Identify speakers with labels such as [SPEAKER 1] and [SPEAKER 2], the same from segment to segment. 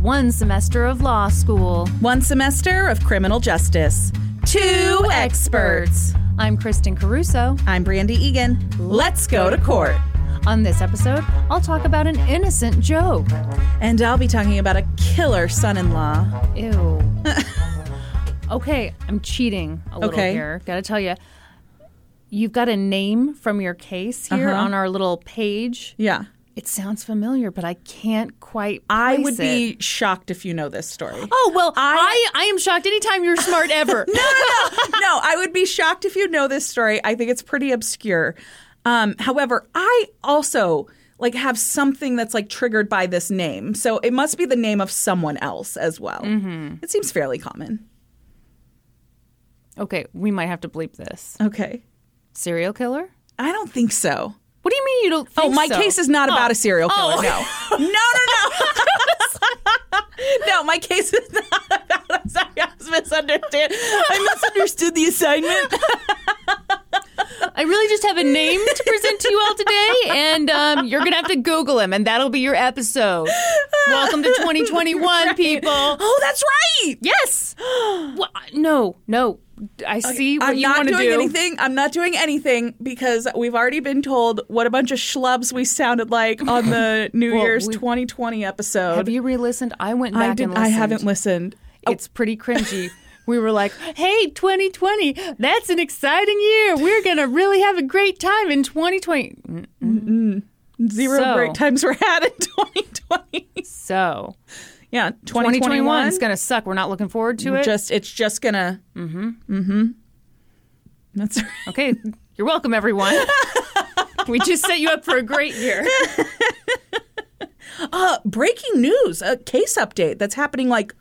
[SPEAKER 1] One semester of law school.
[SPEAKER 2] One semester of criminal justice. Two experts.
[SPEAKER 1] I'm Kristen Caruso.
[SPEAKER 2] I'm Brandy Egan. Let's go to court.
[SPEAKER 1] On this episode, I'll talk about an innocent joke.
[SPEAKER 2] And I'll be talking about a killer son in law.
[SPEAKER 1] Ew. okay, I'm cheating a little
[SPEAKER 2] Okay.
[SPEAKER 1] here. Gotta tell you, you've got a name from your case here
[SPEAKER 2] Uh-huh.
[SPEAKER 1] on our little page.
[SPEAKER 2] Yeah.
[SPEAKER 1] It sounds familiar, but I can't quite.
[SPEAKER 2] I
[SPEAKER 1] place
[SPEAKER 2] would
[SPEAKER 1] it.
[SPEAKER 2] be shocked if you know this story.
[SPEAKER 1] Oh well,
[SPEAKER 2] I-
[SPEAKER 1] I I am shocked anytime you're smart ever.
[SPEAKER 2] No, no, no. no, I would be shocked if you know this story. I think it's pretty obscure. Um, however, I also like have something that's like triggered by this name. So it must be the name of someone else as well. It seems fairly common.
[SPEAKER 1] Okay, we might have to bleep this.
[SPEAKER 2] Okay.
[SPEAKER 1] Serial killer?
[SPEAKER 2] I don't think so.
[SPEAKER 1] What do you mean you don't?
[SPEAKER 2] Oh,
[SPEAKER 1] think
[SPEAKER 2] my
[SPEAKER 1] so?
[SPEAKER 2] case is not about a serial killer.
[SPEAKER 1] Oh.
[SPEAKER 2] No. No, no, no. no, my case is not about. I'm sorry, I was misunderstood. I misunderstood the assignment.
[SPEAKER 1] I really just have a name to present to you all today, and um, you're gonna have to Google him, and that'll be your episode. Welcome to 2021, people.
[SPEAKER 2] Oh, that's right.
[SPEAKER 1] Yes. Wha- no, no. I see what
[SPEAKER 2] I'm
[SPEAKER 1] you
[SPEAKER 2] not
[SPEAKER 1] want to
[SPEAKER 2] doing
[SPEAKER 1] do.
[SPEAKER 2] anything. I'm not doing anything because we've already been told what a bunch of schlubs we sounded like on the New
[SPEAKER 1] Well,
[SPEAKER 2] Year's
[SPEAKER 1] we-
[SPEAKER 2] 2020 episode.
[SPEAKER 1] Have you re-listened? I went back
[SPEAKER 2] I did.
[SPEAKER 1] and
[SPEAKER 2] I
[SPEAKER 1] listened.
[SPEAKER 2] haven't Oh. listened.
[SPEAKER 1] It's pretty cringy. We were like, hey, 2020, that's an exciting year. We're going to really have a great time in 2020.
[SPEAKER 2] Zero
[SPEAKER 1] So-
[SPEAKER 2] great times were had in 2020.
[SPEAKER 1] So,
[SPEAKER 2] yeah,
[SPEAKER 1] 2021
[SPEAKER 2] 2021
[SPEAKER 1] is going to suck. We're not looking forward to it.
[SPEAKER 2] just it's just gonna. Mm-hmm. Mm-hmm. That's right.
[SPEAKER 1] Okay, you're welcome, everyone. we just set you up for a great year.
[SPEAKER 2] Uh, breaking news: a case update that's happening like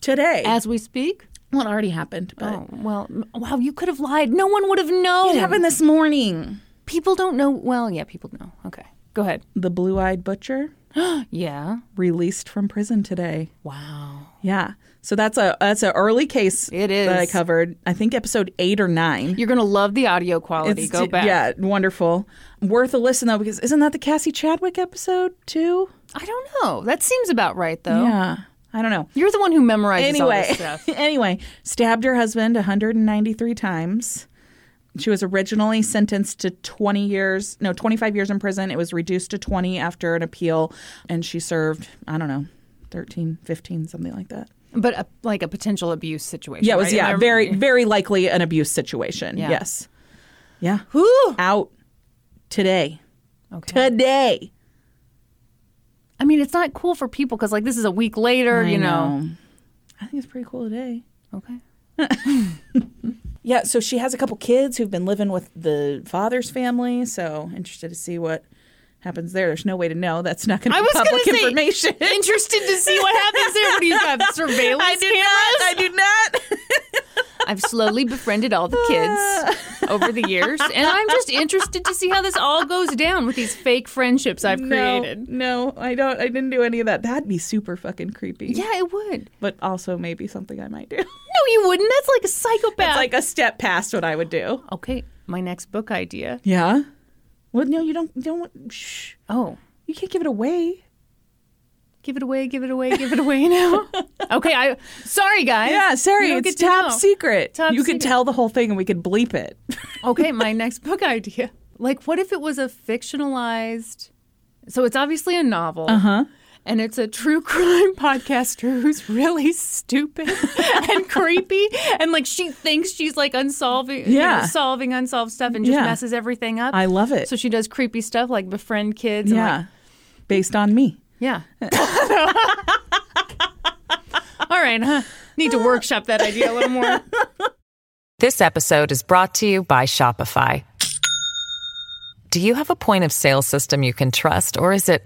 [SPEAKER 2] today.
[SPEAKER 1] As we speak?
[SPEAKER 2] well, it already happened, but
[SPEAKER 1] Oh, well, m- wow, you could have lied. No one would have known.
[SPEAKER 2] it happened this morning.
[SPEAKER 1] people don't know. Well, yeah, people know. Okay, go ahead.
[SPEAKER 2] The blue-eyed butcher
[SPEAKER 1] Yeah.
[SPEAKER 2] released from prison today.
[SPEAKER 1] Wow.
[SPEAKER 2] Yeah, so that's a that's an early case.
[SPEAKER 1] It is.
[SPEAKER 2] that I covered. I think episode eight or nine.
[SPEAKER 1] You're going to love the audio quality.
[SPEAKER 2] It's-
[SPEAKER 1] go back.
[SPEAKER 2] Yeah, wonderful. Worth a listen though, because isn't that the Cassie Chadwick episode too?
[SPEAKER 1] I don't know. That seems about right, though.
[SPEAKER 2] Yeah, I don't know.
[SPEAKER 1] You're the one who memorizes all
[SPEAKER 2] anyway,
[SPEAKER 1] this stuff.
[SPEAKER 2] anyway, stabbed her husband 193 times. She was originally sentenced to 20 years, no, 25 years in prison. It was reduced to 20 after an appeal, and she served, I don't know, 13, 15, something like that.
[SPEAKER 1] But a, like a potential abuse situation.
[SPEAKER 2] Yeah, it was
[SPEAKER 1] right?
[SPEAKER 2] yeah,
[SPEAKER 1] Am I-
[SPEAKER 2] very very likely an abuse situation.
[SPEAKER 1] Yeah.
[SPEAKER 2] Yes. Yeah.
[SPEAKER 1] Whew.
[SPEAKER 2] Out today.
[SPEAKER 1] Okay.
[SPEAKER 2] Today.
[SPEAKER 1] I mean, it's not cool for people because like this is a week later. you know.
[SPEAKER 2] I think it's pretty cool today.
[SPEAKER 1] Okay.
[SPEAKER 2] Yeah, so she has a couple kids who've been living with the father's family. So interested to see what happens there. There's no way to know. That's not going to
[SPEAKER 1] I
[SPEAKER 2] be
[SPEAKER 1] was gonna
[SPEAKER 2] public
[SPEAKER 1] say-
[SPEAKER 2] information.
[SPEAKER 1] Interested to see what happens there. What do you have? Surveillance
[SPEAKER 2] I do
[SPEAKER 1] cameras.
[SPEAKER 2] not. I do not.
[SPEAKER 1] I've slowly befriended all the kids over the years, and I'm just interested to see how this all goes down with these fake friendships I've created.
[SPEAKER 2] No, no, I don't. I didn't do any of that. That'd be super fucking creepy.
[SPEAKER 1] Yeah, it would.
[SPEAKER 2] But also maybe something I might do.
[SPEAKER 1] No, you wouldn't. That's like a psychopath.
[SPEAKER 2] It's like a step past what I would do.
[SPEAKER 1] okay, my next book idea.
[SPEAKER 2] Yeah. Well, no, you don't. You don't. want- Shh.
[SPEAKER 1] Oh,
[SPEAKER 2] You can't give it away.
[SPEAKER 1] give it away, give it away, give it away now. okay, I. Sorry, guys.
[SPEAKER 2] Yeah, sorry.
[SPEAKER 1] You don't
[SPEAKER 2] It's
[SPEAKER 1] get to
[SPEAKER 2] top
[SPEAKER 1] know.
[SPEAKER 2] secret.
[SPEAKER 1] Top
[SPEAKER 2] you
[SPEAKER 1] secret.
[SPEAKER 2] could tell the whole thing, and we could bleep it.
[SPEAKER 1] okay, my next book idea. Like, what if it was a fictionalized? So it's obviously a novel. Uh
[SPEAKER 2] Uh-huh.
[SPEAKER 1] huh. And it's a true crime podcaster who's really stupid and creepy, and like she thinks she's like unsolving, you know,
[SPEAKER 2] Yeah.
[SPEAKER 1] solving unsolved stuff, and just
[SPEAKER 2] Yeah.
[SPEAKER 1] messes everything up.
[SPEAKER 2] I love it.
[SPEAKER 1] So she does creepy stuff like befriend kids. And,
[SPEAKER 2] yeah.
[SPEAKER 1] like,
[SPEAKER 2] Based on me.
[SPEAKER 1] yeah. All right, huh? Need to workshop that idea a little more.
[SPEAKER 3] This episode is brought to you by Shopify. Do you have a point of sale system you can trust, or is it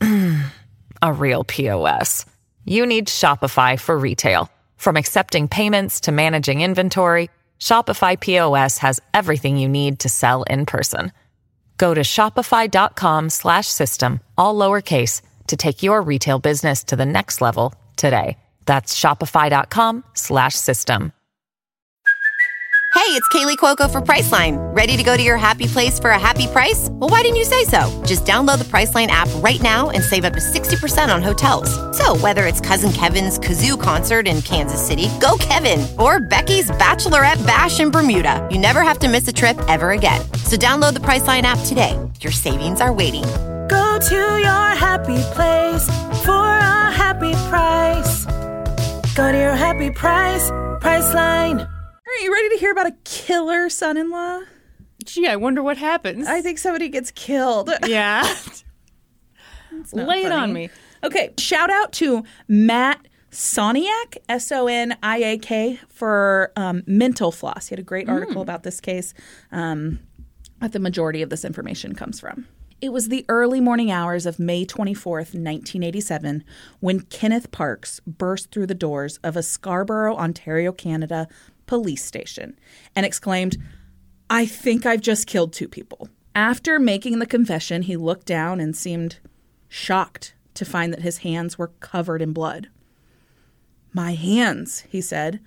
[SPEAKER 3] a real POS? you need Shopify for retail. From accepting payments to managing inventory, Shopify POS has everything you need to sell in person. Go to shopify.com slash system, all lowercase, to take your retail business to the next level today. That's shopify.com slash system.
[SPEAKER 4] Hey, it's Kaylee Cuoco for Priceline. Ready to go to your happy place for a happy price? Well, why didn't you say so? Just download the Priceline app right now and save up to 60% on hotels. So, whether it's Cousin Kevin's Kazoo concert in Kansas City, go Kevin, or Becky's Bachelorette Bash in Bermuda, you never have to miss a trip ever again. So, download the Priceline app today. Your savings are waiting.
[SPEAKER 5] Go to your happy place for a happy price. Go to your happy price, Priceline.
[SPEAKER 2] Are you ready to hear about a killer son-in-law?
[SPEAKER 1] Gee, I wonder what happens.
[SPEAKER 2] I think somebody gets killed.
[SPEAKER 1] yeah. Lay it on
[SPEAKER 2] funny.
[SPEAKER 1] me.
[SPEAKER 2] Okay, shout out to Matt Soniak, S O N I A K, for um, mental floss. He had a great article about this case um, that the majority of this information comes from. It was the early morning hours of May 24th, 1987, when Kenneth Parks burst through the doors of a Scarborough, Ontario, Canada police station and exclaimed, I think I've just killed two people. After making the confession, he looked down and seemed shocked to find that his hands were covered in blood. My hands, he said,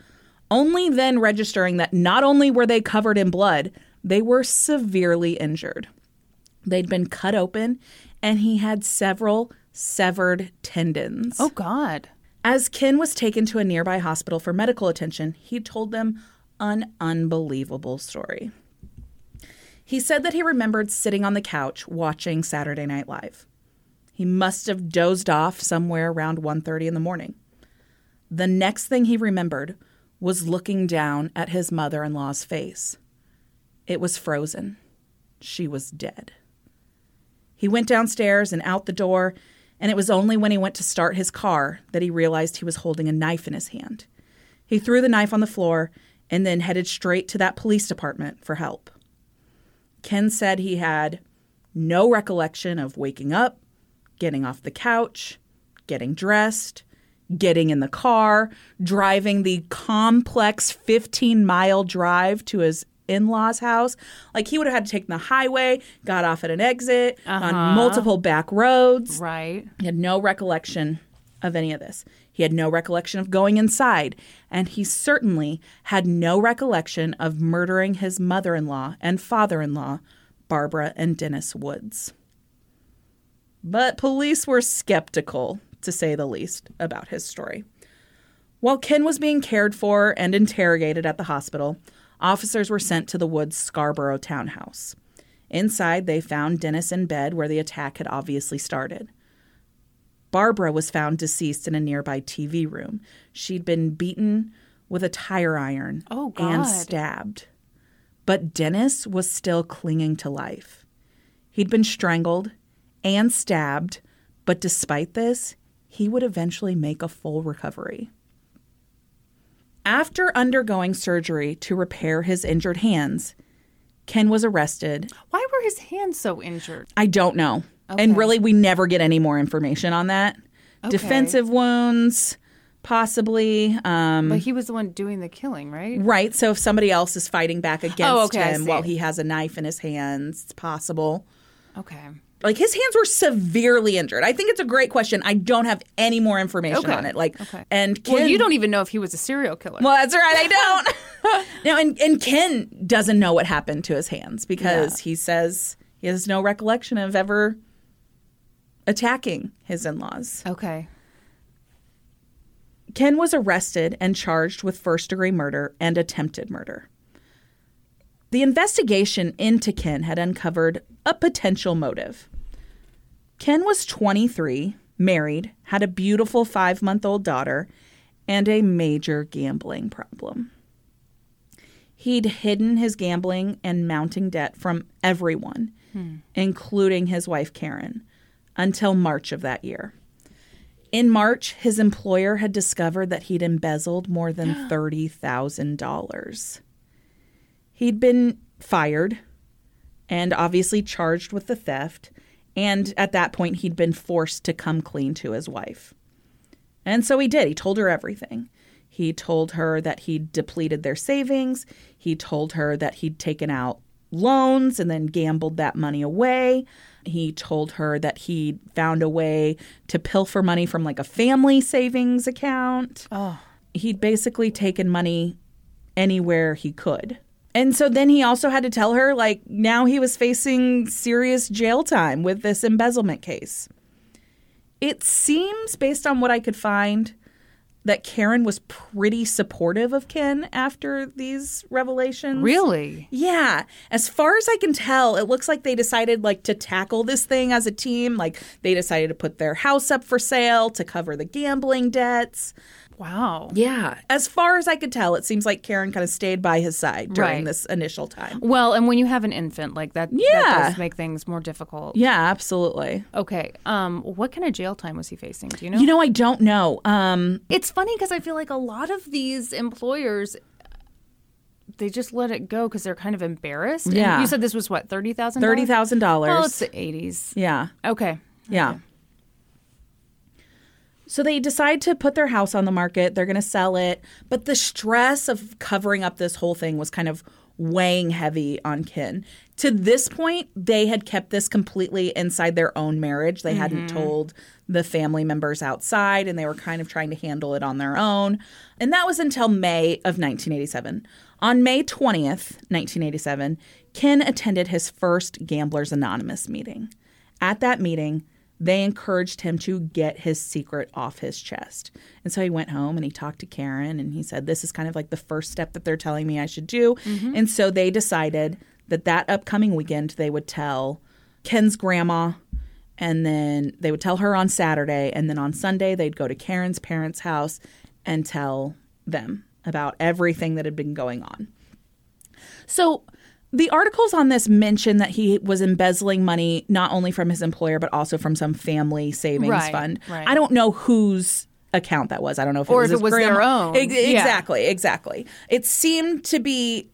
[SPEAKER 2] only then registering that not only were they covered in blood, they were severely injured. They'd been cut open, and he had several severed tendons.
[SPEAKER 1] Oh, God.
[SPEAKER 2] As Ken was taken to a nearby hospital for medical attention, he told them an unbelievable story. He said that he remembered sitting on the couch watching Saturday Night Live. He must have dozed off somewhere around 1:30 in the morning. The next thing he remembered was looking down at his mother-in-law's face. It was frozen. She was dead. He went downstairs and out the door, and it was only when he went to start his car that he realized he was holding a knife in his hand. He threw the knife on the floor and then headed straight to that police department for help. Ken said he had no recollection of waking up, getting off the couch, getting dressed, getting in the car, driving the complex 15 mile drive to his in law's house. Like he would have had to take the highway, got off at an exit, on multiple back roads.
[SPEAKER 1] Right.
[SPEAKER 2] He had no recollection of any of this. He had no recollection of going inside, and he certainly had no recollection of murdering his mother in law and father in law, Barbara and Dennis Woods. But police were skeptical, to say the least, about his story. While Ken was being cared for and interrogated at the hospital, officers were sent to the Woods Scarborough townhouse. Inside, they found Dennis in bed where the attack had obviously started. Barbara was found deceased in a nearby TV room. She'd been beaten with a tire iron
[SPEAKER 1] Oh, God.
[SPEAKER 2] and stabbed. But Dennis was still clinging to life. He'd been strangled and stabbed, but despite this, he would eventually make a full recovery. After undergoing surgery to repair his injured hands, Ken was arrested
[SPEAKER 1] Why were his hands so injured?
[SPEAKER 2] I don't know. And really, we never get any more information on that. Defensive wounds, possibly. Um,
[SPEAKER 1] But he was the one doing the killing, right?
[SPEAKER 2] right. So if somebody else is fighting back against
[SPEAKER 1] Oh, okay, I
[SPEAKER 2] him
[SPEAKER 1] see.
[SPEAKER 2] while he has a knife in his hands, it's possible.
[SPEAKER 1] Okay.
[SPEAKER 2] Like his hands were severely injured. I think it's a great question. I don't have any more information
[SPEAKER 1] Okay.
[SPEAKER 2] on it. Like,
[SPEAKER 1] Okay.
[SPEAKER 2] and Ken,
[SPEAKER 1] Well, you don't even know if he was a serial killer.
[SPEAKER 2] Well, that's right. I don't. no, and, and Ken doesn't know what happened to his hands because he says he has no recollection of ever attacking his in laws.
[SPEAKER 1] okay.
[SPEAKER 2] Ken was arrested and charged with first degree murder and attempted murder. The investigation into Ken had uncovered a potential motive. Ken was 23, married, had a beautiful five month old daughter, and a major gambling problem. He'd hidden his gambling and mounting debt from everyone, including his wife Karen, until March of that year. In March, his employer had discovered that he'd embezzled more than $30,000. He'd been fired and obviously charged with the theft, and at that point, he'd been forced to come clean to his wife. And so he did. He told her everything. He told her that he'd depleted their savings. He told her that he'd taken out loans and then gambled that money away. He told her that he found a way to pilfer money from like a family savings account. Oh. He'd basically taken money anywhere he could. And so then he also had to tell her, like, now he was facing serious jail time with this embezzlement case. It seems, based on what I could find, that Karen was pretty supportive of Ken after these revelations.
[SPEAKER 1] Really?
[SPEAKER 2] Yeah. As far as I can tell, it looks like they decided like to tackle this thing as a team. Like they decided to put their house up for sale to cover the gambling debts.
[SPEAKER 1] Wow.
[SPEAKER 2] Yeah. As far as I could tell, it seems like Karen kind of stayed by his side during
[SPEAKER 1] Right.
[SPEAKER 2] this initial time.
[SPEAKER 1] Well, and when you have an infant like that, that
[SPEAKER 2] Yeah.
[SPEAKER 1] does make things more difficult.
[SPEAKER 2] Yeah, absolutely.
[SPEAKER 1] Okay. Um, what kind of jail time was he facing? Do you know?
[SPEAKER 2] You know, I don't know. Um,
[SPEAKER 1] It's funny because I feel like a lot of these employers, they just let it go because they're kind of embarrassed. And
[SPEAKER 2] Yeah.
[SPEAKER 1] you said this was what thirty thousand.
[SPEAKER 2] thirty thousand
[SPEAKER 1] Well, it's
[SPEAKER 2] dollars.
[SPEAKER 1] the eighties.
[SPEAKER 2] Yeah.
[SPEAKER 1] Okay.
[SPEAKER 2] Yeah. So they decide to put their house on the market. They're going to sell it. But the stress of covering up this whole thing was kind of weighing heavy on Kin. To this point, they had kept this completely inside their own marriage. They hadn't told the family members outside, and they were kind of trying to handle it on their own. And that was until May of 1987. On May 20th, 1987, Ken attended his first Gamblers Anonymous meeting. At that meeting, they encouraged him to get his secret off his chest. And so he went home and he talked to Karen and he said, This is kind of like the first step that they're telling me I should do. And so they decided that that upcoming weekend they would tell Ken's grandma and then they would tell her on Saturday. And then on Sunday, they'd go to Karen's parents' house and tell them about everything that had been going on. So the articles on this mention that he was embezzling money not only from his employer but also from some family savings
[SPEAKER 1] Right,
[SPEAKER 2] fund.
[SPEAKER 1] right.
[SPEAKER 2] I don't know whose account that was. I don't know if
[SPEAKER 1] Or
[SPEAKER 2] it was,
[SPEAKER 1] if it
[SPEAKER 2] his
[SPEAKER 1] was their
[SPEAKER 2] grandma-
[SPEAKER 1] own.
[SPEAKER 2] Ex-
[SPEAKER 1] Yeah.
[SPEAKER 2] Exactly, exactly. It seemed to be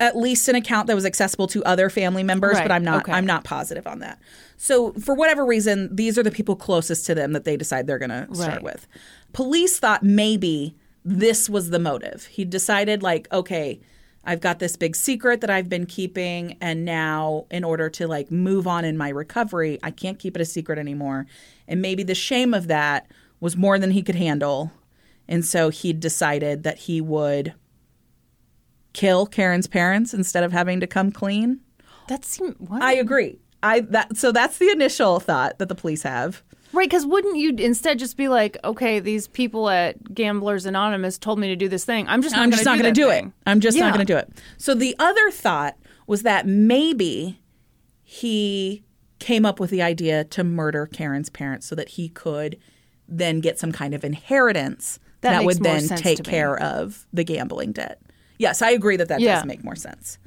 [SPEAKER 2] at least an account that was accessible to other family members,
[SPEAKER 1] Right,
[SPEAKER 2] but I'm not
[SPEAKER 1] okay.
[SPEAKER 2] I'm not positive on that. So for whatever reason, these are the people closest to them that they decide they're going to start
[SPEAKER 1] Right.
[SPEAKER 2] with. Police thought maybe this was the motive. He decided like, okay, I've got this big secret that I've been keeping and now in order to like move on in my recovery, I can't keep it a secret anymore. And maybe the shame of that was more than he could handle. And so he decided that he would kill Karen's parents instead of having to come clean.
[SPEAKER 1] That seemed what?
[SPEAKER 2] I agree. I that so that's the initial thought that the police have.
[SPEAKER 1] Right, because wouldn't you instead just be like, okay, these people at Gamblers Anonymous told me to do this thing. I'm just not
[SPEAKER 2] I'm just not going to do
[SPEAKER 1] that
[SPEAKER 2] it.
[SPEAKER 1] thing."
[SPEAKER 2] I'm just
[SPEAKER 1] Yeah.
[SPEAKER 2] not going to do it. So the other thought was that maybe he came up with the idea to murder Karen's parents so that he could then get some kind of inheritance
[SPEAKER 1] That
[SPEAKER 2] that,
[SPEAKER 1] makes
[SPEAKER 2] would
[SPEAKER 1] more
[SPEAKER 2] then
[SPEAKER 1] sense
[SPEAKER 2] take
[SPEAKER 1] to me.
[SPEAKER 2] care of the gambling debt. Yes, I agree that that
[SPEAKER 1] Yeah.
[SPEAKER 2] does make more sense.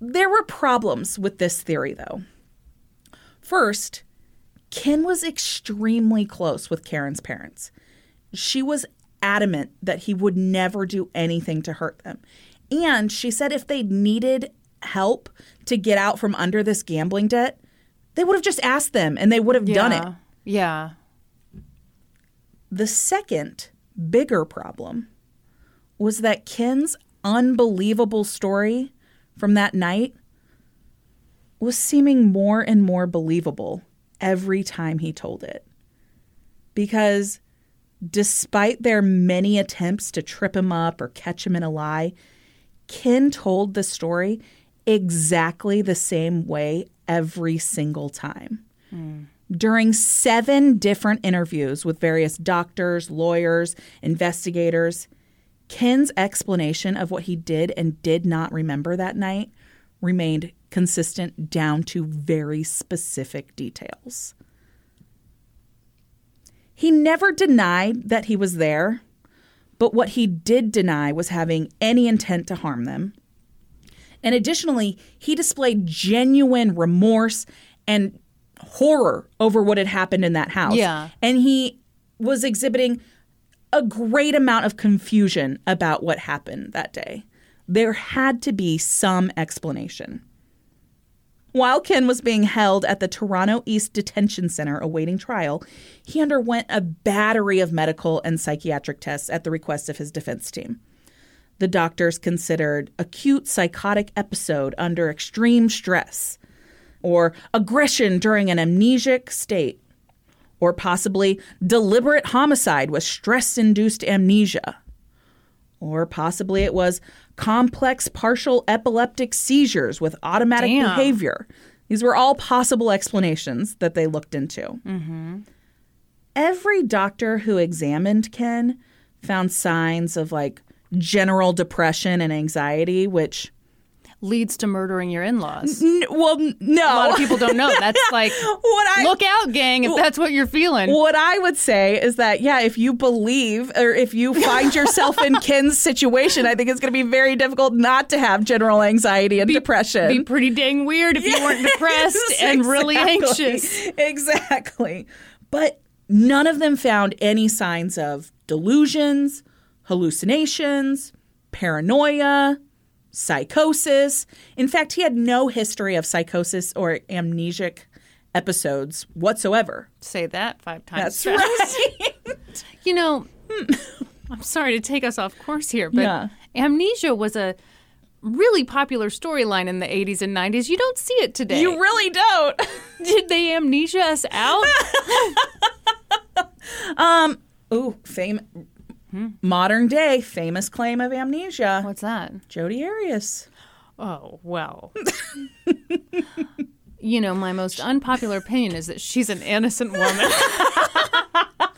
[SPEAKER 2] There were problems with this theory though. First, Ken was extremely close with Karen's parents. She was adamant that he would never do anything to hurt them. And she said if they needed help to get out from under this gambling debt, they would have just asked them and they would have done it.
[SPEAKER 1] Yeah.
[SPEAKER 2] The second bigger problem was that Ken's unbelievable story from that night was seeming more and more believable every time he told it. Because despite their many attempts to trip him up or catch him in a lie, Ken told the story exactly the same way every single time during seven different interviews with various doctors, lawyers, investigators, Ken's explanation of what he did and did not remember that night remained consistent down to very specific details. He never denied that he was there, but what he did deny was having any intent to harm them. And additionally, he displayed genuine remorse and horror over what had happened in that house.
[SPEAKER 1] Yeah.
[SPEAKER 2] And he was exhibiting a great amount of confusion about what happened that day. There had to be some explanation. While Ken was being held at the Toronto East Detention Center awaiting trial, he underwent a battery of medical and psychiatric tests at the request of his defense team. The doctors considered acute psychotic episode under extreme stress, or aggression during an amnesiac state, or possibly deliberate homicide with stress induced amnesia. Or possibly it was complex partial epileptic seizures with automatic
[SPEAKER 1] Damn.
[SPEAKER 2] behavior. These were all possible explanations that they looked into.
[SPEAKER 1] Mm-hmm.
[SPEAKER 2] Every doctor who examined Ken found signs of like general depression and anxiety, which,
[SPEAKER 1] Leads to murdering your in laws.
[SPEAKER 2] n- well, n- no.
[SPEAKER 1] A lot of people don't know. That's like,
[SPEAKER 2] What I-
[SPEAKER 1] look out, gang, if that's what you're feeling.
[SPEAKER 2] What I would say is that, yeah, if you believe or if you find yourself in Ken's situation, I think it's going to be very difficult not to have general anxiety and depression.
[SPEAKER 1] be pretty dang weird if you weren't depressed
[SPEAKER 2] Yes,
[SPEAKER 1] and really
[SPEAKER 2] exactly.
[SPEAKER 1] anxious.
[SPEAKER 2] Exactly. But none of them found any signs of delusions, hallucinations, paranoia, psychosis. In fact, he had no history of psychosis or amnesiac episodes whatsoever.
[SPEAKER 1] Say that five times.
[SPEAKER 2] That's
[SPEAKER 1] fast.
[SPEAKER 2] right.
[SPEAKER 1] You know, I'm sorry to take us off course here, but
[SPEAKER 2] Yeah.
[SPEAKER 1] amnesia was a really popular storyline in the 80s and 90s. You don't see it today.
[SPEAKER 2] you really don't.
[SPEAKER 1] Did they amnesia us out?
[SPEAKER 2] Ooh, fame modern day famous claim of amnesia.
[SPEAKER 1] What's that?
[SPEAKER 2] Jodi Arias.
[SPEAKER 1] Oh, well. you know, my most unpopular opinion is that she's an innocent woman.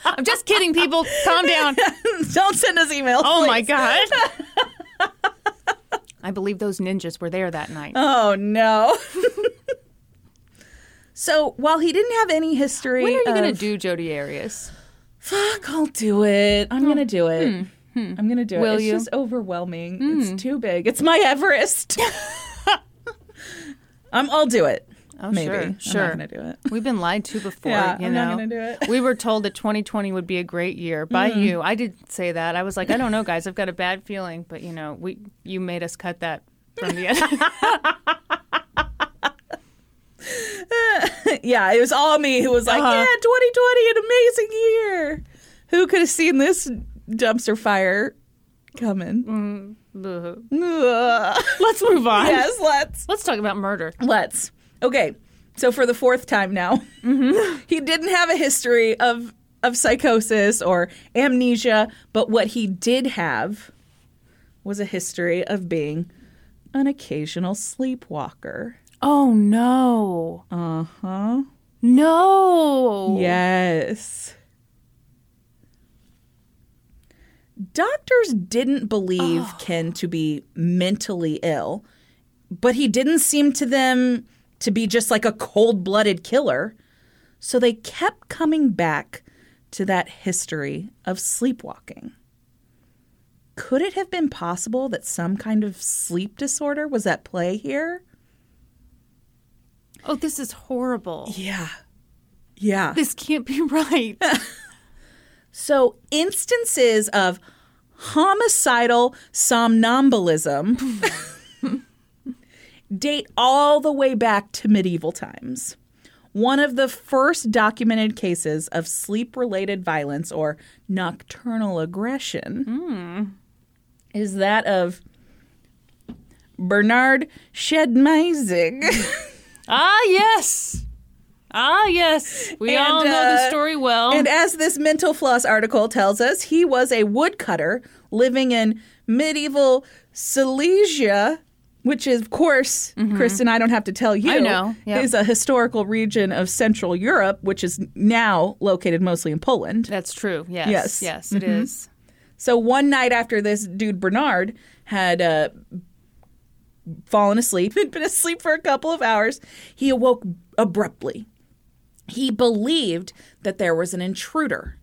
[SPEAKER 1] I'm just kidding, people. Calm down.
[SPEAKER 2] Don't send us emails.
[SPEAKER 1] Oh my
[SPEAKER 2] please.
[SPEAKER 1] god. I believe those ninjas were there that night.
[SPEAKER 2] Oh no. so while he didn't have any history,
[SPEAKER 1] when are you
[SPEAKER 2] of,
[SPEAKER 1] gonna do Jodi Arias?
[SPEAKER 2] Fuck, I'll do it. I'm gonna do it. I'm gonna do
[SPEAKER 1] Hmm, Will
[SPEAKER 2] it. It's
[SPEAKER 1] you? Hmm.
[SPEAKER 2] just overwhelming. It's too big. It's my Everest. um, I'll do it.
[SPEAKER 1] Oh
[SPEAKER 2] Maybe.
[SPEAKER 1] sure, sure.
[SPEAKER 2] I'm not gonna do it.
[SPEAKER 1] We've been lied to before.
[SPEAKER 2] Yeah,
[SPEAKER 1] you
[SPEAKER 2] I'm
[SPEAKER 1] know?
[SPEAKER 2] not gonna do it. Mm-hmm.
[SPEAKER 1] we were told that 2020 would be a great year by you. I didn't say that. I was like, I don't know, guys. I've got a bad feeling, but you know, we you made us cut that from the end.
[SPEAKER 2] yeah, it was all me who was like,
[SPEAKER 1] Uh-huh.
[SPEAKER 2] yeah, 2020, an amazing year. Who could have seen this dumpster fire coming? Ugh.
[SPEAKER 1] Mm. Let's move on.
[SPEAKER 2] yes, let's.
[SPEAKER 1] Let's talk about murder.
[SPEAKER 2] Let's. Okay. So for the fourth time now, he didn't have a history of of psychosis or amnesia, but what he did have was a history of being an occasional sleepwalker.
[SPEAKER 1] Oh no. Uh huh. No.
[SPEAKER 2] Yes. Doctors didn't believe Ken to be mentally ill, but he didn't seem to them to be just like a cold blooded killer. So they kept coming back to that history of sleepwalking. Could it have been possible that some kind of sleep disorder was at play here?
[SPEAKER 1] Oh, this is horrible.
[SPEAKER 2] Yeah. Yeah.
[SPEAKER 1] This can't be right.
[SPEAKER 2] So, instances of homicidal somnambulism date all the way back to medieval times. One of the first documented cases of sleep related violence or nocturnal aggression is that of Bernard Schedmeisig.
[SPEAKER 1] Ah, yes. Ah, yes. We
[SPEAKER 2] And,
[SPEAKER 1] all know the
[SPEAKER 2] uh,
[SPEAKER 1] story well.
[SPEAKER 2] And as this Mental Floss article tells us, he was a woodcutter living in medieval Silesia, which is, of course, Kristen, I don't have to tell you,
[SPEAKER 1] Mm-hmm. I know, yeah.
[SPEAKER 2] is a historical region of Central Europe, which is now located mostly in Poland.
[SPEAKER 1] That's true. Yes.
[SPEAKER 2] Yes. Mm-hmm.
[SPEAKER 1] Yes, it is.
[SPEAKER 2] So one night after this dude Bernard had uh, fallen asleep, had been asleep for a couple of hours, he awoke abruptly. He believed that there was an intruder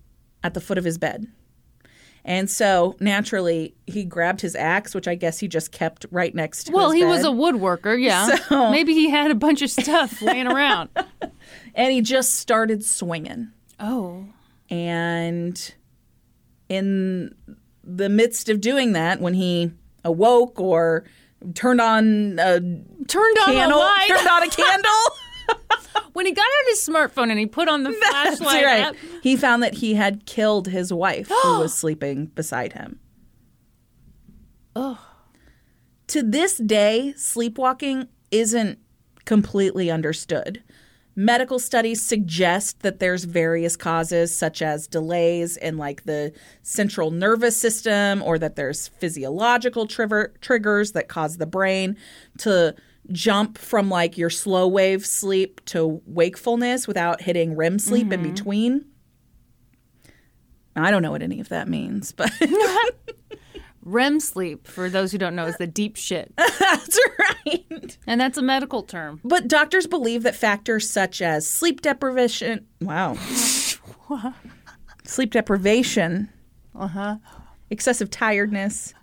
[SPEAKER 2] at the foot of his bed. And so naturally, he grabbed his axe, which I guess he just kept right next to
[SPEAKER 1] Well,
[SPEAKER 2] his
[SPEAKER 1] he was a
[SPEAKER 2] bed,
[SPEAKER 1] woodworker, yeah.
[SPEAKER 2] So-
[SPEAKER 1] Maybe he had a bunch of stuff laying around.
[SPEAKER 2] and he just started swinging.
[SPEAKER 1] Oh.
[SPEAKER 2] And in the midst of doing that, when he awoke or turned on a
[SPEAKER 1] Turned on
[SPEAKER 2] candle,
[SPEAKER 1] a light.
[SPEAKER 2] turned on a candle.
[SPEAKER 1] when he got out his smartphone and he put on the
[SPEAKER 2] That's
[SPEAKER 1] flashlight
[SPEAKER 2] right.
[SPEAKER 1] app,
[SPEAKER 2] He found that he had killed his wife who was sleeping beside him. To this day, sleepwalking isn't completely understood. Medical studies suggest that there's various causes such as delays in like the central nervous system or that there's physiological triver- triggers that cause the brain to jump from like your slow wave sleep to wakefulness without hitting REM sleep in between. I don't know what any of that means, but
[SPEAKER 1] REM sleep, for those who don't know, is the deep shit.
[SPEAKER 2] that's right.
[SPEAKER 1] And that's a medical term.
[SPEAKER 2] But doctors believe that factors such as sleep deprivation, wow, sleep deprivation, Uh-huh. excessive tiredness,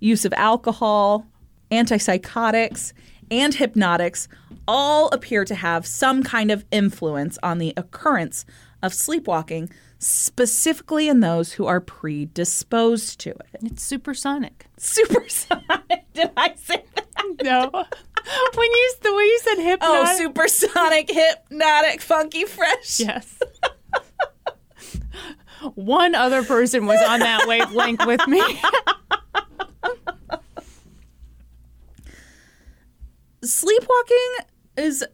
[SPEAKER 2] use of alcohol, antipsychotics, and hypnotics all appear to have some kind of influence on the occurrence of sleepwalking, specifically in those who are predisposed to it.
[SPEAKER 1] It's supersonic.
[SPEAKER 2] Supersonic, did I say that?
[SPEAKER 1] No. when you the way you said hypno.
[SPEAKER 2] Oh, supersonic, hypnotic, funky, fresh.
[SPEAKER 1] Yes. One other person was on that wavelength with me.
[SPEAKER 2] Sleepwalking is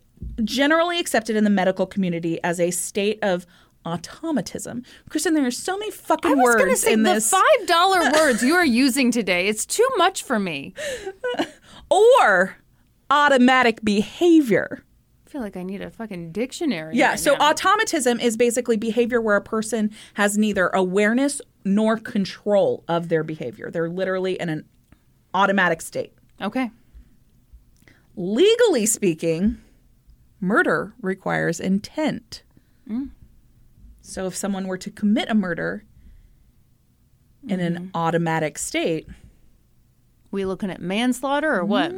[SPEAKER 2] generally accepted in the medical community as a state of automatism. Kristen, there are so many fucking words in this.
[SPEAKER 1] the five dollar words you are using today. It's too much for me.
[SPEAKER 2] or automatic behavior.
[SPEAKER 1] I feel like I need a fucking dictionary.
[SPEAKER 2] Yeah,
[SPEAKER 1] right
[SPEAKER 2] so
[SPEAKER 1] now.
[SPEAKER 2] automatism is basically behavior where a person has neither awareness nor control of their behavior. They're literally in an automatic state.
[SPEAKER 1] okay.
[SPEAKER 2] legally speaking, murder requires intent. So if someone were to commit a murder in an automatic state,
[SPEAKER 1] We looking at manslaughter or what?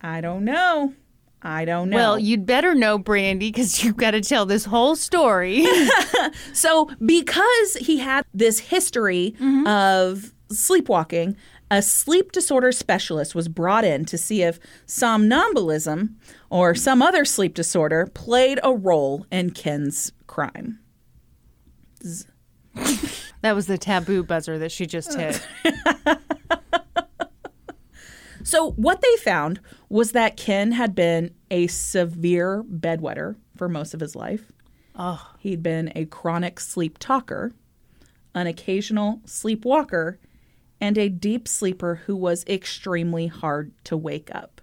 [SPEAKER 2] I don't know. I don't know.
[SPEAKER 1] Well, you'd better know, Brandy, because you've got to tell this whole story.
[SPEAKER 2] so because he had this history of sleepwalking, a sleep disorder specialist was brought in to see if somnambulism or some other sleep disorder played a role in Ken's crime.
[SPEAKER 1] that was the taboo buzzer that she just hit.
[SPEAKER 2] So, what they found was that Ken had been a severe bedwetter for most of his life. He'd been a chronic sleep talker, an occasional sleepwalker, and a deep sleeper who was extremely hard to wake up.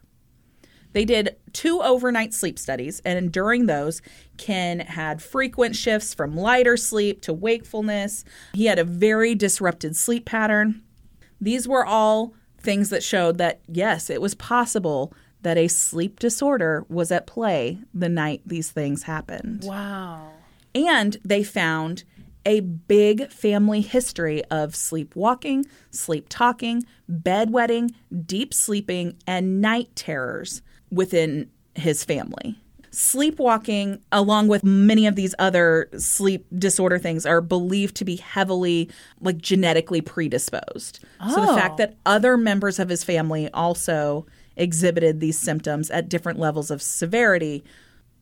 [SPEAKER 2] They did two overnight sleep studies, and during those, Ken had frequent shifts from lighter sleep to wakefulness. He had a very disrupted sleep pattern. These were all things that showed that, yes, it was possible that a sleep disorder was at play the night these things happened.
[SPEAKER 1] wow.
[SPEAKER 2] And they found a big family history of sleepwalking, sleep talking, bedwetting, deep sleeping, and night terrors within his family. Sleepwalking, along with many of these other sleep disorder things, are believed to be heavily, like genetically predisposed. So the fact that other members of his family also exhibited these symptoms at different levels of severity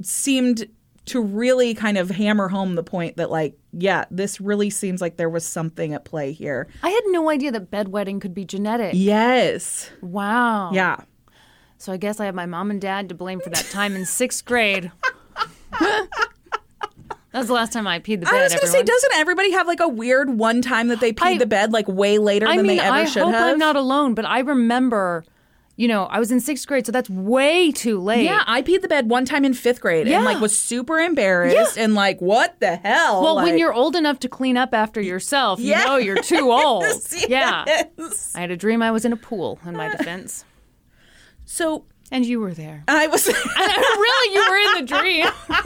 [SPEAKER 2] seemed to really kind of hammer home the point that like yeah this really seems like there was something at play here
[SPEAKER 1] I had no idea that bedwetting could be genetic.
[SPEAKER 2] yes
[SPEAKER 1] Wow.
[SPEAKER 2] yeah
[SPEAKER 1] So I guess I have my mom and dad to blame for that time in sixth grade. that was the last time I peed the bed.
[SPEAKER 2] i was gonna say
[SPEAKER 1] everyone.
[SPEAKER 2] doesn't everybody have like a weird one time that they peed
[SPEAKER 1] I-
[SPEAKER 2] the bed like way later
[SPEAKER 1] I
[SPEAKER 2] than
[SPEAKER 1] mean,
[SPEAKER 2] they ever
[SPEAKER 1] I
[SPEAKER 2] should
[SPEAKER 1] hope
[SPEAKER 2] have
[SPEAKER 1] I'm not alone, but I remember, you know, I was in sixth grade, so that's way too late.
[SPEAKER 2] yeah i peed the bed one time in fifth grade
[SPEAKER 1] Yeah.
[SPEAKER 2] and like was super embarrassed and like what the hell
[SPEAKER 1] Well, when
[SPEAKER 2] Like,
[SPEAKER 1] you're old enough to clean up after yourself,
[SPEAKER 2] Yeah.
[SPEAKER 1] you know you're too old. Yeah.
[SPEAKER 2] yes.
[SPEAKER 1] I had a dream I was in a pool, in my defense.
[SPEAKER 2] so
[SPEAKER 1] And you were there.
[SPEAKER 2] i was
[SPEAKER 1] really, you were in the dream.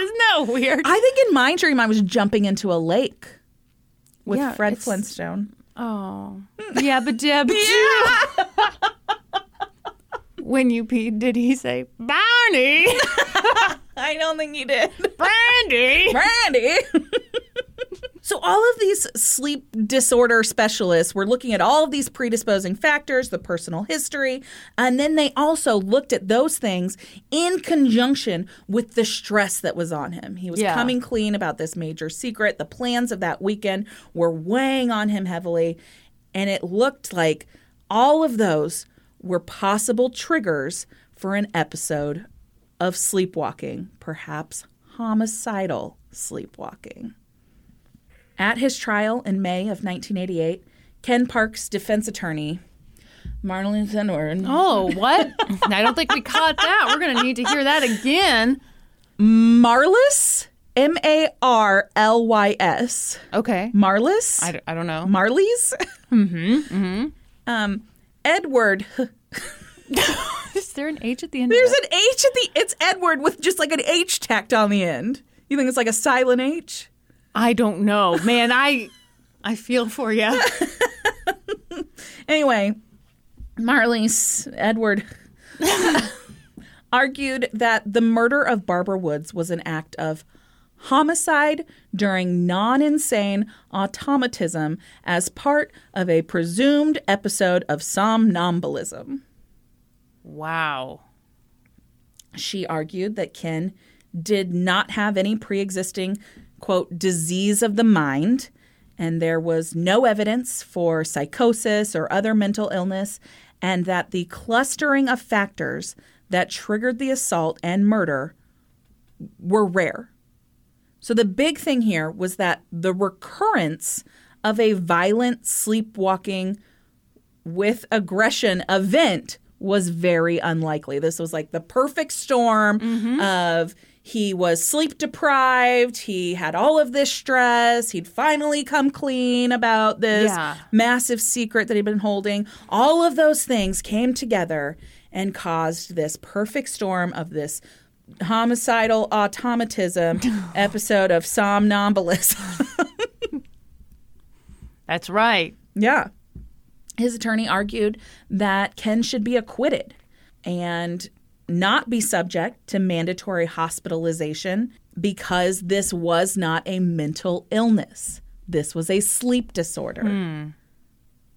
[SPEAKER 1] Isn't that weird?
[SPEAKER 2] i think in my dream i was jumping into a lake with
[SPEAKER 1] Yeah,
[SPEAKER 2] fred
[SPEAKER 1] it's-
[SPEAKER 2] flintstone
[SPEAKER 1] Oh. Yabba dabba doo. When you peed, did he say, Barney?
[SPEAKER 2] i don't think he did
[SPEAKER 1] Brandy?
[SPEAKER 2] Brandy. So, all of these sleep disorder specialists were looking at all of these predisposing factors, the personal history, and then they also looked at those things in conjunction with the stress that was on him. He was
[SPEAKER 1] Yeah.
[SPEAKER 2] coming clean about this major secret. The plans of that weekend were weighing on him heavily, and it looked like all of those were possible triggers for an episode of sleepwalking, perhaps homicidal sleepwalking. At his trial in May of 1988, Ken Park's defense attorney, Marlene Zenward,
[SPEAKER 1] Oh, what? I don't think we caught that. We're going to need to hear that again.
[SPEAKER 2] Marlis, M A R L Y S,
[SPEAKER 1] Okay.
[SPEAKER 2] Marlis,
[SPEAKER 1] I, mm-hmm. d- I don't know.
[SPEAKER 2] Marlies, mm-hmm, Um, Edward.
[SPEAKER 1] Is there an H at the end?
[SPEAKER 2] There's
[SPEAKER 1] of
[SPEAKER 2] an H at the. It's Edward with just like an H tacked on the end. You think it's like a silent H?
[SPEAKER 1] I don't know, man. I I feel for you.
[SPEAKER 2] Anyway, Marlies Edward argued that the murder of Barbara Woods was an act of homicide during non insane automatism as part of a presumed episode of somnambulism.
[SPEAKER 1] Wow.
[SPEAKER 2] She argued that Ken did not have any pre existing, quote, disease of the mind, and there was no evidence for psychosis or other mental illness, and that the clustering of factors that triggered the assault and murder were rare. So the big thing here was that the recurrence of a violent sleepwalking with aggression event was very unlikely. This was like the perfect storm of he was sleep deprived, he had all of this stress, he'd finally come clean about this
[SPEAKER 1] Yeah.
[SPEAKER 2] massive secret that he'd been holding. All of those things came together and caused this perfect storm of this homicidal automatism episode of somnambulism.
[SPEAKER 1] That's right.
[SPEAKER 2] yeah. His attorney argued that Ken should be acquitted and not be subject to mandatory hospitalization because this was not a mental illness. This was a sleep disorder.
[SPEAKER 1] Hmm.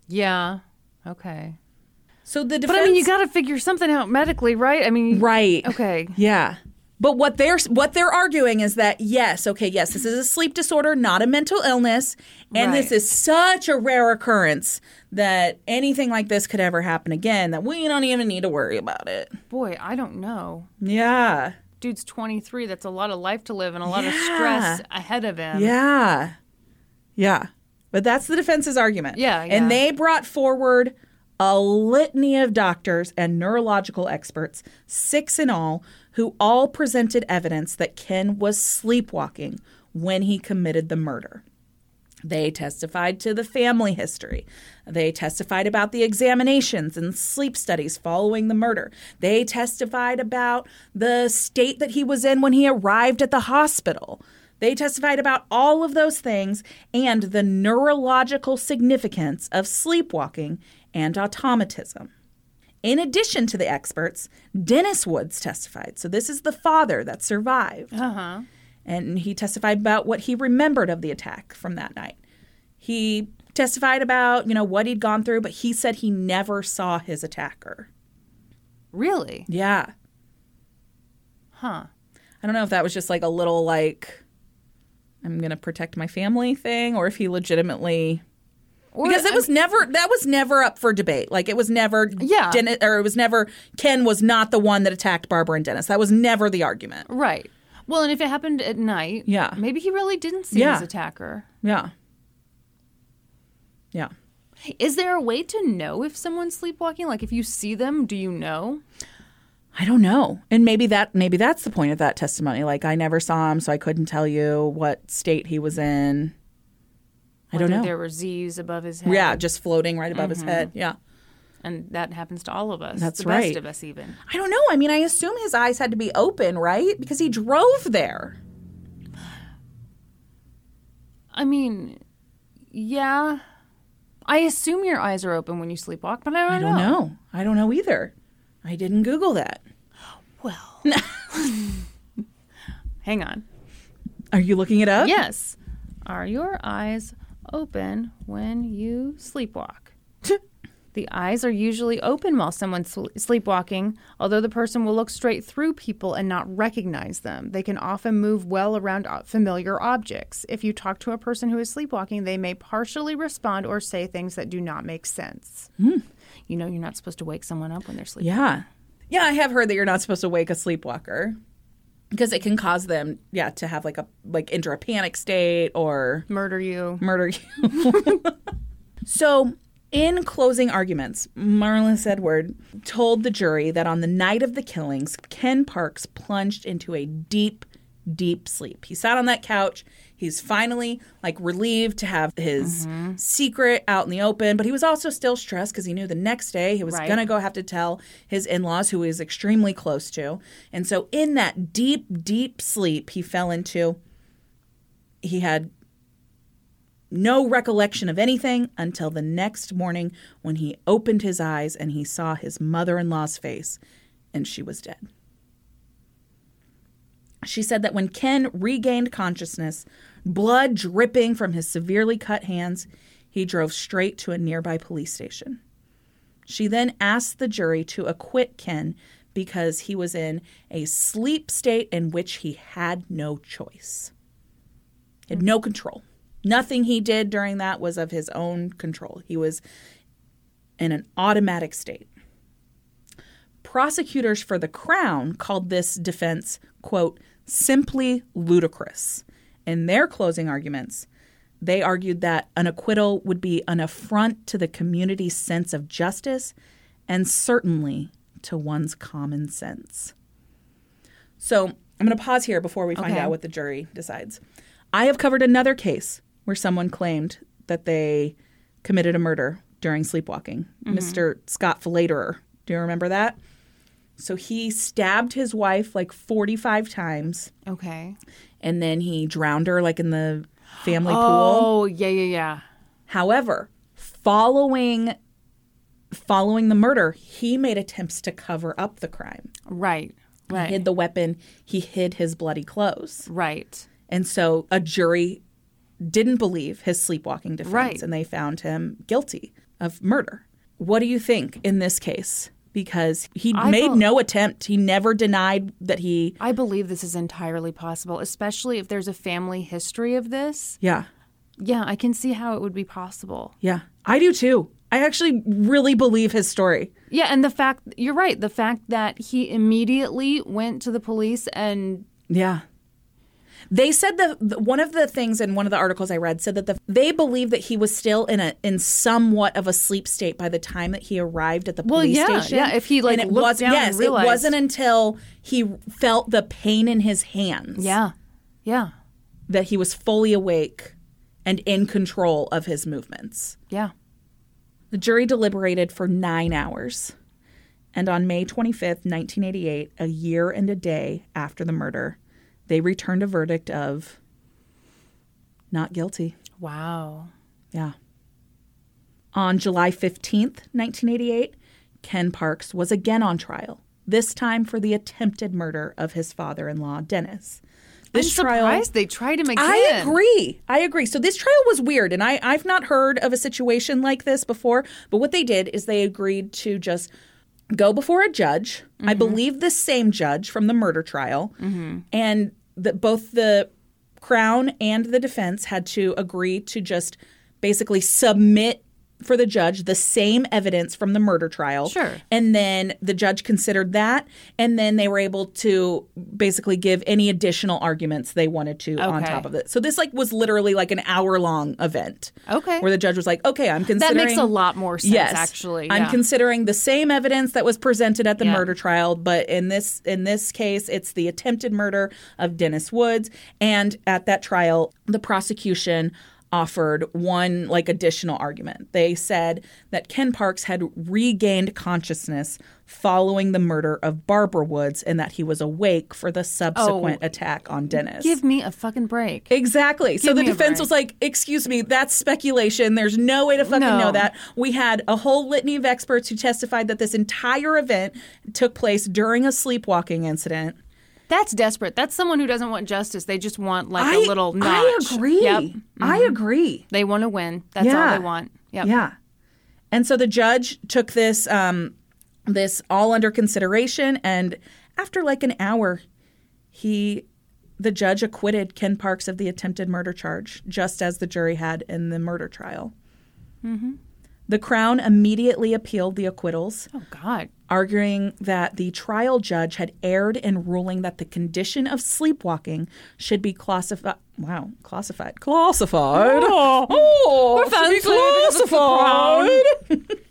[SPEAKER 1] Yeah. Okay.
[SPEAKER 2] So the
[SPEAKER 1] But
[SPEAKER 2] defense
[SPEAKER 1] I mean, you got to figure something out medically, right? I mean,
[SPEAKER 2] right.
[SPEAKER 1] Okay.
[SPEAKER 2] Yeah. But what they're what they're arguing is that yes, okay, yes, this is a sleep disorder, not a mental illness, and this
[SPEAKER 1] Right.
[SPEAKER 2] is such a rare occurrence that anything like this could ever happen again that we don't even need to worry about it.
[SPEAKER 1] Boy, I don't know.
[SPEAKER 2] Yeah.
[SPEAKER 1] Dude's 23. That's a lot of life to live and a lot of stress ahead of him.
[SPEAKER 2] Yeah. Yeah. But that's the defense's argument.
[SPEAKER 1] Yeah, yeah.
[SPEAKER 2] And they brought forward a litany of doctors and neurological experts, six in all, who all presented evidence that Ken was sleepwalking when he committed the murder. They testified to the family history. They testified about the examinations and sleep studies following the murder. They testified about the state that he was in when he arrived at the hospital. They testified about all of those things and the neurological significance of sleepwalking and automatism. In addition to the experts, Dennis Woods testified. So, this is the father that survived. And he testified about what he remembered of the attack from that night. He testified about, you know, what he'd gone through, but he said he never saw his attacker.
[SPEAKER 1] Really?
[SPEAKER 2] Yeah.
[SPEAKER 1] Huh.
[SPEAKER 2] I don't know if that was just like a little like I'm going to protect my family thing or if he legitimately
[SPEAKER 1] Or,
[SPEAKER 2] because it
[SPEAKER 1] I
[SPEAKER 2] was never that was never up for debate. Like it was never
[SPEAKER 1] Yeah.
[SPEAKER 2] Dennis, or it was never Ken was not the one that attacked Barbara and Dennis. That was never the argument.
[SPEAKER 1] mean- right. Well, and if it happened at night,
[SPEAKER 2] Yeah.
[SPEAKER 1] maybe he really didn't see
[SPEAKER 2] Yeah.
[SPEAKER 1] his attacker.
[SPEAKER 2] Yeah. Yeah.
[SPEAKER 1] Is there a way to know if someone's sleepwalking? Like, if you see them, do you know?
[SPEAKER 2] I don't know. And maybe that maybe that's the point of that testimony. Like I never saw him, so I couldn't tell you what state he was in. I don't
[SPEAKER 1] Whether
[SPEAKER 2] know.
[SPEAKER 1] There were Z's above his head.
[SPEAKER 2] Yeah, just floating right above his head. Yeah.
[SPEAKER 1] And that happens to all of us.
[SPEAKER 2] That's
[SPEAKER 1] the best
[SPEAKER 2] right.
[SPEAKER 1] of us, even.
[SPEAKER 2] I don't know. I mean, I assume his eyes had to be open, right? Because he drove there.
[SPEAKER 1] I mean, yeah. I assume your eyes are open when you sleepwalk, but I don't,
[SPEAKER 2] I don't know. I don't know either. I didn't Google that.
[SPEAKER 1] Well, hang on.
[SPEAKER 2] Are you looking it up?
[SPEAKER 1] Yes, Are your eyes open when you sleepwalk? the eyes are usually open while someone's sl- sleepwalking, although the person will look straight through people and not recognize them. They can often move well around o- familiar objects. If you talk to a person who is sleepwalking, they may partially respond or say things that do not make sense. You know, you're not supposed to wake someone up when they're sleeping.
[SPEAKER 2] Yeah. Yeah, I have heard that you're not supposed to wake a sleepwalker because it can cause them, yeah, to have like a like enter a panic state or
[SPEAKER 1] Murder you.
[SPEAKER 2] murder you. so, in closing arguments, Marlis Edward told the jury that on the night of the killings, Ken Parks plunged into a deep, deep sleep. He sat on that couch. He's finally like relieved to have his secret out in the open, but he was also still stressed because he knew the next day he was
[SPEAKER 1] Right.
[SPEAKER 2] going to go have to tell his in laws, who he was extremely close to. And so, in that deep, deep sleep, he fell into, he had no recollection of anything until the next morning when he opened his eyes and he saw his mother in law's face and she was dead. She said that when Ken regained consciousness, blood dripping from his severely cut hands, he drove straight to a nearby police station. She then asked the jury to acquit Ken because he was in a sleep state in which he had no choice. He had no control. Nothing he did during that was of his own control. He was in an automatic state. Prosecutors for the Crown called this defense, quote, simply ludicrous. In their closing arguments, they argued that an acquittal would be an affront to the community's sense of justice and certainly to one's common sense. So I'm going to pause here before we find
[SPEAKER 1] Okay.
[SPEAKER 2] out what the jury decides. I have covered another case where someone claimed that they committed a murder during sleepwalking.
[SPEAKER 1] Mm-hmm.
[SPEAKER 2] Mr. Scott Filleterer. Do you remember that? So he stabbed his wife like 45 times
[SPEAKER 1] Okay.
[SPEAKER 2] and then he drowned her like in the family pool.
[SPEAKER 1] Oh, yeah, yeah, yeah.
[SPEAKER 2] However, following following the murder, he made attempts to cover up the crime.
[SPEAKER 1] Right.
[SPEAKER 2] He
[SPEAKER 1] Right.
[SPEAKER 2] hid the weapon, he hid his bloody clothes.
[SPEAKER 1] Right.
[SPEAKER 2] And so a jury didn't believe his sleepwalking defense
[SPEAKER 1] Right.
[SPEAKER 2] and they found him guilty of murder. What do you think in this case? Because he
[SPEAKER 1] I
[SPEAKER 2] made
[SPEAKER 1] bel-
[SPEAKER 2] no attempt. He never denied that he.
[SPEAKER 1] I believe this is entirely possible, especially if there's a family history of this.
[SPEAKER 2] Yeah.
[SPEAKER 1] Yeah, I can see how it would be possible.
[SPEAKER 2] Yeah. I do too. I actually really believe his story.
[SPEAKER 1] Yeah, and the fact you're right, the fact that he immediately went to the police and
[SPEAKER 2] Yeah. They said the, the one of the things in one of the articles I read said that the, they believe that he was still in a in somewhat of a sleep state by the time that he arrived at the
[SPEAKER 1] Well,
[SPEAKER 2] police
[SPEAKER 1] yeah,
[SPEAKER 2] station.
[SPEAKER 1] yeah, if he, like,
[SPEAKER 2] and it
[SPEAKER 1] looked
[SPEAKER 2] was,
[SPEAKER 1] down and
[SPEAKER 2] yes,
[SPEAKER 1] realized-
[SPEAKER 2] it wasn't until he felt the pain in his hands
[SPEAKER 1] yeah. Yeah.
[SPEAKER 2] that he was fully awake and in control of his movements.
[SPEAKER 1] Yeah.
[SPEAKER 2] The jury deliberated for nine hours. And on May 25th, 1988, a year and a day after the murder, they returned a verdict of not guilty.
[SPEAKER 1] Wow.
[SPEAKER 2] Yeah. On July 15th, 1988, Ken Parks was again on trial, this time for the attempted murder of his father in law, Dennis.
[SPEAKER 1] I'm surprised they tried him again.
[SPEAKER 2] I agree. I agree. So this trial was weird, and I, I've not heard of a situation like this before. But what they did is they agreed to just go before a judge. I believe the same judge from the murder trial, and that both the crown and the defense had to agree to just basically submit for the judge the same evidence from the murder trial.
[SPEAKER 1] Sure.
[SPEAKER 2] And then the judge considered that, and then they were able to basically give any additional arguments they wanted to on
[SPEAKER 1] Okay.
[SPEAKER 2] top of it. So this like was literally like an hour long event.
[SPEAKER 1] Okay.
[SPEAKER 2] Where the judge was like, "Okay, I'm
[SPEAKER 1] That
[SPEAKER 2] considering
[SPEAKER 1] makes a lot more sense
[SPEAKER 2] yes,
[SPEAKER 1] actually.
[SPEAKER 2] I'm
[SPEAKER 1] yeah.
[SPEAKER 2] considering the same evidence that was presented at the
[SPEAKER 1] Yeah.
[SPEAKER 2] murder trial, but in this in this case, it's the attempted murder of Dennis Woods. And at that trial, the prosecution offered one like additional argument. They said that Ken Parks had regained consciousness following the murder of Barbara Woods, and that he was awake for the subsequent attack on Dennis.
[SPEAKER 1] Oh, Give me a fucking break.
[SPEAKER 2] Exactly. so the
[SPEAKER 1] me a
[SPEAKER 2] defense
[SPEAKER 1] break.
[SPEAKER 2] was like, "Excuse me, that's speculation. There's no way to fucking
[SPEAKER 1] No.
[SPEAKER 2] know that." We had a whole litany of experts who testified that this entire event took place during a sleepwalking incident.
[SPEAKER 1] That's desperate. That's someone who doesn't want justice. They just want like
[SPEAKER 2] I,
[SPEAKER 1] a little notch.
[SPEAKER 2] I agree.
[SPEAKER 1] Yep. Mm-hmm.
[SPEAKER 2] I agree.
[SPEAKER 1] They want to win. That's
[SPEAKER 2] Yeah.
[SPEAKER 1] all they want. Yep.
[SPEAKER 2] Yeah. And so the judge took this um, this all under consideration, and after like an hour, he the judge acquitted Ken Parks of the attempted murder charge, just as the jury had in the murder trial.
[SPEAKER 1] Mm-hmm.
[SPEAKER 2] The Crown immediately appealed the acquittals,
[SPEAKER 1] Oh God.
[SPEAKER 2] arguing that the trial judge had erred in ruling that the condition of sleepwalking should be classified. Wow, classified, classified. Oh, should be
[SPEAKER 1] fancy because it's the Crown.
[SPEAKER 2] classified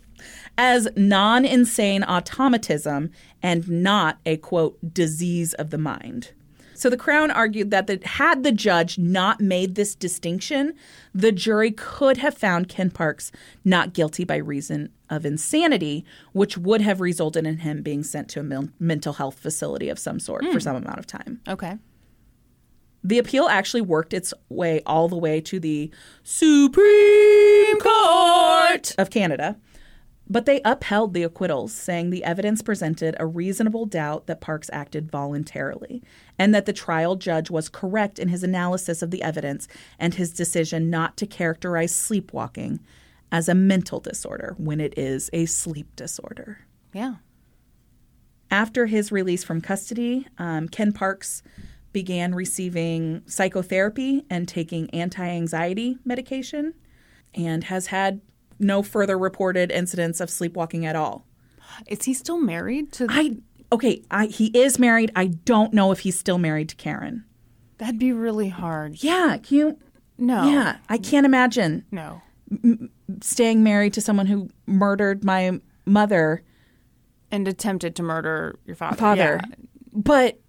[SPEAKER 2] as non-insane automatism and not a quote disease of the mind. So the crown argued that the, had the judge not made this distinction, the jury could have found Ken Parks not guilty by reason of insanity, which would have resulted in him being sent to a men- mental health facility of some sort for some amount of time.
[SPEAKER 1] Okay.
[SPEAKER 2] The appeal actually worked its way all the way to the Supreme Court of Canada. But they upheld the acquittals, saying the evidence presented a reasonable doubt that Parks acted voluntarily and that the trial judge was correct in his analysis of the evidence and his decision not to characterize sleepwalking as a mental disorder when it is a sleep disorder.
[SPEAKER 1] Yeah.
[SPEAKER 2] After his release from custody, um, Ken Parks began receiving psychotherapy and taking anti anxiety medication and has had no further reported incidents of sleepwalking at all.
[SPEAKER 1] Is he still married to?
[SPEAKER 2] I, okay, I, he is married. I don't know if he's still married to Karen.
[SPEAKER 1] That'd be really hard.
[SPEAKER 2] Yeah, can you,
[SPEAKER 1] No.
[SPEAKER 2] yeah, I can't imagine
[SPEAKER 1] No.
[SPEAKER 2] staying married to someone who murdered my mother,
[SPEAKER 1] And attempted to murder your father.
[SPEAKER 2] father.
[SPEAKER 1] Yeah.
[SPEAKER 2] But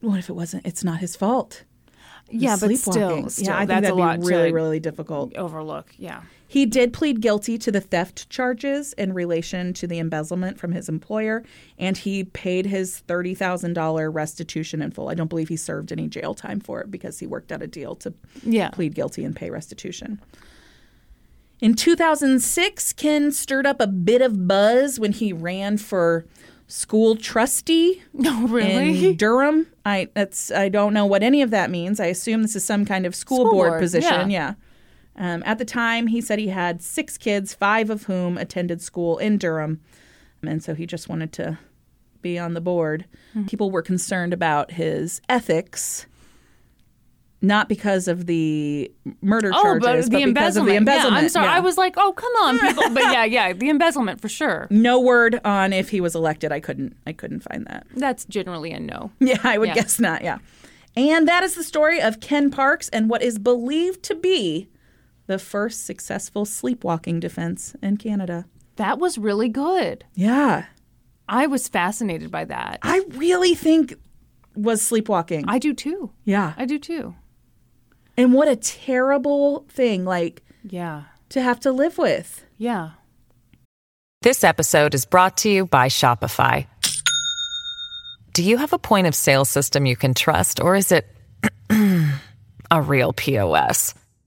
[SPEAKER 2] what if it wasn't? It's not his fault.
[SPEAKER 1] Yeah, but still,
[SPEAKER 2] Sleepwalking.
[SPEAKER 1] still,
[SPEAKER 2] yeah, I think
[SPEAKER 1] that's
[SPEAKER 2] that'd
[SPEAKER 1] a lot
[SPEAKER 2] be really,
[SPEAKER 1] to
[SPEAKER 2] really difficult.
[SPEAKER 1] overlook. Yeah.
[SPEAKER 2] He did plead guilty to the theft charges in relation to the embezzlement from his employer, and he paid his thirty thousand dollar restitution in full. I don't believe he served any jail time for it because he worked out a deal to
[SPEAKER 1] Yeah.
[SPEAKER 2] plead guilty and pay restitution. In 2006, Ken stirred up a bit of buzz when he ran for school trustee
[SPEAKER 1] No,
[SPEAKER 2] in Durham. I that's I don't know what any of that means. I assume this is some kind of school,
[SPEAKER 1] School
[SPEAKER 2] board,
[SPEAKER 1] board,
[SPEAKER 2] position. Yeah. Um, at the time, he said he had six kids, five of whom attended school in Durham, and so he just wanted to be on the board.
[SPEAKER 1] Hmm.
[SPEAKER 2] People were concerned about his ethics. Not because of the murder
[SPEAKER 1] Oh,
[SPEAKER 2] charges,
[SPEAKER 1] but the
[SPEAKER 2] because of
[SPEAKER 1] embezzlement.
[SPEAKER 2] the embezzlement.
[SPEAKER 1] Yeah, I'm sorry.
[SPEAKER 2] Yeah.
[SPEAKER 1] I was like, oh, come on, people. But yeah, yeah, the embezzlement for sure.
[SPEAKER 2] no word on if he was elected. I couldn't. I couldn't find that.
[SPEAKER 1] That's generally a no.
[SPEAKER 2] Yeah, I would
[SPEAKER 1] Yeah.
[SPEAKER 2] guess not. Yeah. And that is the story of Ken Parks and what is believed to be the first successful sleepwalking defense in Canada.
[SPEAKER 1] That was really good.
[SPEAKER 2] Yeah.
[SPEAKER 1] I was fascinated by that. I,
[SPEAKER 2] I really think was sleepwalking.
[SPEAKER 1] do too.
[SPEAKER 2] yeah.
[SPEAKER 1] I do too.
[SPEAKER 2] and what a terrible thing like
[SPEAKER 1] Yeah.
[SPEAKER 2] to have to live with.
[SPEAKER 1] Yeah.
[SPEAKER 3] This episode is brought to you by Shopify. Do you have a point of sale system you can trust, or is it a real POS?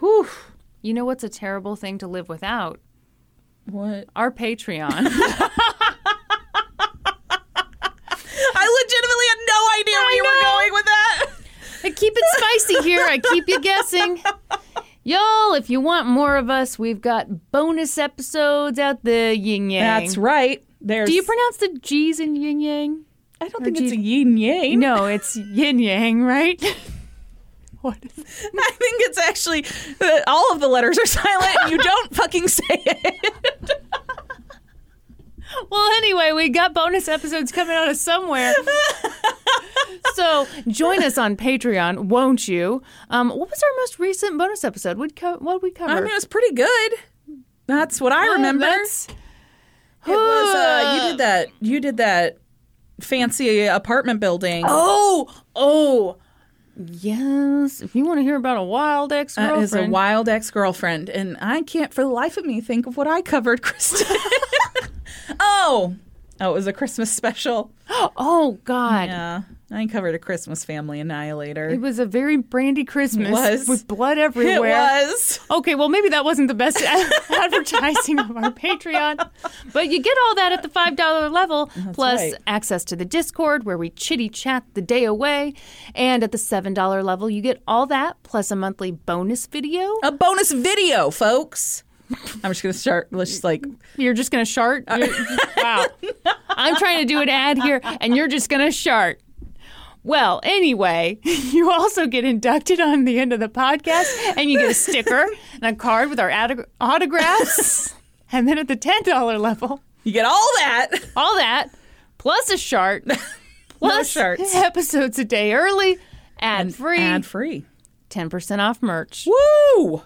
[SPEAKER 2] Whew.
[SPEAKER 1] You know what's a terrible thing to live without?
[SPEAKER 2] What?
[SPEAKER 1] Our Patreon.
[SPEAKER 2] I legitimately had no idea where you were going with that.
[SPEAKER 1] I keep it spicy here. I keep you guessing. Y'all, if you want more of us, we've got bonus episodes out the yin yang.
[SPEAKER 2] That's right. There's
[SPEAKER 1] Do you pronounce the G's in yin yang?
[SPEAKER 2] I don't think it's a yin yang.
[SPEAKER 1] No, it's yin yang, right? what is it?
[SPEAKER 2] I think it's actually uh, all of the letters are silent and you don't fucking say it.
[SPEAKER 1] Well, anyway, we got bonus episodes coming out of somewhere. so join us on Patreon, won't you? Um, what was our most recent bonus episode? We'd co- what we covered?
[SPEAKER 2] I mean, it was pretty good. That's what I remember.
[SPEAKER 1] that's-
[SPEAKER 2] It was uh, you did that. You did that fancy apartment building.
[SPEAKER 1] oh, oh, yes. If you want to hear about a wild ex
[SPEAKER 2] That
[SPEAKER 1] girlfriend,
[SPEAKER 2] is a wild ex girlfriend, and I can't for the life of me think of what I covered, Kristen. oh, oh, it was a Christmas special.
[SPEAKER 1] oh God,
[SPEAKER 2] Yeah, I covered a Christmas family annihilator.
[SPEAKER 1] it was a very brandy Christmas
[SPEAKER 2] was.
[SPEAKER 1] with blood everywhere.
[SPEAKER 2] It was.
[SPEAKER 1] Okay, well, maybe that wasn't the best advertising of our Patreon, but you get all that at the $5 level, plus
[SPEAKER 2] right.
[SPEAKER 1] access to the Discord where we chitty chat the day away. And at the $7 level, you get all that, plus a monthly bonus video.
[SPEAKER 2] a bonus video, folks. I'm just gonna start. Let's just like
[SPEAKER 1] You're just going to shart? You're- wow. I'm trying to do an ad here, and you're just going to shart. Well, anyway, you also get inducted on the end of the podcast, and you get a sticker and a card with our autog- autographs. and then at the $10 level,
[SPEAKER 2] you get all that.
[SPEAKER 1] all that, plus a shart, plus
[SPEAKER 2] sharts.
[SPEAKER 1] episodes a day early, ad free,
[SPEAKER 2] Ad free.
[SPEAKER 1] 10% off merch.
[SPEAKER 2] Woo!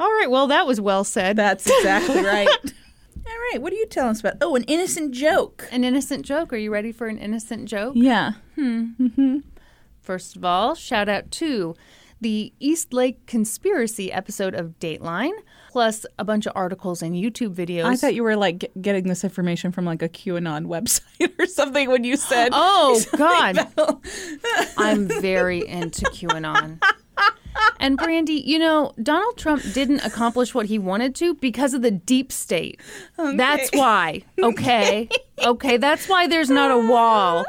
[SPEAKER 1] All right, well, that was well said.
[SPEAKER 2] That's exactly right. all right. What are you telling us about? Oh, an innocent joke.
[SPEAKER 1] an innocent joke. Are you ready for an innocent joke?
[SPEAKER 2] Yeah.
[SPEAKER 1] First of all, shout out to the Eastlake Conspiracy episode of Dateline, plus a bunch of articles and YouTube videos.
[SPEAKER 2] I thought you were like get- getting this information from like a QAnon website or something when you said,
[SPEAKER 1] Oh, God. I'm very into QAnon. And Brandy, you know, Donald Trump didn't accomplish what he wanted to because of the deep state. That's why. Okay. Okay, that's why there's not a wall.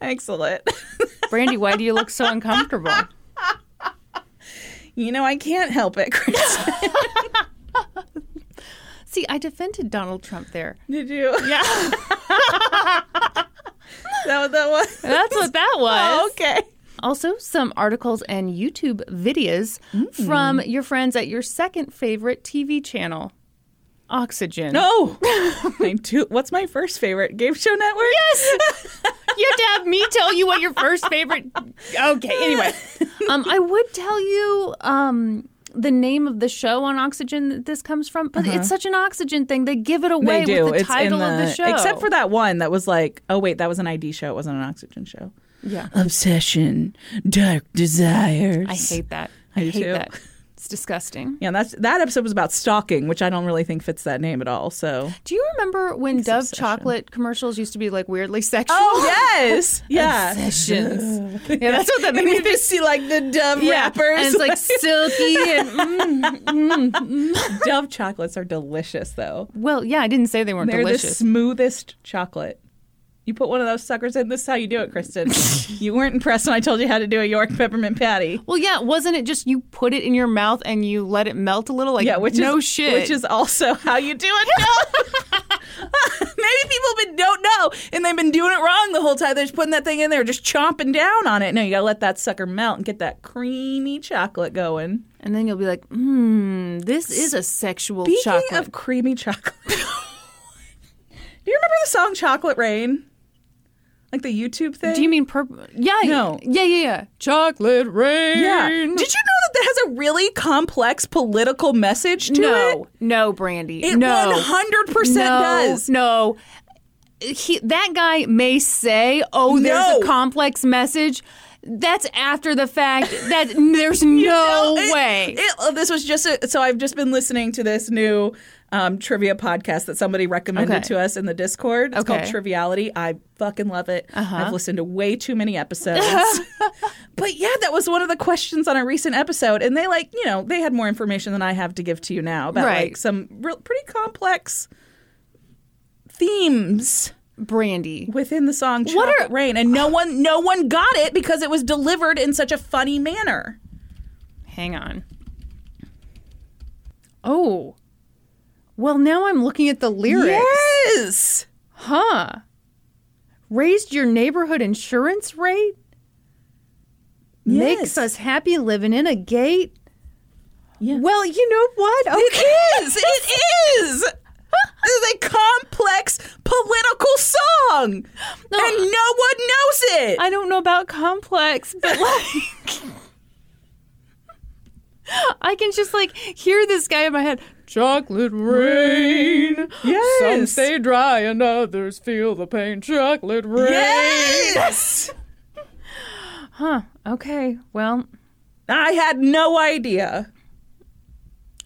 [SPEAKER 2] excellent.
[SPEAKER 1] Brandy, why do you look so uncomfortable?
[SPEAKER 2] you know, I can't help it, Chris.
[SPEAKER 1] See, I defended Donald Trump there.
[SPEAKER 2] Did you? Yeah. that what that was?
[SPEAKER 1] That's what that was.
[SPEAKER 2] okay.
[SPEAKER 1] Also, some articles and YouTube videos from
[SPEAKER 2] Mm.
[SPEAKER 1] your friends at your second favorite TV channel, Oxygen.
[SPEAKER 2] No. my two, what's my first favorite? Game Show Network? Yes.
[SPEAKER 1] You have to have me tell you what your first favorite. Okay, anyway. Um, I would tell you um, the name of the show on Oxygen that this comes from, but it's such an Oxygen thing. They give it
[SPEAKER 2] Uh-huh. They
[SPEAKER 1] away
[SPEAKER 2] do.
[SPEAKER 1] with the
[SPEAKER 2] it's
[SPEAKER 1] title
[SPEAKER 2] in
[SPEAKER 1] of the show.
[SPEAKER 2] Except for that one that was like, oh, wait, that was an ID show. It wasn't an Oxygen show.
[SPEAKER 1] Yeah.
[SPEAKER 2] Obsession, dark desires.
[SPEAKER 1] I hate that.
[SPEAKER 2] I
[SPEAKER 1] I,
[SPEAKER 2] do
[SPEAKER 1] hate
[SPEAKER 2] too.
[SPEAKER 1] that. It's disgusting.
[SPEAKER 2] Yeah, that's that episode was about stalking, which I don't really think fits that name at all. So
[SPEAKER 1] Do you remember when Dove chocolate commercials used to be like
[SPEAKER 2] Oh,
[SPEAKER 1] weirdly sexual?
[SPEAKER 2] yes, yeah.
[SPEAKER 1] Obsessions. yeah, that's what that made
[SPEAKER 2] And
[SPEAKER 1] me
[SPEAKER 2] you just see like the Dove wrappers.
[SPEAKER 1] And it's like silky and mm,
[SPEAKER 2] Dove chocolates are delicious though.
[SPEAKER 1] well, yeah, I didn't say they weren't
[SPEAKER 2] They're the
[SPEAKER 1] delicious.
[SPEAKER 2] smoothest chocolate. You put one of those suckers in. This is how you do it, Kristen. you weren't impressed when I told you how to do a York peppermint patty.
[SPEAKER 1] well, yeah, wasn't it just you put it in your mouth and you let it melt a little? Like
[SPEAKER 2] Yeah, which
[SPEAKER 1] no
[SPEAKER 2] is
[SPEAKER 1] shit.
[SPEAKER 2] which is also how you do it. No. Maybe people been, don't know, and they've been doing it wrong the whole time. They're just putting that thing in there, just chomping down on it. No, you gotta let that sucker melt and get that creamy chocolate going.
[SPEAKER 1] and then you'll be like, hmm, this is a sexual
[SPEAKER 2] Speaking
[SPEAKER 1] chocolate.
[SPEAKER 2] of creamy chocolate, do you remember the song "Chocolate Rain"? Like the YouTube thing.
[SPEAKER 1] do you mean purple? Yeah,
[SPEAKER 2] No.
[SPEAKER 1] yeah, yeah, yeah. Chocolate rain.
[SPEAKER 2] Yeah. Did you know that that has a really complex political message to it?
[SPEAKER 1] no, no, Brandy.
[SPEAKER 2] It
[SPEAKER 1] no,
[SPEAKER 2] 100%
[SPEAKER 1] no,
[SPEAKER 2] does.
[SPEAKER 1] No. He, that guy may say, "Oh, there's
[SPEAKER 2] No.
[SPEAKER 1] a complex message." That's after the fact. That there's no
[SPEAKER 2] It-
[SPEAKER 1] way.
[SPEAKER 2] it- oh, this was just a, so I've just been listening to this new um, trivia podcast that somebody recommended
[SPEAKER 1] Okay.
[SPEAKER 2] to us in the Discord. It's called
[SPEAKER 1] Okay. Uh-huh.
[SPEAKER 2] Triviality. I fucking love it. I've listened to way too many episodes. but yeah, that was one of the questions on a recent episode, and they like you know they had more information than I have to give to you now about
[SPEAKER 1] Right.
[SPEAKER 2] like some real, pretty complex themes
[SPEAKER 1] Brandy.
[SPEAKER 2] within the song
[SPEAKER 1] What
[SPEAKER 2] Chocolate
[SPEAKER 1] are-
[SPEAKER 2] Rain and no one no one got it because it was delivered in such a funny manner.
[SPEAKER 1] Hang on. Oh. Well, now I'm looking at the lyrics.
[SPEAKER 2] Yes.
[SPEAKER 1] Huh. Raised your neighborhood insurance rate? Makes
[SPEAKER 2] Yes.
[SPEAKER 1] us happy living in a gate?
[SPEAKER 2] Yeah.
[SPEAKER 1] Well, you know what?
[SPEAKER 2] Oh, It is. It is. It's a complex political song, and no one knows it.
[SPEAKER 1] I don't know about complex, but like I can just like hear this guy in my head. Chocolate rain.
[SPEAKER 2] Yes.
[SPEAKER 1] Some stay dry and others feel the pain. Chocolate rain.
[SPEAKER 2] yes.
[SPEAKER 1] Okay. Well,
[SPEAKER 2] I had no idea.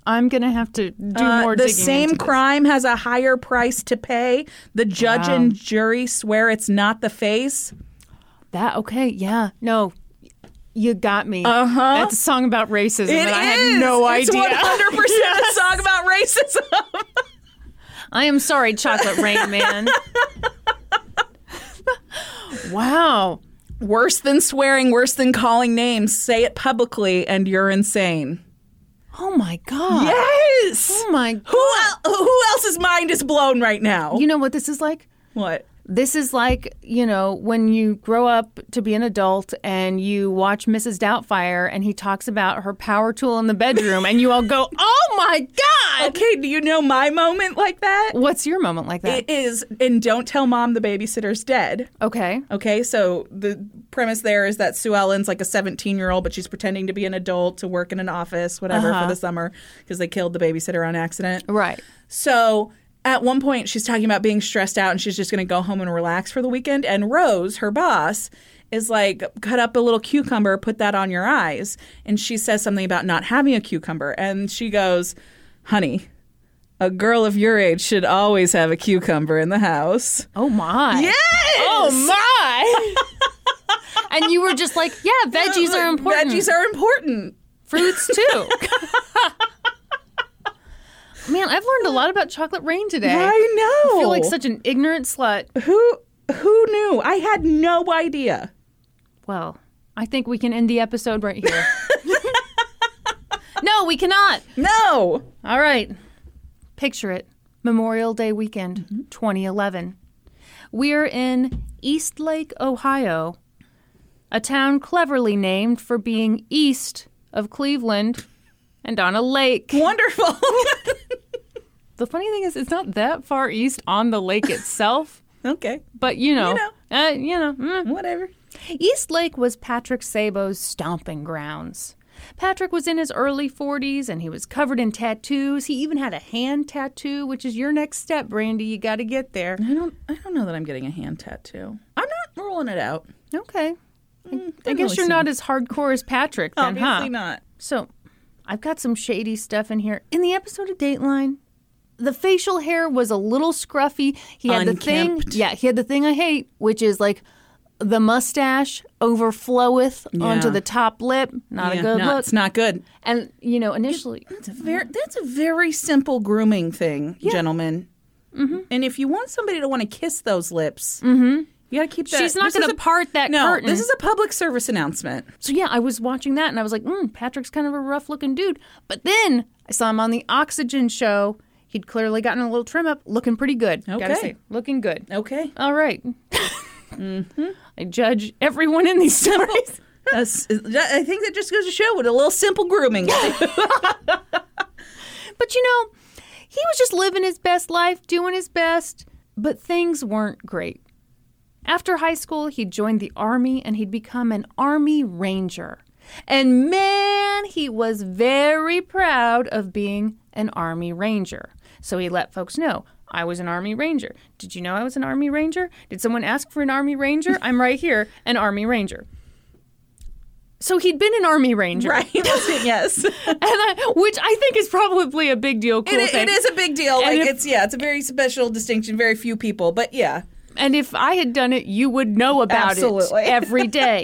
[SPEAKER 1] I'm gonna have to do
[SPEAKER 2] Uh,
[SPEAKER 1] more.
[SPEAKER 2] the
[SPEAKER 1] digging
[SPEAKER 2] same
[SPEAKER 1] into this.
[SPEAKER 2] crime has a higher price to pay. The judge and jury swear it's not the face.
[SPEAKER 1] That okay? Yeah. No. You got me. Uh huh. That's a song about racism, and I had no
[SPEAKER 2] Uh-huh. It's
[SPEAKER 1] idea.
[SPEAKER 2] 100% a song about racism.
[SPEAKER 1] I am sorry, Chocolate Rain Man. wow.
[SPEAKER 2] worse than swearing, worse than calling names. Say it publicly and you're insane.
[SPEAKER 1] Oh my god.
[SPEAKER 2] Yes.
[SPEAKER 1] Oh my god.
[SPEAKER 2] Who, el- who else's mind is blown right now?
[SPEAKER 1] You know what this is like?
[SPEAKER 2] what?
[SPEAKER 1] This is like, you know, when you grow up to be an adult and you watch Mrs. Doubtfire and he talks about her power tool in the bedroom and you all go, "Oh my god."
[SPEAKER 2] Okay, do you know my moment like that?
[SPEAKER 1] What's your moment like that?
[SPEAKER 2] It is, and don't tell mom the babysitter's dead.
[SPEAKER 1] okay.
[SPEAKER 2] Okay, so the premise there is that Sue Ellen's like a 17 year old, but she's pretending to be an adult to work in an office, whatever, for the summer because they killed the babysitter on accident.
[SPEAKER 1] Uh-huh. Right.
[SPEAKER 2] So at one point, she's talking about being stressed out and she's just going to go home and relax for the weekend. And Rose, her boss, is like, cut up a little cucumber, put that on your eyes. And she says something about not having a cucumber. And she goes, honey, a girl of your age should always have a cucumber in the house.
[SPEAKER 1] Oh my. Yeah. Oh my. and you were just like, "Yeah, veggies are important."
[SPEAKER 2] Veggies are important.
[SPEAKER 1] fruits too. Man, I've learned a lot about chocolate rain today.
[SPEAKER 2] I know.
[SPEAKER 1] I feel like such an ignorant slut.
[SPEAKER 2] who who knew? I had no idea.
[SPEAKER 1] Well, I think we can end the episode right here. no, we cannot.
[SPEAKER 2] No.
[SPEAKER 1] All right. Picture it Memorial Day weekend, 2011. We're in Eastlake, Ohio, a town cleverly named for being east of Cleveland and on a lake.
[SPEAKER 2] Wonderful.
[SPEAKER 1] The funny thing is, it's not that far east on the lake itself,
[SPEAKER 2] okay.
[SPEAKER 1] but you know,
[SPEAKER 2] know.
[SPEAKER 1] uh, you know. mm.
[SPEAKER 2] Whatever.
[SPEAKER 1] East Lake was Patrick Sabo's stomping grounds. Patrick was in his early 40s and he was covered in tattoos. He even had a hand tattoo, which is your next step, Brandy. You got to get there.
[SPEAKER 2] I don't I don't know that I'm getting a hand tattoo. I'm not ruling it out.
[SPEAKER 1] Okay. I,
[SPEAKER 2] didn't
[SPEAKER 1] guess
[SPEAKER 2] really
[SPEAKER 1] you're
[SPEAKER 2] see
[SPEAKER 1] not as hardcore as Patrick then,
[SPEAKER 2] Mm, Obviously
[SPEAKER 1] huh?
[SPEAKER 2] not.
[SPEAKER 1] So, I've got some shady stuff in here. In the episode of Dateline, the facial hair was a little scruffy. He had the thing,
[SPEAKER 2] Unkempt.
[SPEAKER 1] yeah, he had the thing I hate, which is like the mustache overfloweth onto
[SPEAKER 2] Yeah.
[SPEAKER 1] the top lip. Not
[SPEAKER 2] Yeah,
[SPEAKER 1] a good
[SPEAKER 2] no,
[SPEAKER 1] look.
[SPEAKER 2] It's not good.
[SPEAKER 1] And you know, initially,
[SPEAKER 2] Ver- that's a very simple grooming thing, gentlemen.
[SPEAKER 1] Mm-hmm.
[SPEAKER 2] And if you want somebody to want to kiss those lips, you got to keep that.
[SPEAKER 1] She's not
[SPEAKER 2] this is
[SPEAKER 1] gonna
[SPEAKER 2] a-
[SPEAKER 1] part that
[SPEAKER 2] no,
[SPEAKER 1] curtain.
[SPEAKER 2] this is a public service announcement.
[SPEAKER 1] so yeah, I was watching that and I was like, mm, Patrick's kind of a rough looking dude. But then I saw him on the Oxygen show. He'd clearly gotten a little trim up, looking pretty good. Gotta
[SPEAKER 2] Okay.
[SPEAKER 1] say, looking good.
[SPEAKER 2] Okay.
[SPEAKER 1] All right. I judge everyone in these stories.
[SPEAKER 2] That's- I think that just goes to show what a little simple grooming.
[SPEAKER 1] But you know, he was just living his best life, doing his best, but things weren't great. After high school, he joined the Army and he'd become an Army Ranger. And man, he was very proud of being an Army Ranger. So he let folks know I was an Army Ranger. Did you know I was an Army Ranger? Did someone ask for an Army Ranger? I'm right here, an Army Ranger. So he'd been an Army Ranger,
[SPEAKER 2] right? yes.
[SPEAKER 1] and I, which I think is probably a big deal. Cool
[SPEAKER 2] It-
[SPEAKER 1] thing.
[SPEAKER 2] it is a big deal. Like
[SPEAKER 1] if-
[SPEAKER 2] it's yeah, it's a very special distinction. Very few people, but yeah,
[SPEAKER 1] And if I had done it, you would know about
[SPEAKER 2] Absolutely.
[SPEAKER 1] it every day.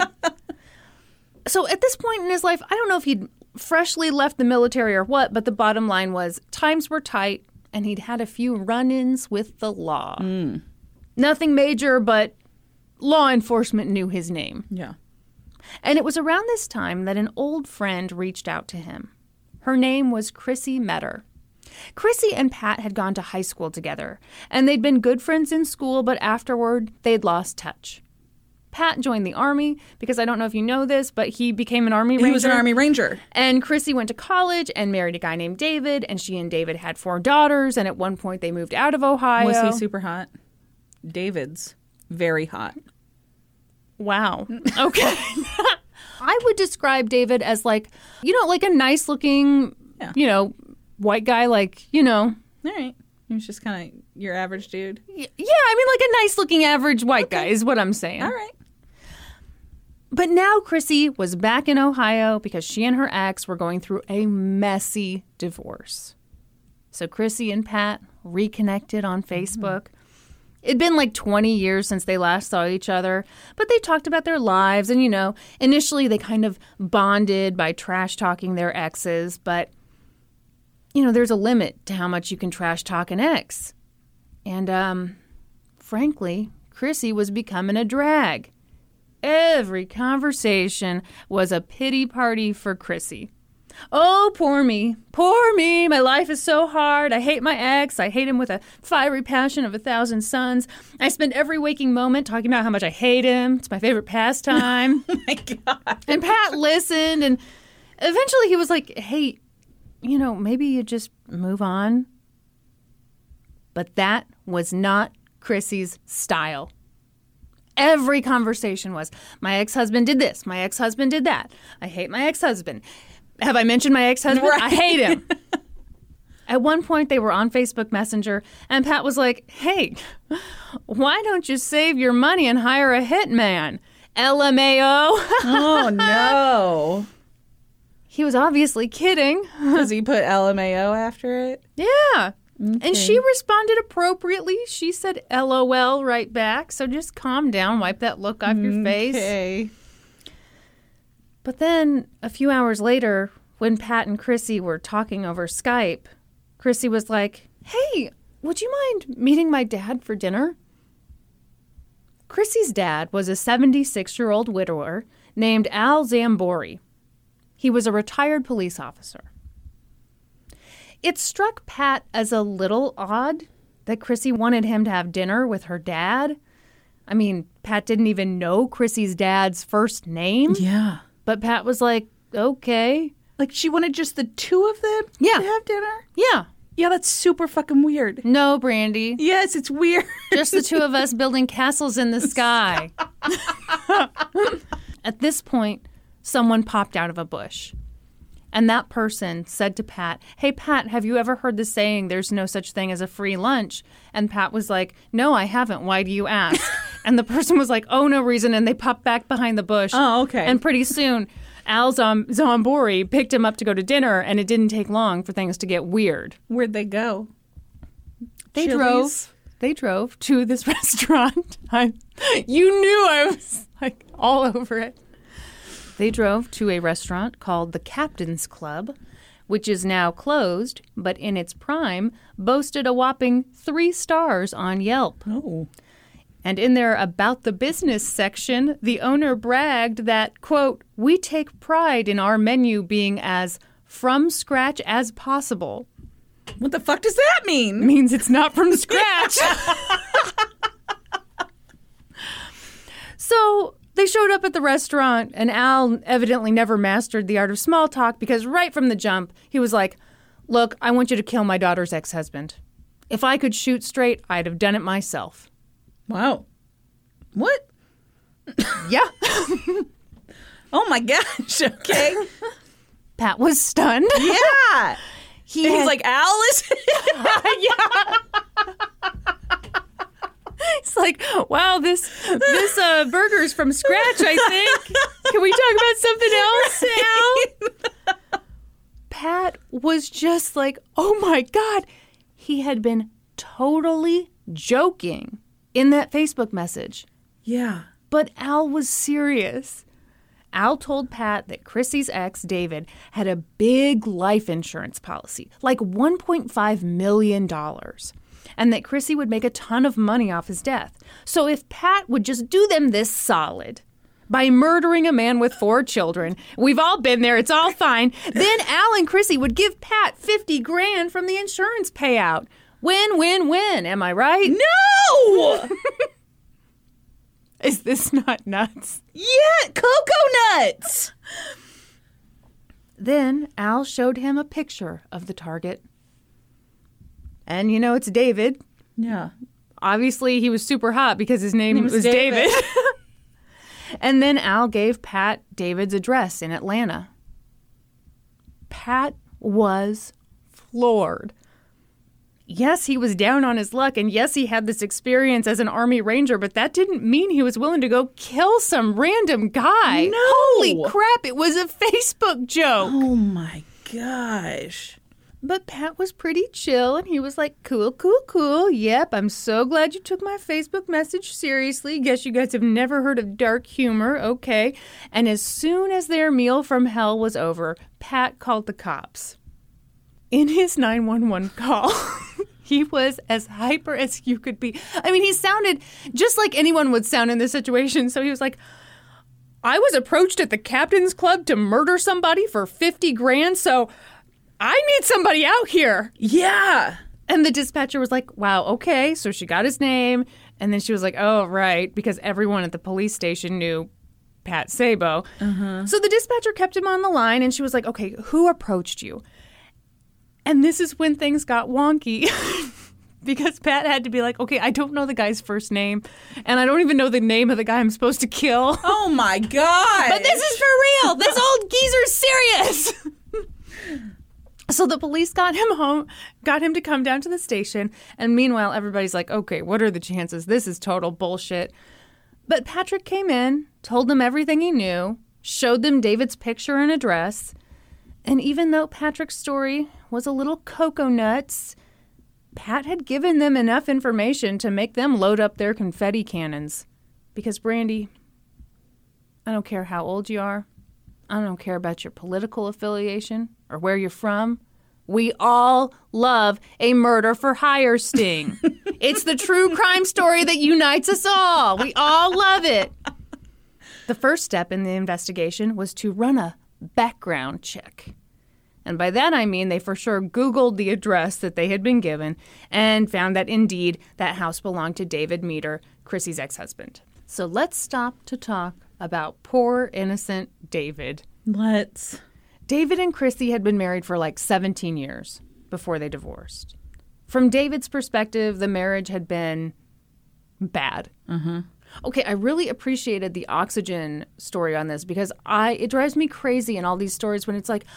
[SPEAKER 1] so at this point in his life, I don't know if he'd freshly left the military or what, but the bottom line was times were tight and he'd had a few run ins with the law. Nothing major, but law enforcement knew his name.
[SPEAKER 2] yeah.
[SPEAKER 1] And it was around this time that an old friend reached out to him. Her name was Chrissy Metter. Chrissy and Pat had gone to high school together, and they'd been good friends in school, but afterward, they'd lost touch. Pat joined the Army because I don't know if you know this, but he became an Army Ranger.
[SPEAKER 2] He was an Army Ranger.
[SPEAKER 1] And Chrissy went to college and married a guy named David, and she and David had four daughters. And at one point, they moved out of Ohio.
[SPEAKER 2] Was he super hot? David's very hot.
[SPEAKER 1] Wow. Okay. I would describe David as like, you know, like a nice looking,
[SPEAKER 2] Yeah.
[SPEAKER 1] you know, white guy, like, you know,
[SPEAKER 2] All right. He was just kind of your average dude.
[SPEAKER 1] y- yeah, I mean, like a nice looking average white guy is what I'm saying.
[SPEAKER 2] All right.
[SPEAKER 1] But now Chrissy was back in Ohio because she and her ex were going through a messy divorce. So Chrissy and Pat reconnected on Facebook. It'd been like 20 years since they last saw each other, but they talked about their lives. And, you know, initially they kind of bonded by trash talking their exes, but, you know, there's a limit to how much you can trash talk an ex. And, um, frankly, Chrissy was becoming a drag. Every conversation was a pity party for Chrissy. Oh, poor me. Poor me. My life is so hard. I hate my ex. I hate him with a fiery passion of a thousand suns. I spend every waking moment talking about how much I hate him. It's my favorite pastime.
[SPEAKER 2] My God.
[SPEAKER 1] and Pat listened, and eventually he was like, hey, you know, maybe you just move on. But that was not Chrissy's style. Every conversation was my ex husband did this, my ex husband did that. I hate my ex husband. Have I mentioned my ex husband? I hate him. At one point, they were on Facebook Messenger, and Pat was like, Hey, why don't you save your money and hire a hitman? LMAO.
[SPEAKER 2] Oh, no.
[SPEAKER 1] he was obviously kidding.
[SPEAKER 2] Does he put LMAO after it?
[SPEAKER 1] Yeah. And she responded appropriately. She said LOL right back. So just calm down, wipe that look off your face.
[SPEAKER 2] Okay.
[SPEAKER 1] But then a few hours later, when Pat and Chrissy were talking over Skype, Chrissy was like, Hey, would you mind meeting my dad for dinner? Chrissy's dad was a 76 year old widower named Al Zambori. He was a retired police officer. It struck Pat as a little odd that Chrissy wanted him to have dinner with her dad. I mean, Pat didn't even know Chrissy's dad's first name.
[SPEAKER 2] Yeah.
[SPEAKER 1] But Pat was like, okay.
[SPEAKER 2] Like she wanted just the two of them
[SPEAKER 1] Yeah.
[SPEAKER 2] to have dinner?
[SPEAKER 1] Yeah.
[SPEAKER 2] Yeah, that's super fucking weird.
[SPEAKER 1] No, Brandy.
[SPEAKER 2] Yes, it's weird.
[SPEAKER 1] Just the two of us building castles in the sky. At this point, someone popped out of a bush. And that person said to Pat, Hey, Pat, have you ever heard the saying, there's no such thing as a free lunch? And Pat was like, No, I haven't. Why do you ask? and the person was like, Oh, no reason. And they popped back behind the bush.
[SPEAKER 2] Oh, okay.
[SPEAKER 1] And pretty soon, Al Zom- Zombori picked him up to go to dinner, and it didn't take long for things to get weird.
[SPEAKER 2] Where'd they go?
[SPEAKER 1] They
[SPEAKER 2] Chili's?
[SPEAKER 1] drove. They drove to this restaurant. I, you knew I was like all over it. They drove to a restaurant called the Captain's Club, which is now closed, but in its prime boasted a whopping three stars on Yelp.
[SPEAKER 2] Oh.
[SPEAKER 1] And in their About the Business section, the owner bragged that, quote, we take pride in our menu being as from scratch as possible.
[SPEAKER 2] What the fuck does that mean?
[SPEAKER 1] Means it's not from scratch. so they showed up at the restaurant, and Al evidently never mastered the art of small talk because right from the jump, he was like, Look, I want you to kill my daughter's ex husband. If I could shoot straight, I'd have done it myself.
[SPEAKER 2] Wow. What?
[SPEAKER 1] Yeah.
[SPEAKER 2] Oh my gosh. Okay.
[SPEAKER 1] Pat was stunned.
[SPEAKER 2] yeah.
[SPEAKER 1] He
[SPEAKER 2] He's
[SPEAKER 1] had-
[SPEAKER 2] like, Alice.
[SPEAKER 1] It's like, wow, this this uh, burger's from scratch. I think. Can we talk about something else, Al? Pat was just like, oh my god, he had been totally joking in that Facebook message,
[SPEAKER 2] yeah.
[SPEAKER 1] but Al was serious. Al told Pat that Chrissy's ex, David, had a big life insurance policy, like $1.5 million, and that Chrissy would make a ton of money off his death. So if Pat would just do them this solid by murdering a man with four children, we've all been there, it's all fine, then Al and Chrissy would give Pat 50 grand from the insurance payout. Win, win, win. Am I right? No! Is this not nuts?
[SPEAKER 2] Yeah, cocoa nuts.
[SPEAKER 1] Then Al showed him a picture of the target. And you know, it's David.
[SPEAKER 2] Yeah.
[SPEAKER 1] Obviously, he was super hot because his name,
[SPEAKER 2] was
[SPEAKER 1] was David.
[SPEAKER 2] David.
[SPEAKER 1] and then Al gave Pat David's address in Atlanta. Pat was floored. Yes, he was down on his luck, and yes, he had this experience as an Army Ranger, but that didn't mean he was willing to go kill some random guy.
[SPEAKER 2] No.
[SPEAKER 1] Holy crap, it was a Facebook joke.
[SPEAKER 2] Oh my gosh.
[SPEAKER 1] But Pat was pretty chill and he was like, cool, cool, cool. Yep, I'm so glad you took my Facebook message seriously. Guess you guys have never heard of dark humor. Okay. And as soon as their meal from hell was over, Pat called the cops. In his 911 call, he was as hyper as you could be. I mean, he sounded just like anyone would sound in this situation. So he was like, I was approached at the captain's club to murder somebody for 50 grand, so I need somebody out here.
[SPEAKER 2] Yeah.
[SPEAKER 1] And the dispatcher was like, wow, okay. So she got his name. And then she was like, oh, right, because everyone at the police station knew Pat Sabo. So the dispatcher kept him on the line and she was like, okay, who approached you? And this is when things got wonky. Because Pat had to be like, okay, I don't know the guy's first name, and I don't even know the name of the guy I'm supposed to kill.
[SPEAKER 2] Oh my god.
[SPEAKER 1] But this is for real. This old geezer's serious. so the police got him home, got him to come down to the station. And meanwhile, everybody's like, okay, what are the chances? This is total bullshit. But Patrick came in, told them everything he knew, showed them David's picture and address. And even though Patrick's story was a little cocoa nuts, Pat had given them enough information to make them load up their confetti cannons. Because, Brandy, I don't care how old you are. I don't care about your political affiliation or where you're from. We all love a murder for hire sting. it's the true crime story that unites us all. We all love it. The first step in the investigation was to run a background check. And by that I mean they for sure Googled the address that they had been given and found that indeed that house belonged to David Meter, Chrissy's ex husband. So let's stop to talk about poor, innocent David.
[SPEAKER 2] Let's.
[SPEAKER 1] David and Chrissy had been married for like 17 years before they divorced. From David's perspective, the marriage had been bad. Mm-hmm. Okay, I really appreciated the oxygen story on this because I it drives me crazy in all these stories when it's like, "It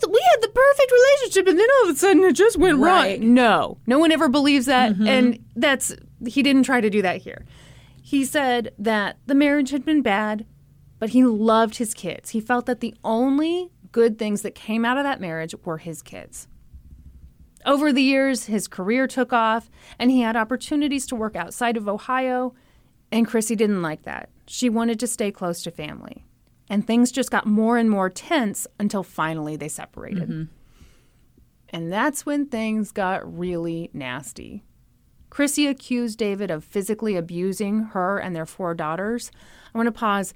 [SPEAKER 1] was- we had the perfect relationship and then all of a sudden it just went
[SPEAKER 2] Right.
[SPEAKER 1] wrong. No, no one ever believes that, and that's he didn't try to do that here. He said that the marriage had been bad, but he loved his kids. He felt that the only good things that came out of that marriage were his kids. Over the years, his career took off and he had opportunities to work outside of Ohio, and Chrissy didn't like that. She wanted to stay close to family. And things just got more and more tense until finally they separated. And that's when things got really nasty. Chrissy accused David of physically abusing her and their four daughters. I want to pause.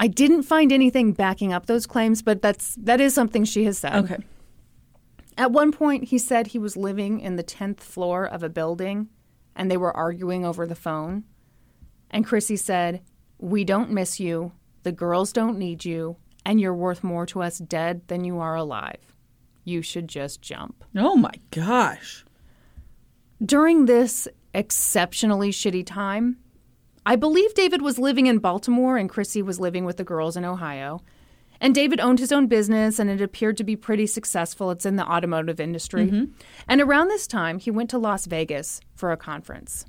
[SPEAKER 1] I didn't find anything backing up those claims, but that's that is something she has said.
[SPEAKER 2] Okay.
[SPEAKER 1] At one point, he said he was living in the 10th floor of a building and they were arguing over the phone. And Chrissy said, We don't miss you. The girls don't need you. And you're worth more to us dead than you are alive. You should just jump.
[SPEAKER 2] Oh my gosh.
[SPEAKER 1] During this exceptionally shitty time, I believe David was living in Baltimore and Chrissy was living with the girls in Ohio. And David owned his own business and it appeared to be pretty successful. It's in the automotive industry. And around this time, he went to Las Vegas for a conference.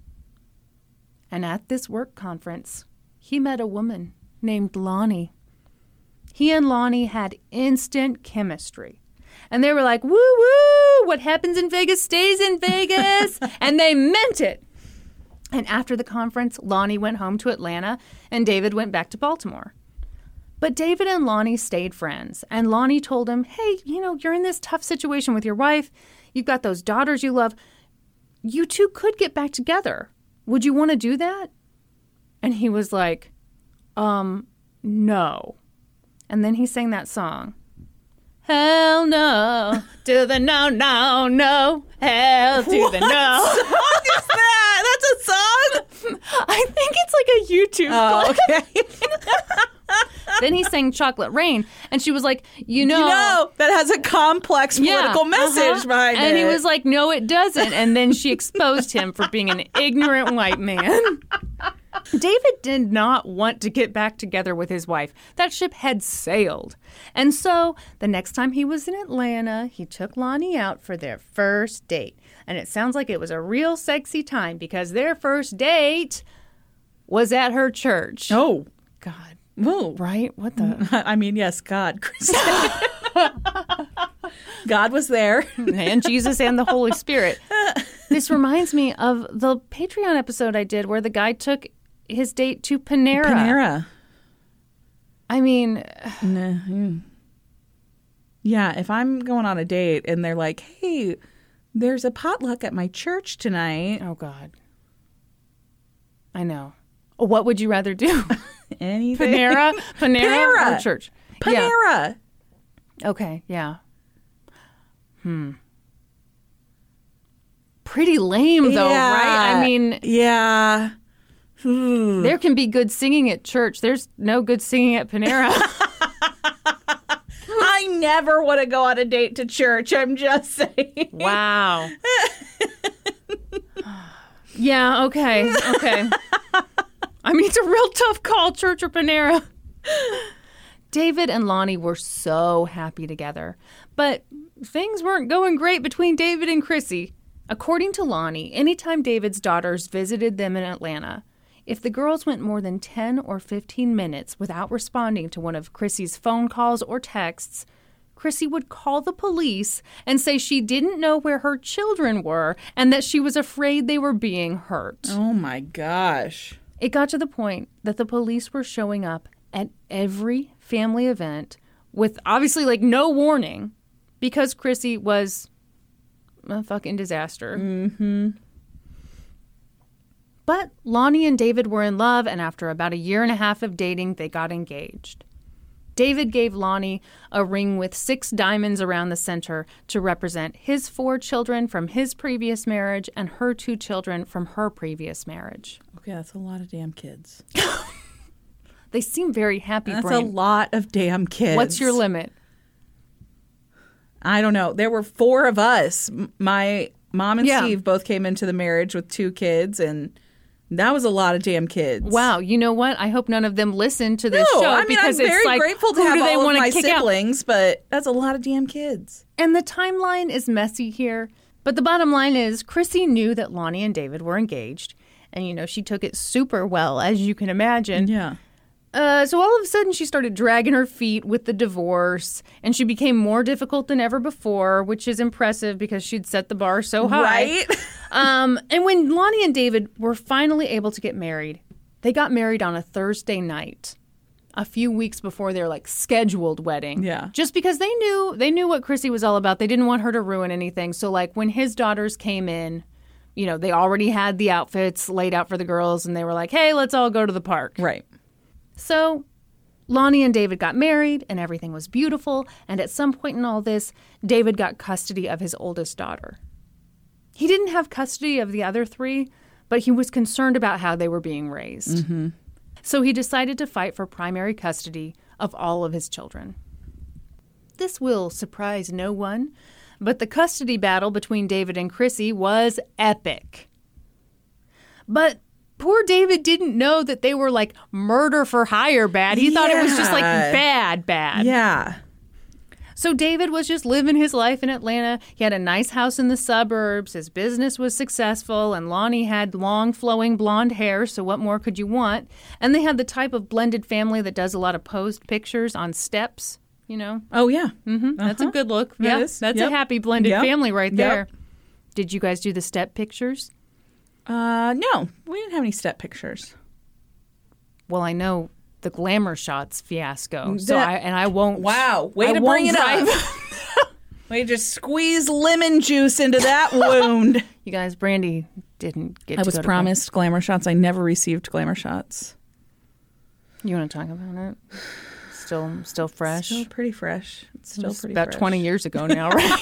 [SPEAKER 1] And at this work conference, he met a woman named Lonnie. He and Lonnie had instant chemistry. And they were like, woo woo, what happens in Vegas stays in Vegas. and they meant it. And after the conference, Lonnie went home to Atlanta and David went back to Baltimore. But David and Lonnie stayed friends. And Lonnie told him, hey, you know, you're in this tough situation with your wife. You've got those daughters you love. You two could get back together. Would you want to do that? And he was like, um, no. And then he sang that song. Hell no to the no, no, no. Hell to the no.
[SPEAKER 2] What is that? That's a song? Oh,
[SPEAKER 1] I think it's like a YouTube clip.
[SPEAKER 2] okay.
[SPEAKER 1] Then he sang Chocolate Rain, and she was like, You know.
[SPEAKER 2] you know, that has a complex
[SPEAKER 1] yeah,
[SPEAKER 2] political message
[SPEAKER 1] uh-huh."
[SPEAKER 2] behind it.
[SPEAKER 1] And he was like, No, it doesn't. And then she exposed him for being an ignorant white man. David did not want to get back together with his wife. That ship had sailed. And so the next time he was in Atlanta, he took Lonnie out for their first date. And it sounds like it was a real sexy time because their first date was at her church.
[SPEAKER 2] oh,
[SPEAKER 1] God.
[SPEAKER 2] whoa.
[SPEAKER 1] Right? What the?
[SPEAKER 2] I mean, yes, God, Chris. God was there.
[SPEAKER 1] and Jesus and the Holy Spirit. This reminds me of the Patreon episode I did where the guy took his date to Panera.
[SPEAKER 2] Panera.
[SPEAKER 1] I mean,
[SPEAKER 2] Yeah, if I'm going on a date and they're like, "Hey, there's a potluck at my church tonight,"
[SPEAKER 1] oh God. I know. What would you rather do?
[SPEAKER 2] anything?
[SPEAKER 1] Panera? Panera, or
[SPEAKER 2] Panera.
[SPEAKER 1] church? Yeah.
[SPEAKER 2] Panera.
[SPEAKER 1] Okay, yeah. Hmm. Pretty lame though, right? I
[SPEAKER 2] Yeah.
[SPEAKER 1] mean,
[SPEAKER 2] Yeah.
[SPEAKER 1] there can be good singing at church. There's no good singing at Panera.
[SPEAKER 2] I never want to go on a date to church. I'm just saying.
[SPEAKER 1] Wow. yeah, okay. Okay. I mean, it's a real tough call, Church or Panera. David and Lonnie were so happy together, but things weren't going great between David and Chrissy. According to Lonnie, anytime David's daughters visited them in Atlanta, if the girls went more than 10 or 15 minutes without responding to one of Chrissy's phone calls or texts, Chrissy would call the police and say she didn't know where her children were and that she was afraid they were being hurt.
[SPEAKER 2] Oh my gosh.
[SPEAKER 1] It got to the point that the police were showing up at every family event with obviously like no warning because Chrissy was a fucking disaster. Mm-hmm. But Lonnie and David were in love, and after about a year and a half of dating, they got engaged. David gave Lonnie a ring with six diamonds around the center to represent his four children from his previous marriage and her two children from her previous marriage.
[SPEAKER 2] Okay, that's a lot of damn kids.
[SPEAKER 1] They seem very happy.
[SPEAKER 2] That's a
[SPEAKER 1] brain.
[SPEAKER 2] lot of damn kids.
[SPEAKER 1] What's your limit?
[SPEAKER 2] I don't know. There were four of us. M- My mom and
[SPEAKER 1] Yeah.
[SPEAKER 2] Steve both came into the marriage with two kids, and that was a lot of damn kids.
[SPEAKER 1] Wow, you know what? I hope none of them listen to this
[SPEAKER 2] No,
[SPEAKER 1] show
[SPEAKER 2] I mean I'm
[SPEAKER 1] because it's
[SPEAKER 2] very
[SPEAKER 1] like,
[SPEAKER 2] grateful to
[SPEAKER 1] who
[SPEAKER 2] have
[SPEAKER 1] do they
[SPEAKER 2] all of
[SPEAKER 1] wanna
[SPEAKER 2] my
[SPEAKER 1] kick out?
[SPEAKER 2] siblings, but that's a lot of damn kids.
[SPEAKER 1] And the timeline is messy here. But the bottom line is Chrissy knew that Lonnie and David were engaged. And, you know, she took it super well, as you can imagine.
[SPEAKER 2] Yeah.
[SPEAKER 1] Uh, so all of a sudden, she started dragging her feet with the divorce, and she became more difficult than ever before, which is impressive because she'd set the bar so high.
[SPEAKER 2] Right?
[SPEAKER 1] um, and when Lonnie and David were finally able to get married, they got married on a Thursday night, a few weeks before their like scheduled wedding.
[SPEAKER 2] Yeah.
[SPEAKER 1] Just because they knew they knew what Chrissy was all about. They didn't want her to ruin anything. So like when his daughters came in, you know, they already had the outfits laid out for the girls and they were like, "Hey, let's all go to the park."
[SPEAKER 2] Right.
[SPEAKER 1] So Lonnie and David got married, and everything was beautiful. And at some point in all this, David got custody of his oldest daughter. He didn't have custody of the other three, but he was concerned about how they were being raised.
[SPEAKER 2] Mm-hmm.
[SPEAKER 1] So he decided to fight for primary custody of all of his children. This will surprise no one, but the custody battle between David and Chrissy was epic. But poor David didn't know that they were like murder for hire bad. He thought it was just like
[SPEAKER 2] Yeah.
[SPEAKER 1] bad, bad.
[SPEAKER 2] Yeah.
[SPEAKER 1] So David was just living his life in Atlanta. He had a nice house in the suburbs. His business was successful, and Lonnie had long, flowing blonde hair. So what more could you want? And they had the type of blended family that does a lot of posed pictures on steps. You know,
[SPEAKER 2] Oh yeah.
[SPEAKER 1] that's a good look.
[SPEAKER 2] That
[SPEAKER 1] Yeah,
[SPEAKER 2] is.
[SPEAKER 1] that's
[SPEAKER 2] Uh-huh. Yep.
[SPEAKER 1] a happy blended
[SPEAKER 2] Yep.
[SPEAKER 1] family right
[SPEAKER 2] Yep.
[SPEAKER 1] there. Did you guys do the step pictures?
[SPEAKER 2] Uh, no, we didn't have any step pictures.
[SPEAKER 1] Well, I know the glamour shots fiasco. So
[SPEAKER 2] That-
[SPEAKER 1] I and I won't.
[SPEAKER 2] Wow, way
[SPEAKER 1] I
[SPEAKER 2] to
[SPEAKER 1] won't
[SPEAKER 2] bring it
[SPEAKER 1] drive-
[SPEAKER 2] up. We just squeeze lemon juice into that wound.
[SPEAKER 1] You guys, Brandy didn't get.
[SPEAKER 2] I
[SPEAKER 1] to
[SPEAKER 2] was
[SPEAKER 1] go to
[SPEAKER 2] promised glamour shots. I never received glamour shots.
[SPEAKER 1] You want to talk about it? Still, still fresh.
[SPEAKER 2] Still pretty fresh. It's still
[SPEAKER 1] It's
[SPEAKER 2] pretty
[SPEAKER 1] about
[SPEAKER 2] fresh.
[SPEAKER 1] twenty years ago now, right?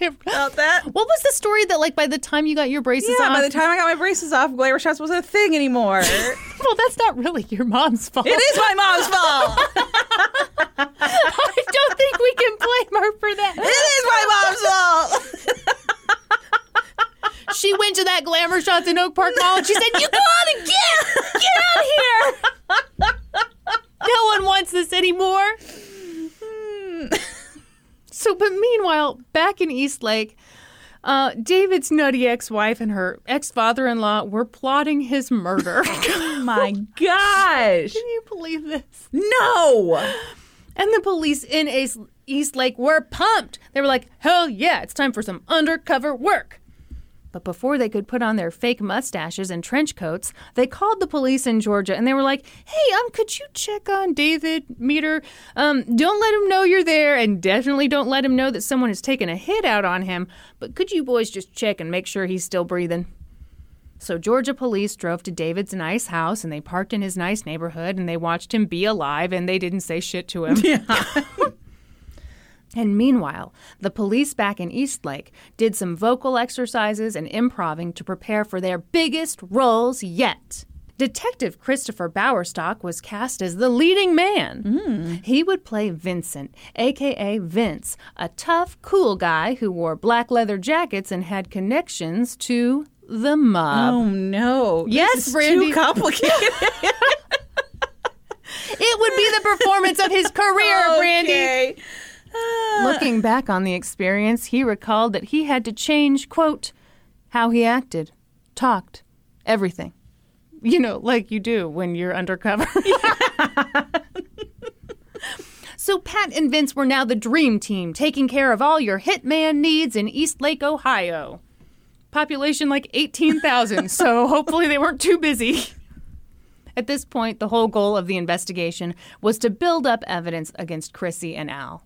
[SPEAKER 2] about that.
[SPEAKER 1] uh, What was the story that like by the time you got your braces
[SPEAKER 2] Yeah,
[SPEAKER 1] on?
[SPEAKER 2] by the time I got my braces off, glamour shots was a thing anymore.
[SPEAKER 1] well, that's not really your mom's fault.
[SPEAKER 2] It is my mom's fault.
[SPEAKER 1] I don't think we can blame her for
[SPEAKER 2] It
[SPEAKER 1] that.
[SPEAKER 2] is my mom's fault.
[SPEAKER 1] She went to that glamour shots in Oak Park Mall and she said, "You go on and get get out of here." No one wants this anymore. So, but meanwhile, back in Eastlake, uh, David's nutty ex-wife and her ex-father-in-law were plotting his murder. Can
[SPEAKER 2] My gosh.
[SPEAKER 1] you believe this?
[SPEAKER 2] No.
[SPEAKER 1] And the police in Ace- Eastlake were pumped. They were like, hell yeah, it's time for some undercover work. But before they could put on their fake mustaches and trench coats, they called the police in Georgia and they were like, hey, um, could you check on David Meter? Um, don't let him know you're there and definitely don't let him know that someone has taken a hit out on him. But could you boys just check and make sure he's still breathing? So Georgia police drove to David's nice house and they parked in his nice neighborhood and they watched him be alive and they didn't say shit to him. and meanwhile, the police back in Eastlake did some vocal exercises and improving to prepare for their biggest roles yet. Detective Christopher Bowerstock was cast as the leading man.
[SPEAKER 2] Mm.
[SPEAKER 1] He would play Vincent, aka Vince, a tough, cool guy who wore black leather jackets and had connections to the mob.
[SPEAKER 2] Oh no.
[SPEAKER 1] Yes,
[SPEAKER 2] this is
[SPEAKER 1] Brandy.
[SPEAKER 2] Too complicated.
[SPEAKER 1] It would be the performance of his career, Brandy.
[SPEAKER 2] Okay.
[SPEAKER 1] Looking back on the experience, he recalled that he had to change, quote, how he acted, talked, everything. You know, like you do when you're undercover. so Pat and Vince were now the dream team, taking care of all your hitman needs in Eastlake, Ohio. Population like 18,000, so hopefully they weren't too busy. At this point, the whole goal of the investigation was to build up evidence against Chrissy and Al.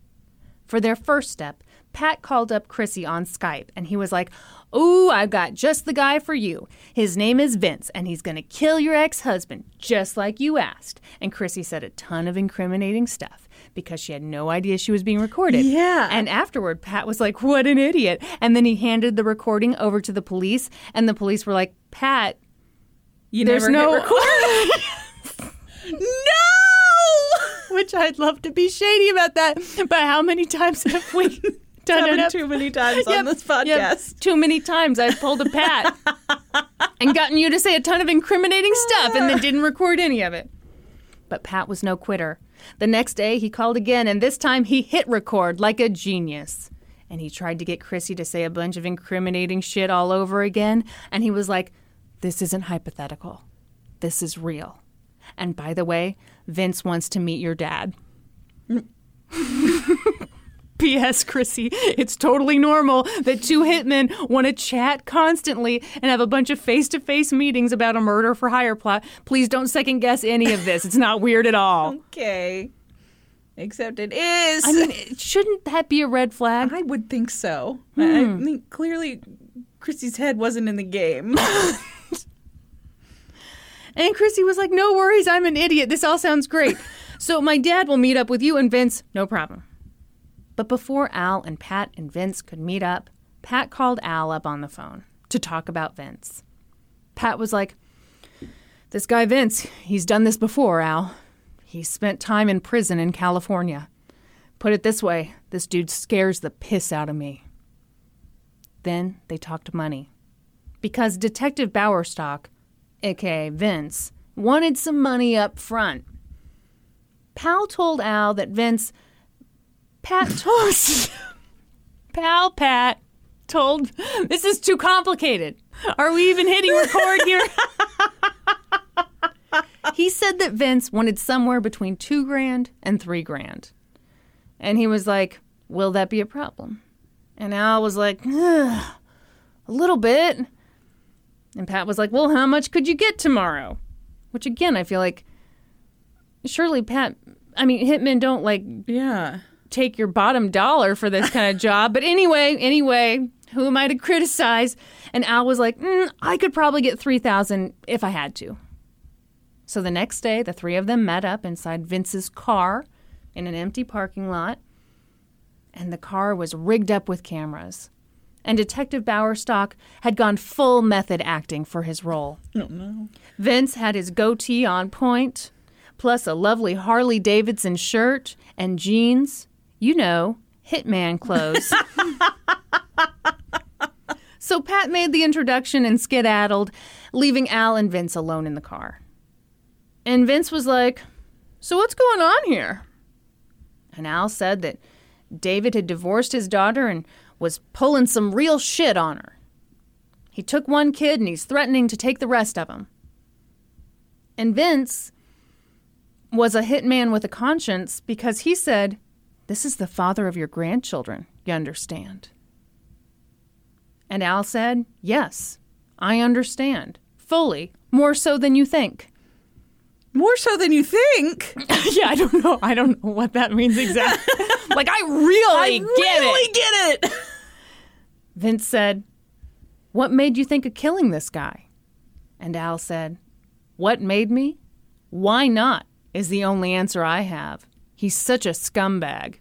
[SPEAKER 1] For their first step, Pat called up Chrissy on Skype and he was like, Ooh, I've got just the guy for you. His name is Vince and he's going to kill your ex husband, just like you asked. And Chrissy said a ton of incriminating stuff because she had no idea she was being recorded.
[SPEAKER 2] Yeah.
[SPEAKER 1] And afterward, Pat was like, What an idiot. And then he handed the recording over to the police and the police were like, Pat,
[SPEAKER 2] You
[SPEAKER 1] there's
[SPEAKER 2] never hit
[SPEAKER 1] no.
[SPEAKER 2] record. no.
[SPEAKER 1] which I'd love to be shady about that. But how many times have we done it
[SPEAKER 2] Happened
[SPEAKER 1] up-
[SPEAKER 2] too many times
[SPEAKER 1] Yep,
[SPEAKER 2] on this
[SPEAKER 1] yep.
[SPEAKER 2] podcast.
[SPEAKER 1] too many times I've pulled a pat and gotten you to say a ton of incriminating stuff and then didn't record any of it. But Pat was no quitter. The next day he called again, and this time he hit record like a genius. And he tried to get Chrissy to say a bunch of incriminating shit all over again. And he was like, This isn't hypothetical. This is real. And by the way, Vince wants to meet your dad. P.S. Chrissy, it's totally normal that two hitmen want to chat constantly and have a bunch of face to face meetings about a murder for hire plot. Please don't second guess any of this. It's not weird at all.
[SPEAKER 2] Okay. Except it is.
[SPEAKER 1] I mean, it- shouldn't that be a red flag?
[SPEAKER 2] I would think so. I- I think clearly Christy's head wasn't in the game.
[SPEAKER 1] And Chrissy was like, No worries, I'm an idiot. This all sounds great. so my dad will meet up with you and Vince, no problem. But before Al and Pat and Vince could meet up, Pat called Al up on the phone to talk about Vince. Pat was like, This guy Vince, he's done this before, Al. He spent time in prison in California. Put it this way this dude scares the piss out of me. Then they talked money because Detective Bowerstock, aka Vince, wanted some money up front. Pal told Al that Vince Pat told Pal Pat told this is too complicated. Are we even hitting record here? he said that Vince wanted somewhere between two grand and three grand. And he was like, Will that be a problem? And Al was like, "Ugh, A little bit. And Pat was like, Well, how much could you get tomorrow? Which, again, I feel like surely Pat, I mean, hitmen don't like
[SPEAKER 2] yeah.
[SPEAKER 1] take your bottom dollar for this kind of job. But anyway, anyway, who am I to criticize? And Al was like, mm, I could probably get 3000 if I had to. So the next day, the three of them met up inside Vince's car in an empty parking lot. And the car was rigged up with cameras. and Detective Bowerstock had gone full method acting for his role. Vince had his goatee on point, plus a lovely Harley Davidson shirt and jeans. You know, hitman clothes. so Pat made the introduction and skedaddled, leaving Al and Vince alone in the car. And Vince was like, So what's going on here? And Al said that David had divorced his daughter and was pulling some real shit on her. He took one kid and he's threatening to take the rest of them. And Vince was a hitman with a conscience because he said, This is the father of your grandchildren, you understand. And Al said, Yes, I understand. Fully, more so than you think.
[SPEAKER 2] More so than you think.
[SPEAKER 1] yeah, I don't know. I don't know what that means exactly. like, I really get it.
[SPEAKER 2] really get it.
[SPEAKER 1] Vince said, What made you think of killing this guy? And Al said, What made me? Why not? Is the only answer I have. He's such a scumbag.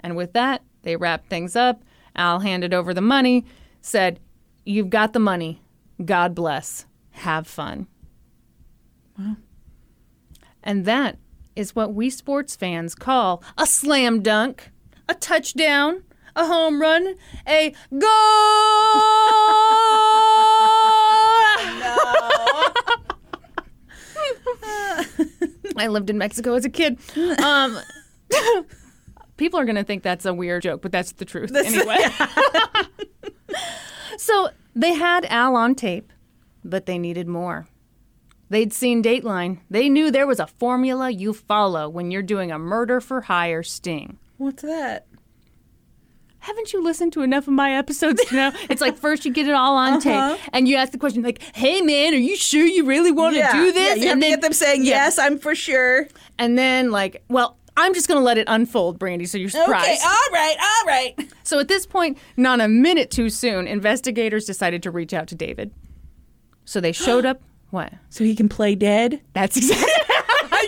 [SPEAKER 1] And with that, they wrapped things up. Al handed over the money, said, You've got the money. God bless. Have fun. And that is what we sports fans call a slam dunk, a touchdown, a home run, a goal. I lived in Mexico as a kid. Um, people are going to think that's a weird joke, but that's the truth anyway. so they had Al on tape, but they needed more. They'd seen Dateline. They knew there was a formula you follow when you're doing a murder for hire sting.
[SPEAKER 2] What's that?
[SPEAKER 1] Haven't you listened to enough of my episodes to know? It's like first you get it all on tape and you ask the question like, "Hey man, are you sure you really want to do
[SPEAKER 2] Yeah,
[SPEAKER 1] this?"
[SPEAKER 2] you have
[SPEAKER 1] and
[SPEAKER 2] to get them saying yes. I'm for sure.
[SPEAKER 1] and then like, well, I'm just going to let it unfold, Brandy, so you're surprised.
[SPEAKER 2] Okay. All right. All right.
[SPEAKER 1] So at this point, not a minute too soon, investigators decided to reach out to David. So they showed up. What?
[SPEAKER 2] So he can play dead.
[SPEAKER 1] That's exactly.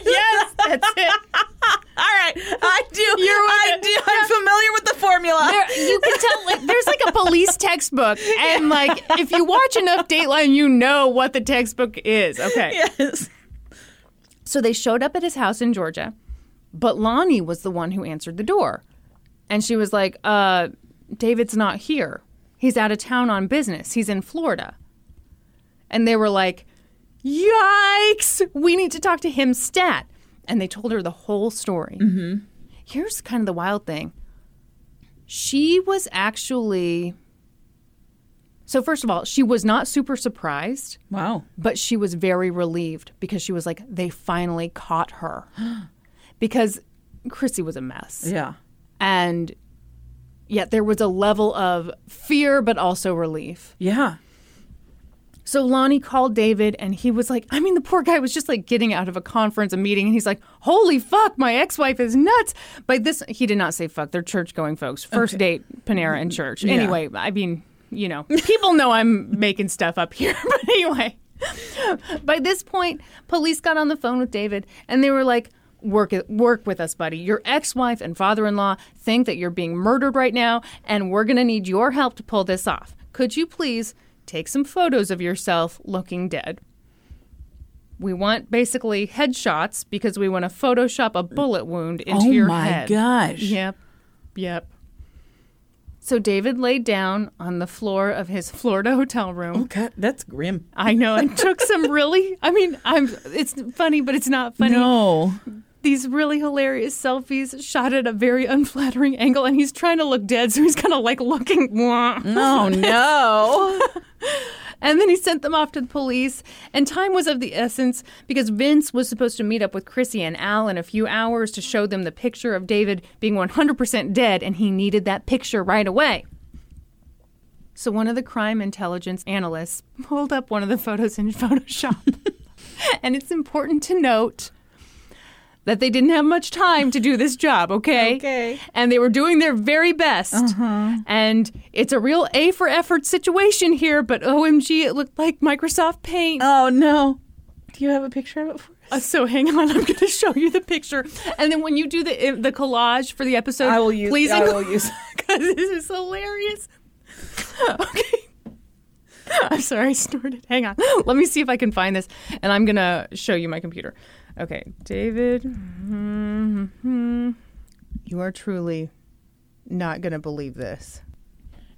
[SPEAKER 1] yes, that's it.
[SPEAKER 2] All right. I do. You're
[SPEAKER 1] with
[SPEAKER 2] I
[SPEAKER 1] it.
[SPEAKER 2] do. I'm familiar with the formula.
[SPEAKER 1] There, you can tell like there's like a police textbook, and like if you watch enough Dateline, you know what the textbook is. Okay.
[SPEAKER 2] Yes.
[SPEAKER 1] So they showed up at his house in Georgia, but Lonnie was the one who answered the door. And she was like, uh, David's not here. He's out of town on business. He's in Florida. And they were like, yikes, we need to talk to him stat. And they told her the whole story. Mm-hmm. Here's kind of the wild thing she was actually. So, first of all, she was not super surprised
[SPEAKER 2] Wow.
[SPEAKER 1] but she was very relieved because she was like, they finally caught her. because Chrissy was a mess.
[SPEAKER 2] Yeah.
[SPEAKER 1] And yet there was a level of fear, but also relief.
[SPEAKER 2] Yeah.
[SPEAKER 1] So Lonnie called David and he was like, I mean, the poor guy was just like getting out of a conference, a meeting, and he's like, Holy fuck, my ex wife is nuts. By this, he did not say fuck. They're church going folks. First date, Panera and church. Anyway, I mean, you know, people know I'm making stuff up here. But anyway, by this point, police got on the phone with David and they were like, Work, it- work with us, buddy. Your ex wife and father in law think that you're being murdered right now, and we're going to need your help to pull this off. Could you please take some photos of yourself looking dead? We want basically headshots because we want to Photoshop a bullet wound into
[SPEAKER 2] Oh
[SPEAKER 1] your
[SPEAKER 2] my
[SPEAKER 1] head.
[SPEAKER 2] gosh.
[SPEAKER 1] Yep. Yep. So David laid down on the floor of his Florida hotel room.
[SPEAKER 2] God, that's grim.
[SPEAKER 1] I know, and took some really. I mean, I'm. It's funny, but it's not funny.
[SPEAKER 2] No.
[SPEAKER 1] These really hilarious selfies shot at a very unflattering angle, and he's trying to look dead, so he's kind of like looking.
[SPEAKER 2] Oh no.
[SPEAKER 1] And then he sent them off to the police, and time was of the essence because Vince was supposed to meet up with Chrissy and Al in a few hours to show them the picture of David being 100% dead, and he needed that picture right away. So one of the crime intelligence analysts pulled up one of the photos in Photoshop. and it's important to note that they didn't have much time to do this job, okay?
[SPEAKER 2] Okay.
[SPEAKER 1] And they were doing their very best. And it's a real A for effort situation here, but OMG, it looked like Microsoft Paint.
[SPEAKER 2] Oh no. Do you have a picture of it for us?
[SPEAKER 1] Uh, so hang on, I'm going to show you the picture. And then when you do the the collage for the episode,
[SPEAKER 2] I will use.
[SPEAKER 1] please
[SPEAKER 2] I
[SPEAKER 1] include-
[SPEAKER 2] will use.
[SPEAKER 1] because this is hilarious. I'm sorry, I snorted. Hang on. Let me see if I can find this, and I'm gonna show you my computer. Okay, David, mm-hmm, you are truly not gonna believe this.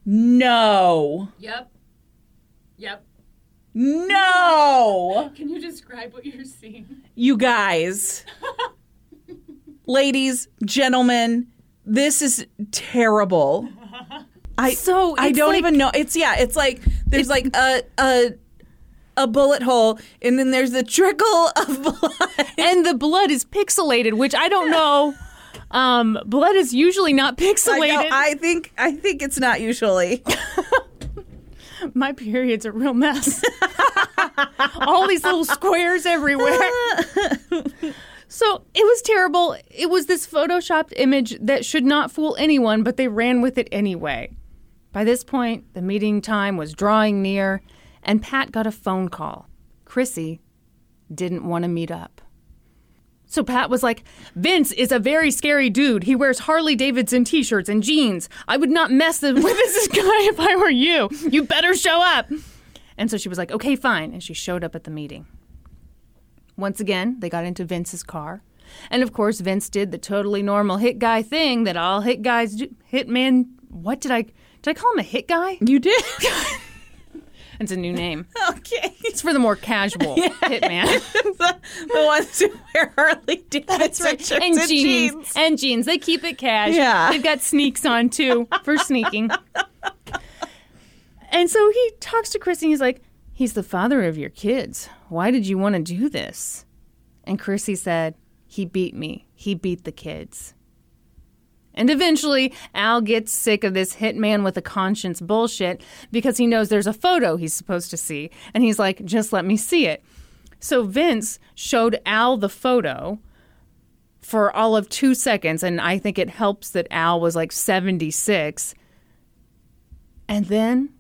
[SPEAKER 2] No.
[SPEAKER 6] Yep. Yep.
[SPEAKER 2] No.
[SPEAKER 6] Can you describe what you're seeing?
[SPEAKER 2] You guys. Ladies, gentlemen, this is terrible. I
[SPEAKER 1] So
[SPEAKER 2] I
[SPEAKER 1] it's
[SPEAKER 2] don't
[SPEAKER 1] like-
[SPEAKER 2] even know. It's yeah, it's like there's like a a a bullet hole and then there's the trickle of blood.
[SPEAKER 1] And the blood is pixelated, which I don't know. Um, blood is usually not
[SPEAKER 2] I,
[SPEAKER 1] pixelated.
[SPEAKER 2] know, I think I think it's not usually.
[SPEAKER 1] my period's a real mess. All these little squares everywhere. so it was terrible. It was this photoshopped image that should not fool anyone, but they ran with it anyway. By this point, the meeting time was drawing near, and Pat got a phone call. Chrissy didn't want to meet up. So Pat was like, Vince is a very scary dude. He wears Harley Davidson t shirts and jeans. I would not mess with this guy if I were you. You better show up. And so she was like, okay, fine. And she showed up at the meeting. Once again, they got into Vince's car. And of course, Vince did the totally normal hit guy thing that all hit guys do. Hit man, what did I? Did I call him a hit guy?
[SPEAKER 2] You did.
[SPEAKER 1] It's a new name.
[SPEAKER 2] okay.
[SPEAKER 1] It's for the more casual hit man.
[SPEAKER 2] the, the ones who wear Harley Davidson shirts
[SPEAKER 1] and
[SPEAKER 2] and,
[SPEAKER 1] jeans,
[SPEAKER 2] jeans.
[SPEAKER 1] and jeans. They keep it cash.
[SPEAKER 2] Yeah.
[SPEAKER 1] they've got sneaks on too for sneaking. and so he talks to Chrissy. and He's like, "He's the father of your kids. Why did you want to do this?" And Chrissy said, "He beat me. He beat the kids." And eventually, Al gets sick of this hitman with a conscience bullshit because he knows there's a photo he's supposed to see. And he's like, just let me see it. So Vince showed Al the photo for all of two seconds, and I think it helps that Al was like 76. And then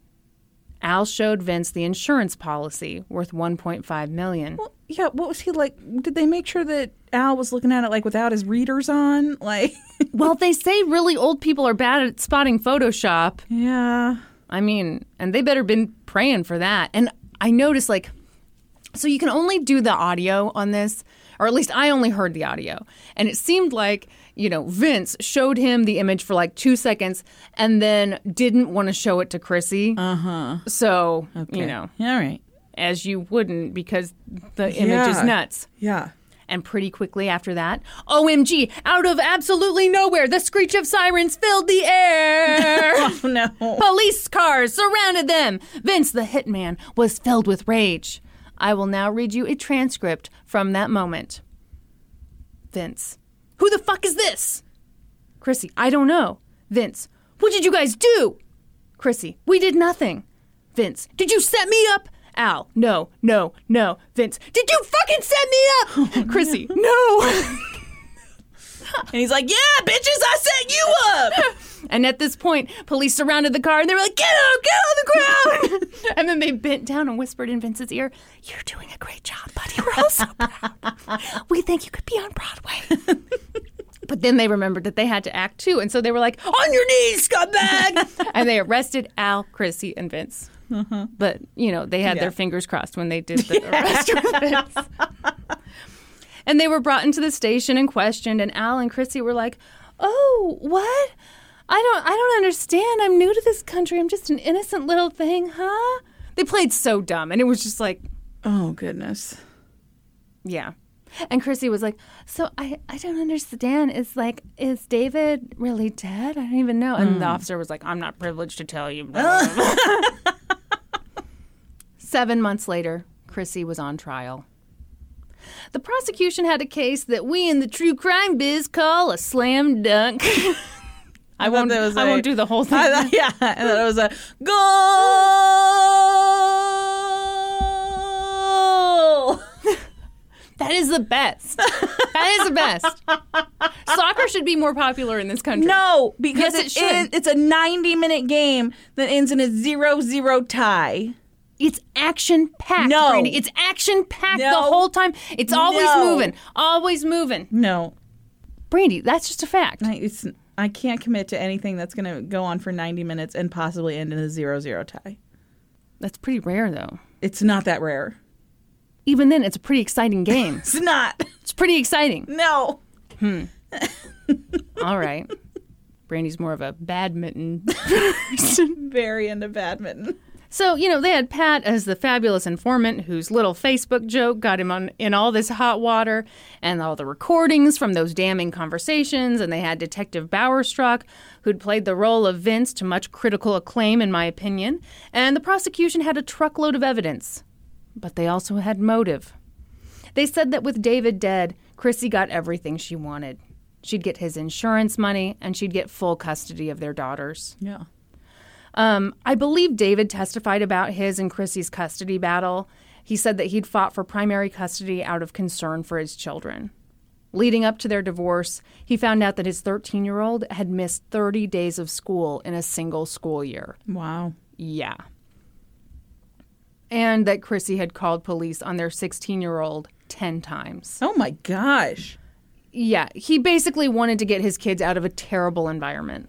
[SPEAKER 1] Al showed Vince the insurance policy worth 1.5 million.
[SPEAKER 2] Yeah, what was he like? Did they make sure that Al was looking at it like without his readers on? Like,
[SPEAKER 1] Well, they say really old people are bad at spotting Photoshop.
[SPEAKER 2] yeah.
[SPEAKER 1] I mean, and they better been praying for that. And I noticed like so you can only do the audio on this or at least I only heard the audio. And it seemed like, you know, Vince showed him the image for like 2 seconds and then didn't want to show it to Chrissy. Uh-huh. So, you know,
[SPEAKER 2] All right.
[SPEAKER 1] as you wouldn't because the image is
[SPEAKER 2] Yeah.
[SPEAKER 1] nuts.
[SPEAKER 2] Yeah.
[SPEAKER 1] And pretty quickly after that, OMG, out of absolutely nowhere, the screech of sirens filled the air.
[SPEAKER 2] Oh, no.
[SPEAKER 1] Police cars surrounded them. Vince, the hitman, was filled with rage. I will now read you a transcript from that moment. Vince, who the fuck is this? Chrissy, I don't know. Vince, what did you guys do? Chrissy, we did nothing. Vince, did you set me up? Al, no, no, no. Vince, did you fucking set me up? Chrissy, no.
[SPEAKER 2] Oh, And he's like, yeah, bitches, I set you up.
[SPEAKER 1] And at this point, police surrounded the car and they were like, get up, get on the ground. and then they bent down and whispered in Vince's ear, You're doing a great job, buddy. We're all so proud. We think you could be on Broadway. but then they remembered that they had to act too. And so they were like, On your knees, scumbag. Mm-hmm. and they arrested Al, Chrissy, and Vince. But, you know, they had their fingers crossed when they did the arrest with Vince. And they were brought into the station and questioned, and Al and Chrissy were like, Oh, what? I don't I don't understand. I'm new to this country. I'm just an innocent little thing, huh? They played so dumb and it was just like,
[SPEAKER 2] Oh, goodness.
[SPEAKER 1] yeah. And Chrissy was like, So I, I don't understand. Is like is David really dead? I don't even know. And
[SPEAKER 2] Hmm.
[SPEAKER 1] the officer was like, I'm not privileged to tell you. Seven months later, Chrissy was on trial. The prosecution had a case that we in the true crime biz call a slam dunk. I, won't.
[SPEAKER 2] that was
[SPEAKER 1] I
[SPEAKER 2] a-
[SPEAKER 1] won't do the whole thing.
[SPEAKER 2] I thought, yeah. I thought it was a goal.
[SPEAKER 1] That is the best. that is the best. Soccer should be more popular in this country.
[SPEAKER 2] No,
[SPEAKER 1] Yes,
[SPEAKER 2] because
[SPEAKER 1] it
[SPEAKER 2] it
[SPEAKER 1] should.
[SPEAKER 2] is- it's a 90 minute game that ends in a 0 0 tie.
[SPEAKER 1] It's action packed,
[SPEAKER 2] No.
[SPEAKER 1] Brandy. It's action packed the
[SPEAKER 2] No.
[SPEAKER 1] whole time. It's always
[SPEAKER 2] No.
[SPEAKER 1] moving, always moving.
[SPEAKER 2] No,
[SPEAKER 1] Brandy, that's just a fact.
[SPEAKER 2] I- it's. I can't commit to anything that's going to go on for 90 minutes and possibly end in a zero-zero tie.
[SPEAKER 1] That's pretty rare, though.
[SPEAKER 2] It's not that rare.
[SPEAKER 1] Even then, it's a pretty exciting game.
[SPEAKER 2] It's not.
[SPEAKER 1] It's pretty exciting.
[SPEAKER 2] No.
[SPEAKER 1] All right. Brandy's more of a badminton
[SPEAKER 2] Very into badminton.
[SPEAKER 1] So, you know, they had Pat as the fabulous informant whose little Facebook joke got him on, in all this hot water and all the recordings from those damning conversations. And they had Detective Bowerstruck, who'd played the role of Vince to much critical acclaim, in my opinion. And the prosecution had a truckload of evidence, but they also had motive. They said that with David dead, Chrissy got everything she wanted. She'd get his insurance money and she'd get full custody of their daughters.
[SPEAKER 2] Yeah.
[SPEAKER 1] Um, I believe David testified about his and Chrissy's custody battle. He said that he'd fought for primary custody out of concern for his children. Leading up to their divorce, he found out that his 13 year old had missed 30 days of school in a single school year.
[SPEAKER 2] Wow.
[SPEAKER 1] Yeah. And that Chrissy had called police on their 16 year old 10 times.
[SPEAKER 2] Oh my gosh.
[SPEAKER 1] Yeah, he basically wanted to get his kids out of a terrible environment.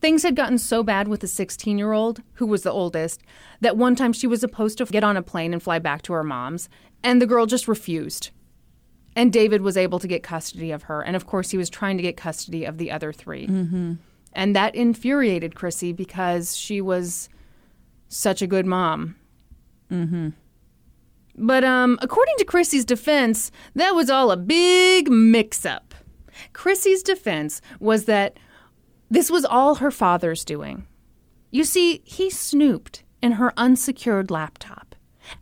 [SPEAKER 1] Things had gotten so bad with the 16 year old, who was the oldest, that one time she was supposed to get on a plane and fly back to her mom's, and the girl just refused. And David was able to get custody of her. And of course, he was trying to get custody of the other 3 Mm-hmm. And that infuriated Chrissy because she was such a good mom. But um, according to Chrissy's defense, that was all a big mix up. Chrissy's defense was that this was all her father's doing. You see, he snooped in her unsecured laptop.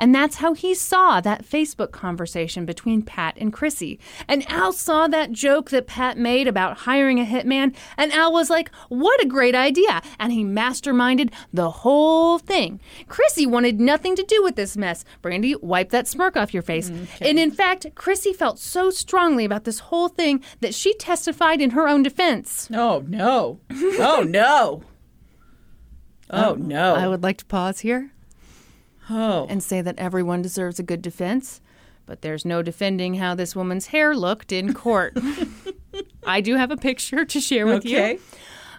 [SPEAKER 1] And that's how he saw that Facebook conversation between Pat and Chrissy. And Al saw that joke that Pat made about hiring a hitman. And Al was like, what a great idea. And he masterminded the whole thing. Chrissy wanted nothing to do with this mess. Brandy, wipe that smirk off your face. And in fact, Chrissy felt so strongly about this whole thing that she testified in her own defense.
[SPEAKER 2] Oh no. Oh no. Oh no.
[SPEAKER 1] I would like to pause here
[SPEAKER 2] oh.
[SPEAKER 1] and say that everyone deserves a good defense, but there's no defending how this woman's hair looked in court. I do have a picture to share with
[SPEAKER 2] Okay.
[SPEAKER 1] you.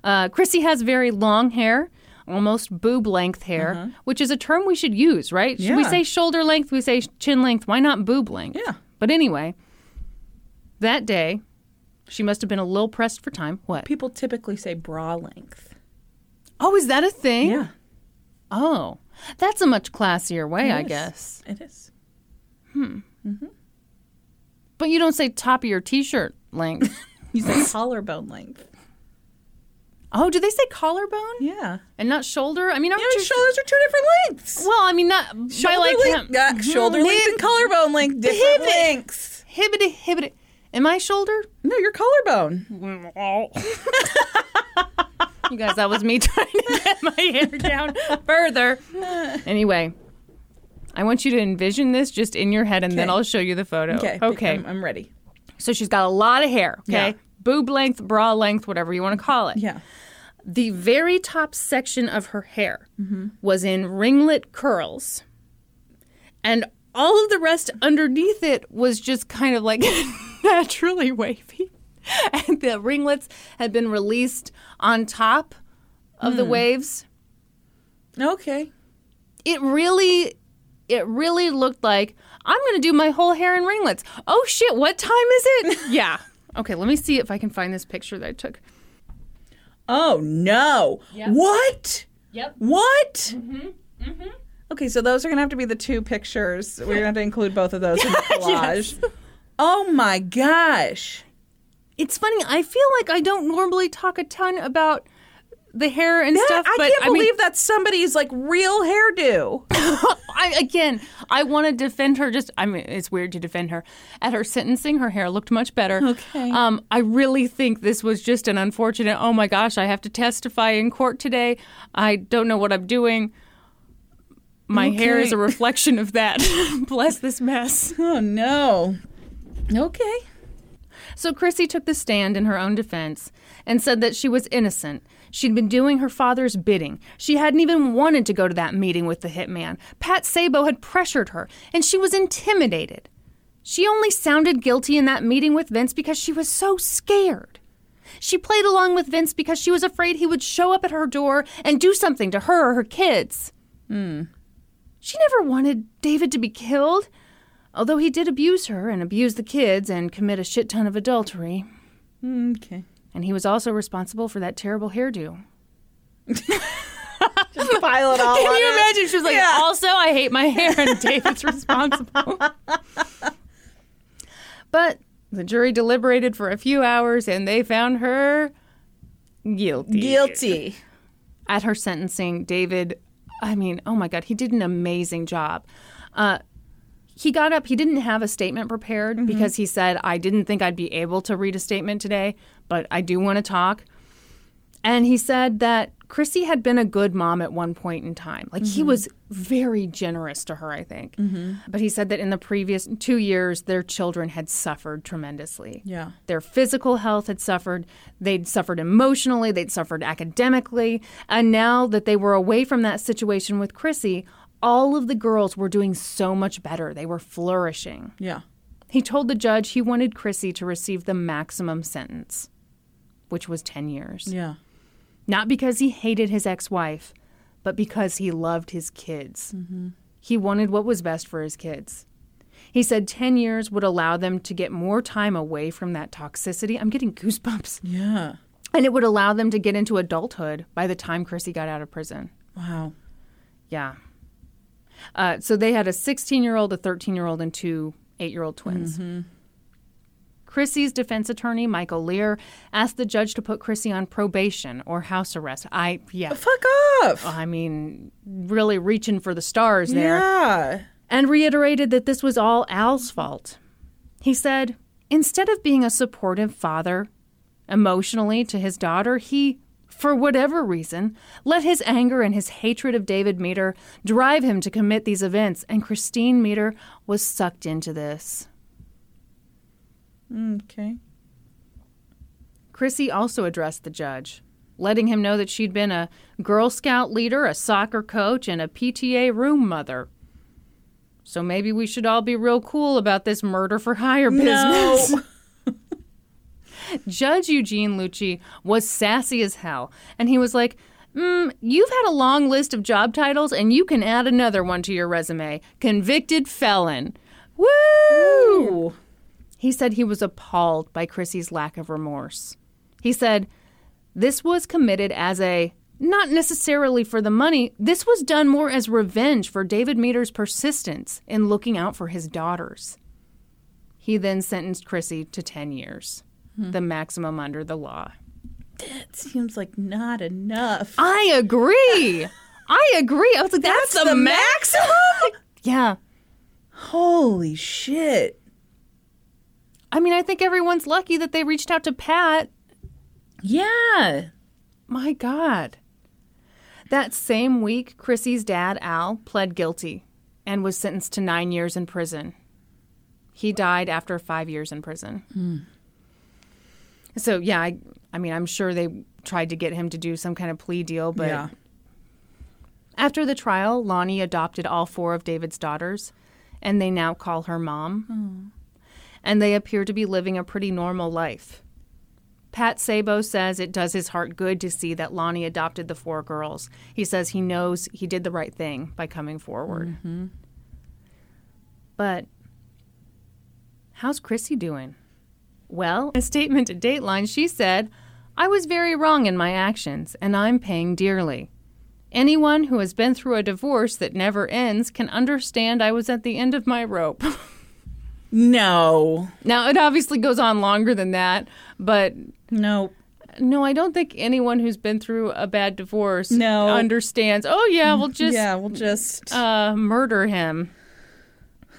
[SPEAKER 1] Uh, Chrissy has very long hair, almost boob length hair, which is a term we should use, right? Should we
[SPEAKER 2] Uh-huh. Yeah.
[SPEAKER 1] say shoulder length? We say chin length. Why not boob length?
[SPEAKER 2] Yeah.
[SPEAKER 1] But anyway, that day, she must have been a little pressed for time. What?
[SPEAKER 2] People typically say bra length.
[SPEAKER 1] Oh, is that a thing? Oh, that's a much classier way, I
[SPEAKER 2] Yes.
[SPEAKER 1] guess.
[SPEAKER 2] It is.
[SPEAKER 1] But you don't say top of your t-shirt length.
[SPEAKER 2] You say collarbone length.
[SPEAKER 1] oh, do they say collarbone
[SPEAKER 2] Yeah.
[SPEAKER 1] and not shoulder? I mean, I'm
[SPEAKER 2] Yeah, shoulders are two different lengths.
[SPEAKER 1] Well, I mean, not by
[SPEAKER 2] Shoulder
[SPEAKER 1] like Mhm.
[SPEAKER 2] length,
[SPEAKER 1] him. Mm-hmm.
[SPEAKER 2] uh, shoulder length and collarbone length, different
[SPEAKER 1] Hip it.
[SPEAKER 2] lengths.
[SPEAKER 1] Hibbity hibbity. Am I shoulder?
[SPEAKER 2] No, your collarbone.
[SPEAKER 1] You guys, that was me trying to get my hair down further. Anyway, I want you to envision this just in your head, and then
[SPEAKER 2] Okay.
[SPEAKER 1] I'll show you the photo. Oh, Okay.
[SPEAKER 2] I'm, I'm ready.
[SPEAKER 1] So she's got a lot of hair. Okay.
[SPEAKER 2] Yeah.
[SPEAKER 1] Boob length, bra length, whatever you want to call it.
[SPEAKER 2] Yeah.
[SPEAKER 1] the very top section of her hair was in ringlet curls. And all of the rest underneath it was just kind of like naturally wavy. And the ringlets had been released on top of the waves.
[SPEAKER 2] Okay.
[SPEAKER 1] It really it really looked like I'm going to do my whole hair in ringlets. Oh shit, what time is it? yeah. Okay, let me see if I can find this picture that I took.
[SPEAKER 2] Oh no. What?
[SPEAKER 6] Yep.
[SPEAKER 2] What? Mm-hmm. Mm-hmm. Okay, so those are gonna have to be the two pictures. We're gonna have to include both of those in the collage. Oh my gosh.
[SPEAKER 1] It's funny. I feel like I don't normally talk a ton about the hair and
[SPEAKER 2] That-
[SPEAKER 1] stuff,
[SPEAKER 2] I
[SPEAKER 1] but
[SPEAKER 2] can't
[SPEAKER 1] mean,
[SPEAKER 2] believe that's somebody's like real hairdo.
[SPEAKER 1] I, again, I want to defend her. Just, I mean, it's weird to defend her. At her sentencing, her hair looked much better. Okay. Um, I really think this was just an unfortunate. Oh my gosh, I have to testify in court today. I don't know what I'm doing. My hair is a reflection of that. Bless this mess.
[SPEAKER 2] Oh no. Okay.
[SPEAKER 1] So Chrissy took the stand in her own defense and said that she was innocent. She'd been doing her father's bidding. She hadn't even wanted to go to that meeting with the hitman. Pat Sabo had pressured her, and she was intimidated. She only sounded guilty in that meeting with Vince because she was so scared. She played along with Vince because she was afraid he would show up at her door and do something to her or her kids. She never wanted David to be killed, although he did abuse her and abuse the kids and commit a shit ton of adultery.
[SPEAKER 2] Mm, Okay.
[SPEAKER 1] And he was also responsible for that terrible hairdo.
[SPEAKER 2] Pile it all
[SPEAKER 1] Can
[SPEAKER 2] on
[SPEAKER 1] you
[SPEAKER 2] it.
[SPEAKER 1] imagine? She was like, also, I hate my hair, and David's responsible. but the jury deliberated for a few hours and they found her guilty.
[SPEAKER 2] Guilty.
[SPEAKER 1] At her sentencing, David, I mean, oh my God, he did an amazing job. Uh, he got up, he didn't have a statement prepared because he said, I didn't think I'd be able to read a statement today, but I do want to talk. And he said that Chrissy had been a good mom at one point in time. Like
[SPEAKER 2] Mm-hmm.
[SPEAKER 1] he was very generous to her, I think. But he said that in the previous two years, their children had suffered tremendously.
[SPEAKER 2] Yeah.
[SPEAKER 1] Their physical health had suffered. They'd suffered emotionally. They'd suffered academically. And now that they were away from that situation with Chrissy, all of the girls were doing so much better. They were flourishing.
[SPEAKER 2] Yeah.
[SPEAKER 1] He told the judge he wanted Chrissy to receive the maximum sentence, which was 10 years
[SPEAKER 2] Yeah.
[SPEAKER 1] not because he hated his ex wife, but because he loved his kids. He wanted what was best for his kids. He said 10 years would allow them to get more time away from that toxicity. I'm getting goosebumps.
[SPEAKER 2] Yeah.
[SPEAKER 1] And it would allow them to get into adulthood by the time Chrissy got out of prison.
[SPEAKER 2] Wow.
[SPEAKER 1] Yeah. Uh, so they had a 16 year old, a 13 year old, and two eight year old twins.
[SPEAKER 2] Mm-hmm.
[SPEAKER 1] Chrissy's defense attorney, Michael Lear, asked the judge to put Chrissy on probation or house arrest. I, yeah.
[SPEAKER 2] Fuck off.
[SPEAKER 1] I mean, really reaching for the stars there
[SPEAKER 2] yeah.
[SPEAKER 1] and reiterated that this was all Al's fault. He said, instead of being a supportive father emotionally to his daughter, he, for whatever reason, let his anger and his hatred of David Meter drive him to commit these events, and Christine Meter was sucked into this.
[SPEAKER 2] Okay.
[SPEAKER 1] Chrissy also addressed the judge, letting him know that she'd been a Girl Scout leader, a soccer coach, and a PTA room mother. So maybe we should all be real cool about this murder for hire business. Judge Eugene Lucci was sassy as hell, and he was like, Mm, you've had a long list of job titles, and you can add another one to your resume. Convicted felon. Woo! He said he was appalled by Chrissy's lack of remorse. He said, This was committed as a not necessarily for the money, this was done more as revenge for David Meter's persistence in looking out for his daughters. He then sentenced Chrissy to 10 years, the maximum under the law.
[SPEAKER 2] Seems like not enough.
[SPEAKER 1] I agree. I agree. I was like, that's, the, max.
[SPEAKER 2] maximum?
[SPEAKER 1] Yeah.
[SPEAKER 2] Holy shit.
[SPEAKER 1] I mean, I think everyone's lucky that they reached out to Pat
[SPEAKER 2] Yeah.
[SPEAKER 1] My God. That same week, Chrissy's dad, Al, pled guilty and was sentenced to nine years in prison. He died after five years in prison. So, yeah, I, I mean, I'm sure they tried to get him to do some kind of plea deal, but
[SPEAKER 2] Yeah.
[SPEAKER 1] after the trial, Lonnie adopted all four of David's daughters, and they now call her mom. And they appear to be living a pretty normal life. Pat Sabo says it does his heart good to see that Lonnie adopted the four girls. He says he knows he did the right thing by coming forward. But how's Chrissy doing? Well, in a statement to Dateline, she said, I was very wrong in my actions, and I'm paying dearly. Anyone who has been through a divorce that never ends can understand I was at the end of my rope.
[SPEAKER 2] No.
[SPEAKER 1] now, it obviously goes on longer than that, but
[SPEAKER 2] No.
[SPEAKER 1] no, I don't think anyone who's been through a bad divorce
[SPEAKER 2] No.
[SPEAKER 1] understands. Oh, yeah, we'll just
[SPEAKER 2] yeah, we'll just.
[SPEAKER 1] uh, murder him.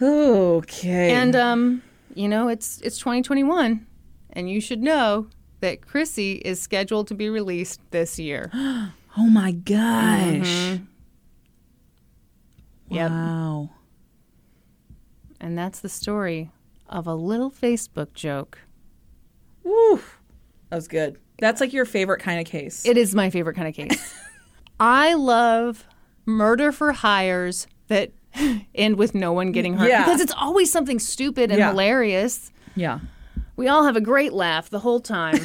[SPEAKER 2] okay.
[SPEAKER 1] And um, you know, it's it's 2021, and you should know that Chrissy is scheduled to be released this year.
[SPEAKER 2] oh my gosh.
[SPEAKER 1] Yep.
[SPEAKER 2] Wow.
[SPEAKER 1] And that's the story of a little Facebook joke.
[SPEAKER 2] Woo. That was good. That's like your favorite kind of case.
[SPEAKER 1] It is my favorite kind of case. I love murder for hires that end with no one getting hurt
[SPEAKER 2] Yeah.
[SPEAKER 1] because it's always something stupid and
[SPEAKER 2] Yeah.
[SPEAKER 1] hilarious.
[SPEAKER 2] yeah.
[SPEAKER 1] We all have a great laugh the whole time.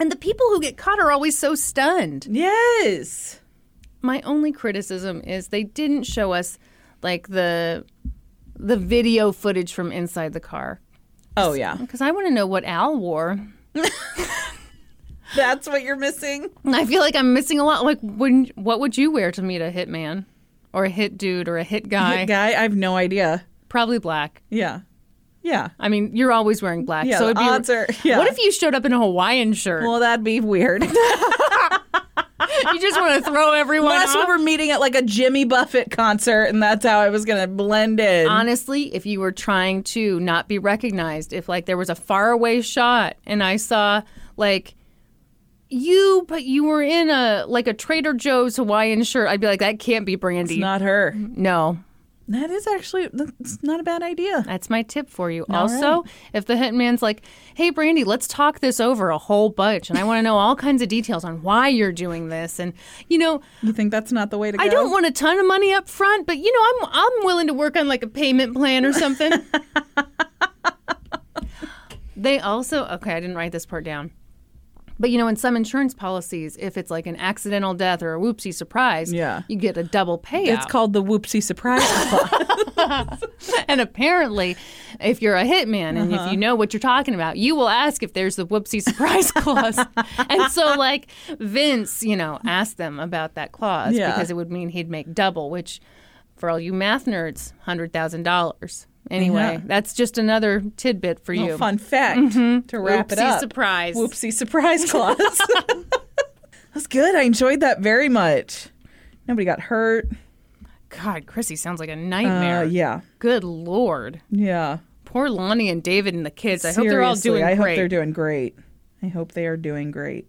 [SPEAKER 1] And the people who get caught are always so stunned.
[SPEAKER 2] Yes.
[SPEAKER 1] my only criticism is they didn't show us like the the video footage from inside the car
[SPEAKER 2] Oh yeah.
[SPEAKER 1] because I want to know what Al wore.
[SPEAKER 2] That's what you're missing.
[SPEAKER 1] And I feel like I'm missing a lot. Like, when what would you wear to meet a hit man or a hit dude or a hit guy?
[SPEAKER 2] Guy, I have no idea.
[SPEAKER 1] Probably black.
[SPEAKER 2] Yeah. Yeah.
[SPEAKER 1] I mean, you're always wearing black,
[SPEAKER 2] Yeah,
[SPEAKER 1] so
[SPEAKER 2] the
[SPEAKER 1] it'd be.
[SPEAKER 2] odds are- yeah.
[SPEAKER 1] What if you showed up in a Hawaiian shirt?
[SPEAKER 2] Well, that'd be weird.
[SPEAKER 1] you just want to throw everyone
[SPEAKER 2] Unless we
[SPEAKER 1] off.
[SPEAKER 2] were meeting at like a Jimmy Buffett concert, and that's how I was gonna blend in.
[SPEAKER 1] honestly, if you were trying to not be recognized, if like there was a faraway shot and I saw like you, but you were in a like a Trader Joe's Hawaiian shirt, I'd be like, that can't be Brandy.
[SPEAKER 2] Not her.
[SPEAKER 1] no,
[SPEAKER 2] That is actually that's not a bad idea.
[SPEAKER 1] that's my tip for you. also, if the hitman's like, hey, Brandy, let's talk this over a whole bunch, and I want to know all kinds of details on why you're doing this, and you know,
[SPEAKER 2] You think that's not the way to go?
[SPEAKER 1] I don't want a ton of money up front, but you know, I'm I'm willing to work on like a payment plan or something. they also okay, I didn't write this part down. But you know, in some insurance policies, if it's like an accidental death or a whoopsie surprise,
[SPEAKER 2] Yeah.
[SPEAKER 1] you get a double payout.
[SPEAKER 2] It's called the whoopsie surprise. clause.
[SPEAKER 1] and apparently, if you're a hitman and
[SPEAKER 2] Uh-huh.
[SPEAKER 1] if you know what you're talking about, you will ask if there's the whoopsie surprise clause. and so, like, Vince, you know, asked them about that clause
[SPEAKER 2] Yeah.
[SPEAKER 1] because it would mean he'd make double, which for all you math nerds, $100,000. Anyway, that's just another tidbit for you.
[SPEAKER 2] Oh,
[SPEAKER 1] Mm-hmm.
[SPEAKER 2] Fun fact to wrap it
[SPEAKER 1] Whoopsie
[SPEAKER 2] up.
[SPEAKER 1] surprise.
[SPEAKER 2] Whoopsie surprise clause. that was good. I enjoyed that very much. Nobody got hurt.
[SPEAKER 1] God, Chrissy sounds like a
[SPEAKER 2] Uh,
[SPEAKER 1] nightmare.
[SPEAKER 2] yeah.
[SPEAKER 1] Good Lord.
[SPEAKER 2] Yeah.
[SPEAKER 1] Poor Lonnie and David and the kids. I hope they're all
[SPEAKER 2] Seriously,
[SPEAKER 1] doing
[SPEAKER 2] I hope
[SPEAKER 1] great.
[SPEAKER 2] they're doing great. I hope they are doing great.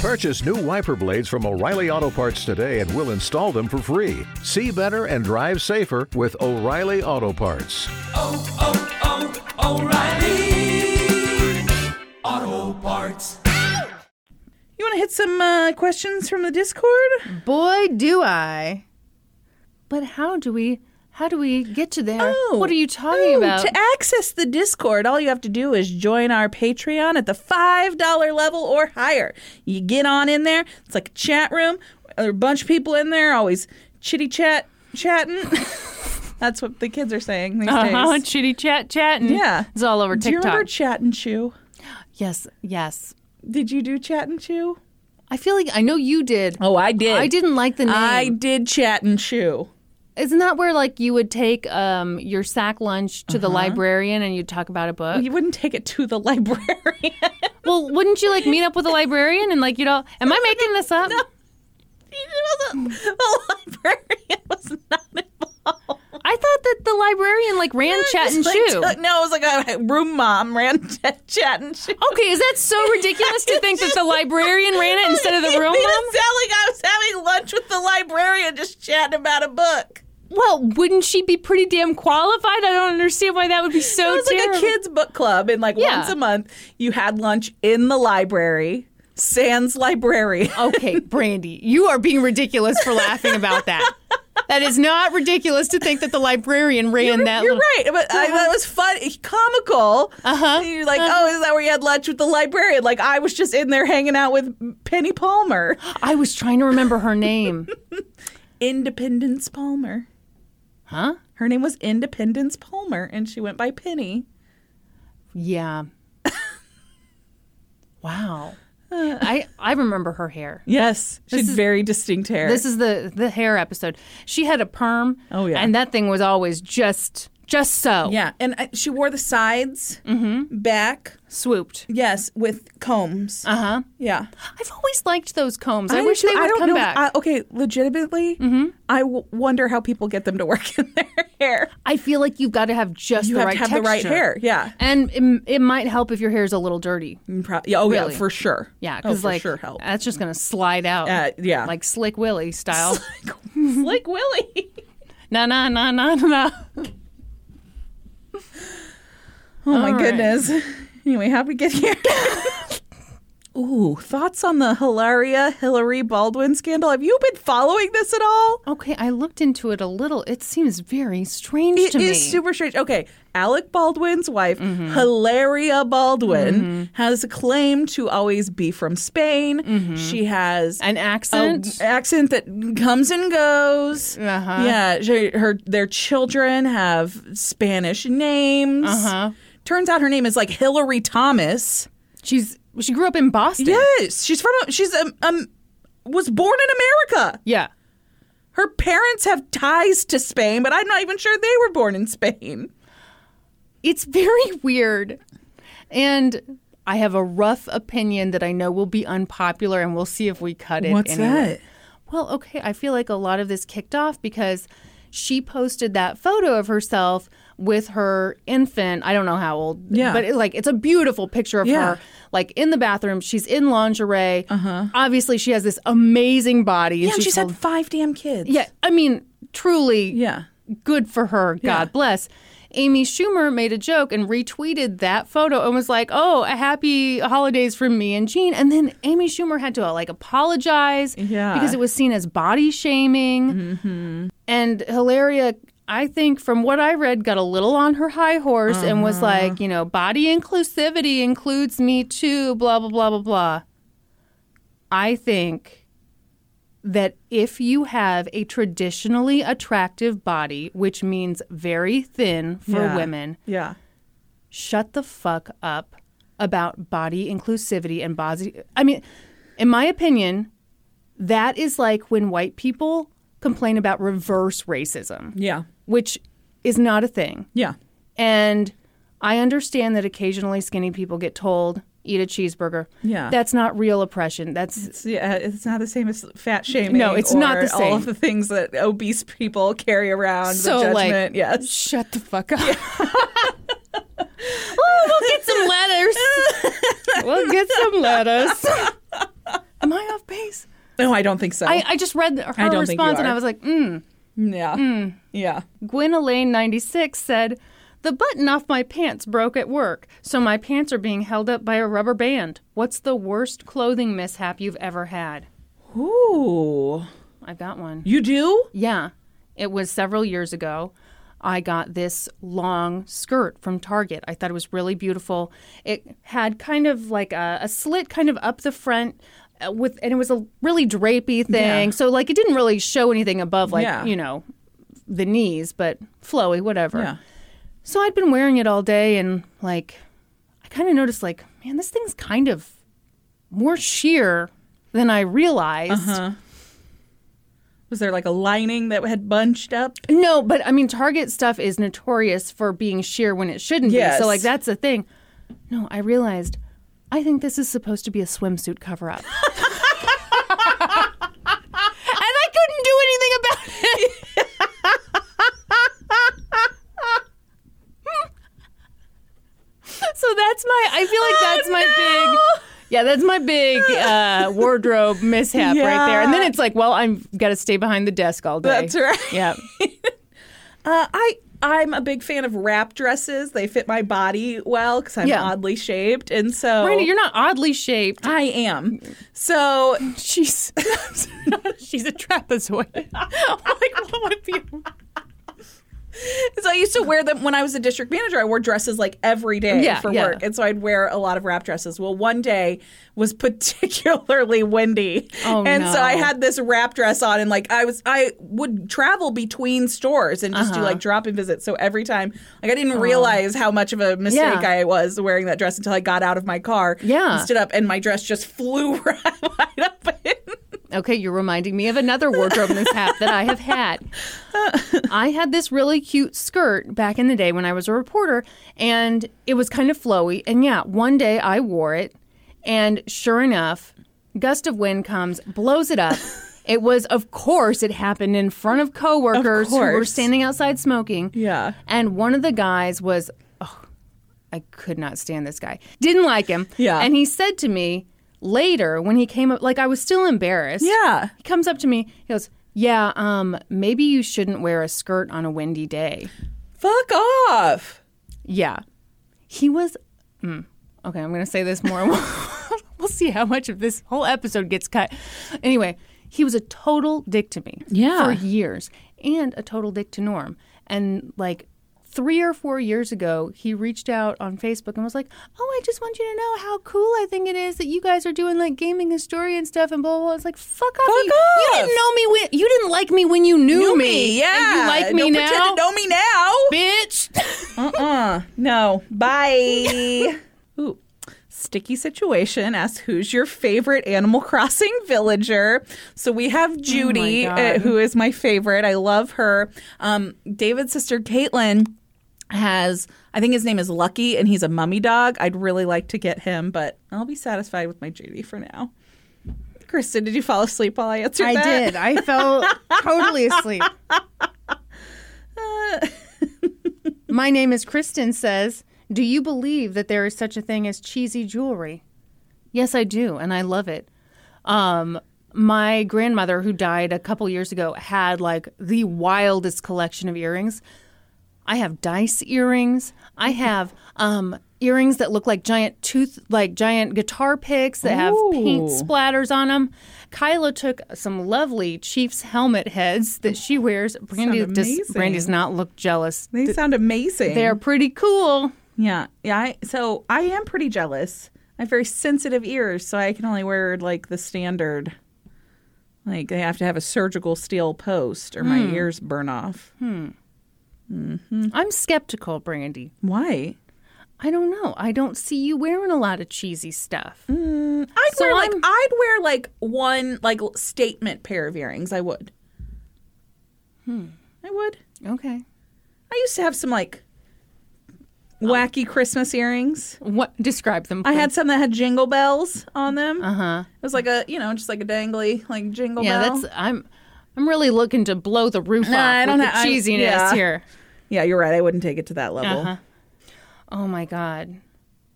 [SPEAKER 7] Purchase new wiper blades from O'Reilly Auto Parts today and we'll install them for free. See better and drive safer with O'Reilly Auto Parts.
[SPEAKER 8] Oh, oh, O'Reilly. Auto parts.
[SPEAKER 2] You want to hit some uh, questions from the Discord?
[SPEAKER 1] Boy, do I. But how do we how do we get to there? what are you talking
[SPEAKER 2] oh,
[SPEAKER 1] about?
[SPEAKER 2] To access the Discord, all you have to do is join our Patreon at the $5 level or higher. You get on in there, it's like a chat room. There are a bunch of people in there, always chitty chat, chatting. That's what the kids are saying these
[SPEAKER 1] uh-huh,
[SPEAKER 2] days.
[SPEAKER 1] chitty chat chatting.
[SPEAKER 2] Yeah.
[SPEAKER 1] It's all over
[SPEAKER 2] Do you
[SPEAKER 1] TikTok.
[SPEAKER 2] remember Chat and Chew?
[SPEAKER 1] yes, yes.
[SPEAKER 2] Did you do Chat and Chew?
[SPEAKER 1] I feel like I know you did.
[SPEAKER 2] Oh, I did.
[SPEAKER 1] I didn't like the name.
[SPEAKER 2] I did Chat and Chew.
[SPEAKER 1] Isn't that where like you would take um, your sack lunch to the librarian and you'd talk about a book?
[SPEAKER 2] Uh-huh. Oh, You wouldn't take it to the librarian.
[SPEAKER 1] well, wouldn't you like meet up with a librarian and like you know? Am I making this up?
[SPEAKER 2] the librarian was not involved.
[SPEAKER 1] I thought that the librarian like ran chat and
[SPEAKER 2] Like,
[SPEAKER 1] chew.
[SPEAKER 2] took- no, it was like a room mom ran ch- chat and shoot.
[SPEAKER 1] Okay, is that so ridiculous to think that the librarian ran it instead of the room
[SPEAKER 2] It made
[SPEAKER 1] mom?
[SPEAKER 2] it sound like I was having lunch with the librarian, just chatting about a book.
[SPEAKER 1] Well, wouldn't she be pretty damn qualified? I don't understand why that would be
[SPEAKER 2] It
[SPEAKER 1] so
[SPEAKER 2] was like
[SPEAKER 1] terrible.
[SPEAKER 2] a kids' book club, and like
[SPEAKER 1] Oh, Yeah.
[SPEAKER 2] once a month, you had lunch in the library, Sans Library.
[SPEAKER 1] Okay, Brandy, you are being ridiculous for laughing about that. That is not ridiculous to think that the librarian ran that.
[SPEAKER 2] You're
[SPEAKER 1] little- Uh-huh,
[SPEAKER 2] right, but I, that was fun, comical. Uh huh. You're like, oh, is that where you had lunch with the librarian? Like I was just in there hanging out with Penny Palmer,
[SPEAKER 1] I was trying to remember her name.
[SPEAKER 2] Independence Palmer.
[SPEAKER 1] Huh?
[SPEAKER 2] Her name was Independence Palmer, and she went by Penny.
[SPEAKER 1] Yeah. Wow. I I remember her hair.
[SPEAKER 2] Yes, she had very distinct hair.
[SPEAKER 1] This is the the hair episode. She had a perm.
[SPEAKER 2] Oh, yeah.
[SPEAKER 1] and that thing was always just Just so.
[SPEAKER 2] Yeah, and I, she wore the sides, Mm-hmm. back,
[SPEAKER 1] Swooped.
[SPEAKER 2] yes, with combs. Uh huh. Yeah.
[SPEAKER 1] I've always liked those combs. I, wish they would
[SPEAKER 2] I don't
[SPEAKER 1] come
[SPEAKER 2] know.
[SPEAKER 1] back.
[SPEAKER 2] I, okay, legitimately, I w- wonder how people get them to work in their hair.
[SPEAKER 1] I feel like you've got to have just
[SPEAKER 2] You
[SPEAKER 1] the
[SPEAKER 2] have
[SPEAKER 1] right
[SPEAKER 2] to have the right
[SPEAKER 1] texture.
[SPEAKER 2] hair. Yeah.
[SPEAKER 1] And it, it might help if your hair is a little dirty.
[SPEAKER 2] Pro- yeah, oh
[SPEAKER 1] Really?
[SPEAKER 2] yeah, for sure.
[SPEAKER 1] Yeah,
[SPEAKER 2] oh,
[SPEAKER 1] because
[SPEAKER 2] for
[SPEAKER 1] like
[SPEAKER 2] sure help.
[SPEAKER 1] that's just gonna slide out.
[SPEAKER 2] Uh, yeah.
[SPEAKER 1] like Slick Willie style.
[SPEAKER 2] Slick Willie.
[SPEAKER 1] na na na na na. na.
[SPEAKER 2] Oh my
[SPEAKER 1] right.
[SPEAKER 2] goodness. Anyway, how'd we get here? Ooh, thoughts on the Hilaria Hillary Baldwin scandal? Have you been following this at all?
[SPEAKER 1] Okay, I looked into it a little. It seems very strange
[SPEAKER 2] It
[SPEAKER 1] to me. Mm-hmm.
[SPEAKER 2] is super strange. Okay, Alec Baldwin's wife, Hilaria Baldwin, has a claim to always be from Spain. She has
[SPEAKER 1] Mm-hmm. An accent.
[SPEAKER 2] a accent that comes and goes.
[SPEAKER 1] Uh-huh.
[SPEAKER 2] Yeah, she, her their children have Spanish names.
[SPEAKER 1] Uh-huh.
[SPEAKER 2] Turns out her name is like Hillary Thomas.
[SPEAKER 1] She's she grew up in Boston.
[SPEAKER 2] Yes, she's from a, she's um, um was born in America.
[SPEAKER 1] Yeah.
[SPEAKER 2] Her parents have ties to Spain, but I'm not even sure they were born in Spain.
[SPEAKER 1] It's very weird. And I have a rough opinion that I know will be unpopular and we'll see if we cut it. anyway. Well, okay, I feel like a lot of this kicked off because she posted that photo of herself with her infant. I don't know how old,
[SPEAKER 2] Yeah.
[SPEAKER 1] but it, like it's a beautiful picture of
[SPEAKER 2] Yeah.
[SPEAKER 1] her, like in the bathroom. She's in lingerie. Uh-huh. Obviously, she has this amazing body.
[SPEAKER 2] Yeah, and
[SPEAKER 1] she's
[SPEAKER 2] she's had
[SPEAKER 1] told-
[SPEAKER 2] five damn kids.
[SPEAKER 1] yeah. I mean, truly,
[SPEAKER 2] Yeah.
[SPEAKER 1] good for her. God
[SPEAKER 2] Yeah.
[SPEAKER 1] bless. Amy Schumer made a joke and retweeted that photo and was like, "Oh, a happy holidays from me and Gene." And then Amy Schumer had to uh, like apologize
[SPEAKER 2] Yeah. Mm-hmm.
[SPEAKER 1] because it was seen as body shaming. And Hilaria, I think from what I read, got a little on her high horse and was
[SPEAKER 2] Uh-huh.
[SPEAKER 1] like, "You know, body inclusivity includes me too." Blah blah blah blah blah. I think that if you have a traditionally attractive body, which means very thin for
[SPEAKER 2] Yeah.
[SPEAKER 1] women,
[SPEAKER 2] Yeah.
[SPEAKER 1] shut the fuck up about body inclusivity and body. I mean, in my opinion, that is like when white people complain about reverse racism,
[SPEAKER 2] Yeah.
[SPEAKER 1] which is not a thing.
[SPEAKER 2] Yeah.
[SPEAKER 1] And I understand that occasionally skinny people get told, eat a cheeseburger.
[SPEAKER 2] Yeah.
[SPEAKER 1] That's not real oppression. That's
[SPEAKER 2] It's, yeah, it's not the same as fat shaming.
[SPEAKER 1] No, it's not
[SPEAKER 2] or
[SPEAKER 1] the
[SPEAKER 2] All
[SPEAKER 1] same.
[SPEAKER 2] of the things that obese people carry around.
[SPEAKER 1] so
[SPEAKER 2] the judgment.
[SPEAKER 1] like
[SPEAKER 2] yes.
[SPEAKER 1] shut the fuck up oh we'll get some letters we'll get some letters am i off base
[SPEAKER 2] No, I don't think so.
[SPEAKER 1] i, I just read her
[SPEAKER 2] I don't think you
[SPEAKER 1] response and
[SPEAKER 2] are.
[SPEAKER 1] i was like mm.
[SPEAKER 2] yeah. Yeah.
[SPEAKER 1] gwen elaine 96 said the button off my pants broke at work so my pants are being held up by a rubber band what's the worst clothing mishap you've ever had
[SPEAKER 2] Ooh.
[SPEAKER 1] i've got one
[SPEAKER 2] You do?
[SPEAKER 1] Yeah. It was several years ago. I got this long skirt from Target. I thought it was really beautiful. It had kind of like a, a slit kind of up the front uh, with and it was a really drapey thing. So like it didn't really show anything above like,
[SPEAKER 2] Yeah.
[SPEAKER 1] you know, the knees, but flowy whatever.
[SPEAKER 2] Yeah.
[SPEAKER 1] So I'd been wearing it all day and like I kind of noticed like, man, this thing's kind of more sheer than I realized.
[SPEAKER 2] Uh-huh. Was there like a lining that had bunched up?
[SPEAKER 1] No, but I mean, Target stuff is notorious for being sheer when it shouldn't be.
[SPEAKER 2] Yes.
[SPEAKER 1] So, like, that's the thing. No, I realized I think this is supposed to be a swimsuit cover up. and I couldn't do anything about it. so, that's my, I feel like
[SPEAKER 2] Oh,
[SPEAKER 1] that's my big. Yeah, that's my big uh, wardrobe mishap right there. And then it's like, well, I've got to stay behind the desk all day.
[SPEAKER 2] That's right.
[SPEAKER 1] Yeah.
[SPEAKER 2] Uh, I I'm a big fan of wrap dresses. They fit my body well because I'm
[SPEAKER 1] Yeah.
[SPEAKER 2] oddly shaped, and so
[SPEAKER 1] Brenda, you're not oddly shaped.
[SPEAKER 2] I am. So
[SPEAKER 1] She's she's a trapezoid. like what would be?
[SPEAKER 2] So I used to wear them when I was a district manager. I wore dresses like every day
[SPEAKER 1] Yeah,
[SPEAKER 2] for
[SPEAKER 1] yeah.
[SPEAKER 2] work. And so I'd wear a lot of wrap dresses. Well, one day was particularly windy.
[SPEAKER 1] Oh,
[SPEAKER 2] and so
[SPEAKER 1] no.
[SPEAKER 2] I had this wrap dress on and like I was I would travel between stores and just
[SPEAKER 1] Uh-huh.
[SPEAKER 2] do like drop in visits. So every time like I didn't realize how much of a mistake
[SPEAKER 1] Yeah.
[SPEAKER 2] I was wearing that dress until I got out of my car.
[SPEAKER 1] Yeah.
[SPEAKER 2] and stood up and my dress just flew right, right up in
[SPEAKER 1] Okay, you're reminding me of another wardrobe mishap that I have had. I had this really cute skirt back in the day when I was a reporter, and it was kind of flowy. And yeah, one day I wore it, and sure enough, gust of wind comes, blows it up. It was, of course, it happened in front of coworkers who were
[SPEAKER 2] course.
[SPEAKER 1] standing outside smoking.
[SPEAKER 2] Yeah.
[SPEAKER 1] And one of the guys was I could not stand this guy. Didn't like him.
[SPEAKER 2] Yeah.
[SPEAKER 1] And he said to me later when he came up, like I was still embarrassed.
[SPEAKER 2] Yeah.
[SPEAKER 1] He comes up to me. He goes, "Yeah, um, maybe you shouldn't wear a skirt on a windy day."
[SPEAKER 2] Fuck off.
[SPEAKER 1] Yeah. He was. Mm. okay, I'm gonna say this more. and we'll- we'll see how much of this whole episode gets cut. Anyway, he was a total dick to me.
[SPEAKER 2] Yeah.
[SPEAKER 1] For years, and a total dick to Norm, and like. Three or four years ago, he reached out on Facebook and was like, "Oh, I just want you to know how cool I think it is that you guys are doing like gaming historian stuff and blah blah." blah. It's like, "Fuck off!
[SPEAKER 2] Fuck
[SPEAKER 1] you, you
[SPEAKER 2] off.
[SPEAKER 1] didn't know me when you didn't like me when you knew,
[SPEAKER 2] Know
[SPEAKER 1] me. and you
[SPEAKER 2] Yeah.
[SPEAKER 1] like me
[SPEAKER 2] Don't
[SPEAKER 1] now,
[SPEAKER 2] pretend to know me now.
[SPEAKER 1] bitch."
[SPEAKER 2] No. Bye. Ooh. Sticky situation asks who's your favorite Animal Crossing villager. So we
[SPEAKER 1] Oh
[SPEAKER 2] have Judy, uh, who is my favorite. I love her. Um, David's sister Caitlin has, I think his name is Lucky, and he's a mummy dog. I'd really like to get him, but I'll be satisfied with my Judy for now. Kristen, did you fall asleep while I answered
[SPEAKER 1] I
[SPEAKER 2] that?
[SPEAKER 1] did. I fell totally asleep. My name is Kristen says, Do you believe that there is such a thing as cheesy jewelry? Yes, I do, and I love it. Um, my grandmother, who died a couple years ago, had like the wildest collection of earrings. I have dice earrings. I
[SPEAKER 2] Mm-hmm.
[SPEAKER 1] have um, earrings that look like giant tooth, like giant guitar picks that have paint splatters on them. Kyla took some lovely Chiefs helmet heads that she wears. Brandy
[SPEAKER 2] Sound
[SPEAKER 1] does,
[SPEAKER 2] amazing.
[SPEAKER 1] Brandy does not look jealous.
[SPEAKER 2] They sound amazing.
[SPEAKER 1] They're pretty cool.
[SPEAKER 2] Yeah, yeah. I, so I am pretty jealous. I have very sensitive ears, so I can only wear like the standard. Like I have to have a surgical steel post, or my ears burn off. Mm-hmm.
[SPEAKER 1] I'm skeptical, Brandy.
[SPEAKER 2] Why?
[SPEAKER 1] I don't know. I don't see you wearing a lot of cheesy stuff.
[SPEAKER 2] Mm, I'd
[SPEAKER 1] So
[SPEAKER 2] wear like
[SPEAKER 1] I'm-
[SPEAKER 2] I'd wear like one like l- statement pair of earrings. I would. I would.
[SPEAKER 1] Okay.
[SPEAKER 2] I used to have some like wacky Christmas earrings.
[SPEAKER 1] What describe them?
[SPEAKER 2] I
[SPEAKER 1] please.
[SPEAKER 2] had some that had jingle bells on them. Uh huh. It was like a you know just like a dangly like jingle
[SPEAKER 1] Yeah,
[SPEAKER 2] bell.
[SPEAKER 1] that's I'm. I'm really looking to blow the roof off
[SPEAKER 2] I don't
[SPEAKER 1] with
[SPEAKER 2] ha- I-
[SPEAKER 1] the cheesiness
[SPEAKER 2] yeah.
[SPEAKER 1] here.
[SPEAKER 2] Yeah, you're right. I wouldn't take it to that level.
[SPEAKER 1] Uh-huh. Oh my God.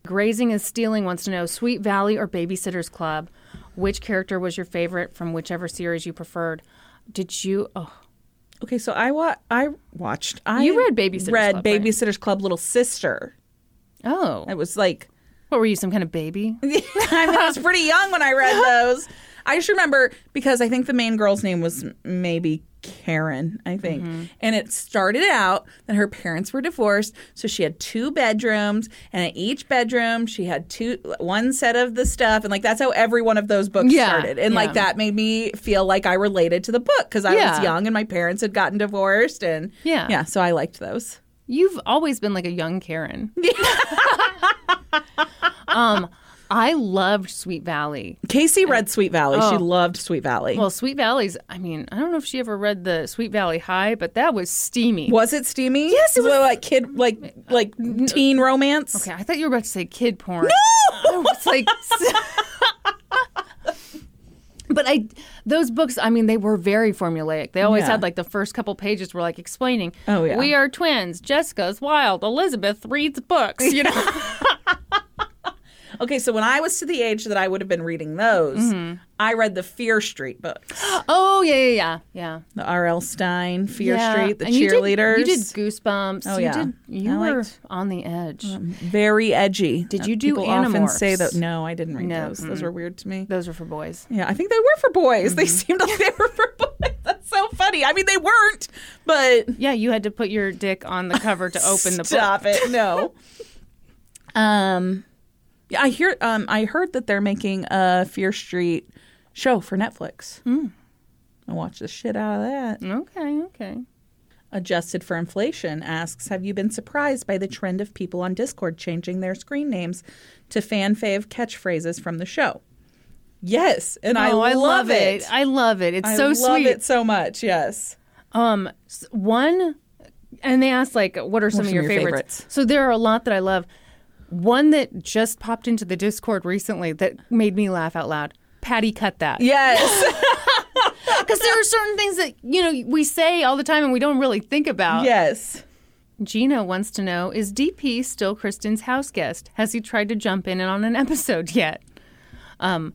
[SPEAKER 1] Grazing is Stealing wants to know Sweet Valley or Babysitter's Club? Which character was your favorite from whichever series you preferred? Did you? Oh,
[SPEAKER 2] Okay, so I wa- I watched. I
[SPEAKER 1] You read Babysitter's
[SPEAKER 2] read
[SPEAKER 1] Club, right?
[SPEAKER 2] Babysitter's Club Little Sister.
[SPEAKER 1] oh.
[SPEAKER 2] I was like,
[SPEAKER 1] What were you, some kind of baby?
[SPEAKER 2] I, mean, I was pretty young when I read those. I just remember because I think the main girl's name was maybe Karen, I think.
[SPEAKER 1] Mm-hmm.
[SPEAKER 2] And it started out that her parents were divorced, so she had two bedrooms, and in each bedroom she had two one set of the stuff, and like that's how every one of those books
[SPEAKER 1] Yeah,
[SPEAKER 2] started. And
[SPEAKER 1] yeah.
[SPEAKER 2] like that made me feel like I related to the book because I
[SPEAKER 1] Yeah.
[SPEAKER 2] was young and my parents had gotten divorced and
[SPEAKER 1] Yeah.
[SPEAKER 2] yeah, so I liked those.
[SPEAKER 1] You've always been like a young Karen. um, I loved Sweet Valley.
[SPEAKER 2] Casey read Sweet Valley.
[SPEAKER 1] oh.
[SPEAKER 2] She loved Sweet Valley.
[SPEAKER 1] Well, Sweet Valley's, I mean, I don't know if she ever read the Sweet Valley High, but that was steamy.
[SPEAKER 2] was it steamy? Yes, it was like kid, like like teen romance.
[SPEAKER 1] Oh, Okay, I thought you were about to say kid porn. No, it's like. but I, those books. I mean, they were very formulaic. They always
[SPEAKER 2] Yeah.
[SPEAKER 1] had like the first couple pages were like explaining.
[SPEAKER 2] Oh, yeah.
[SPEAKER 1] we are twins. Jessica's wild. Elizabeth reads books. You know.
[SPEAKER 2] Okay, so when I was to the age that I would have been reading those,
[SPEAKER 1] Mm-hmm.
[SPEAKER 2] I read the Fear Street books,
[SPEAKER 1] oh yeah, yeah, yeah, yeah.
[SPEAKER 2] the R.L. Stein Fear
[SPEAKER 1] Yeah.
[SPEAKER 2] Street, the
[SPEAKER 1] And you did-
[SPEAKER 2] cheerleaders.
[SPEAKER 1] You did, goosebumps.
[SPEAKER 2] Oh,
[SPEAKER 1] you
[SPEAKER 2] yeah.
[SPEAKER 1] Did, you
[SPEAKER 2] I
[SPEAKER 1] were
[SPEAKER 2] liked- Mm.
[SPEAKER 1] on the edge.
[SPEAKER 2] very edgy. Uh,
[SPEAKER 1] Did you do
[SPEAKER 2] People often
[SPEAKER 1] Animorphs?
[SPEAKER 2] say that. No, I didn't read
[SPEAKER 1] No,
[SPEAKER 2] those. Those were weird to me.
[SPEAKER 1] Those were for boys.
[SPEAKER 2] Yeah, I think they were for boys.
[SPEAKER 1] Mm-hmm.
[SPEAKER 2] They seemed like they were for boys. That's so funny. I mean, they weren't, but
[SPEAKER 1] Yeah, you had to put your dick on the cover to open the book.
[SPEAKER 2] Stop it. No. um yeah, I hear um I heard that they're making a Fear Street show for Netflix.
[SPEAKER 1] Hmm.
[SPEAKER 2] I watch the shit out of that.
[SPEAKER 1] Okay, okay.
[SPEAKER 2] Adjusted for Inflation asks, have you been surprised by the trend of people on Discord changing their screen names to fan fave catchphrases from the show? Yes, and I,
[SPEAKER 1] Oh,
[SPEAKER 2] love it.
[SPEAKER 1] I love it. It's
[SPEAKER 2] I
[SPEAKER 1] so
[SPEAKER 2] love
[SPEAKER 1] sweet.
[SPEAKER 2] it so much. Yes.
[SPEAKER 1] Um, s- one, and they asked like, what are some, of your, favorites?
[SPEAKER 2] favorites?
[SPEAKER 1] So there are a lot that I love. One that just popped into the Discord recently that made me laugh out loud. Patty, cut that.
[SPEAKER 2] Yes.
[SPEAKER 1] because there are certain things that you know we say all the time and we don't really think about.
[SPEAKER 2] yes.
[SPEAKER 1] Gina wants to know: Is DP still Kristen's house guest? Has he tried to jump in on an episode yet? Um,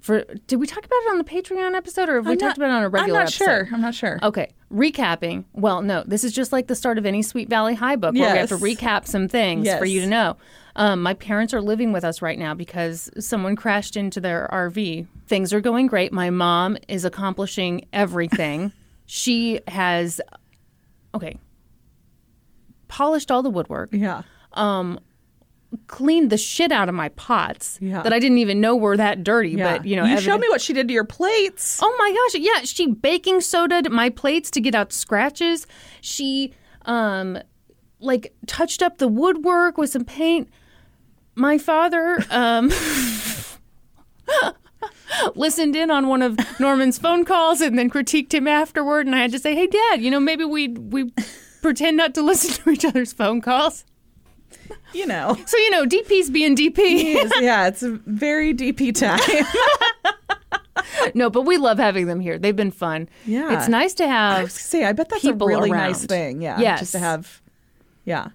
[SPEAKER 1] for did we talk about it on the Patreon episode or have we talked about it on a regular?
[SPEAKER 2] I'm not
[SPEAKER 1] episode? Oh.
[SPEAKER 2] sure. I'm not sure.
[SPEAKER 1] Okay, recapping. Well, no, this is just like the start of any Sweet Valley High book where we have to
[SPEAKER 2] Yes.
[SPEAKER 1] recap some things
[SPEAKER 2] Yes.
[SPEAKER 1] for you to know. Um, my parents are living with us right now because someone crashed into their RV. Things are going great. My mom is accomplishing everything. she has, okay, polished all the woodwork
[SPEAKER 2] Yeah.
[SPEAKER 1] cleaned the shit out of my pots
[SPEAKER 2] Yeah.
[SPEAKER 1] that I didn't even know were that dirty.
[SPEAKER 2] Yeah.
[SPEAKER 1] But you know,
[SPEAKER 2] you
[SPEAKER 1] evident-
[SPEAKER 2] showed me what she did to your plates.
[SPEAKER 1] Oh my gosh! Yeah, she baking soda my plates to get out scratches. She um, like touched up the woodwork with some paint. My father um. listened in on one of Norman's phone calls and then critiqued him afterward and I had to say, "Hey dad, you know, maybe we we pretend not to listen to each other's phone calls."
[SPEAKER 2] You know.
[SPEAKER 1] So, you know, DP's being DP.
[SPEAKER 2] yeah, it's a very DP time.
[SPEAKER 1] No, but we love having them here. They've been fun.
[SPEAKER 2] Yeah.
[SPEAKER 1] It's nice to
[SPEAKER 2] I
[SPEAKER 1] have
[SPEAKER 2] was gonna say, I bet that's a
[SPEAKER 1] people
[SPEAKER 2] really
[SPEAKER 1] around.
[SPEAKER 2] nice thing. Yeah.
[SPEAKER 1] Yes.
[SPEAKER 2] Just to have. Yeah.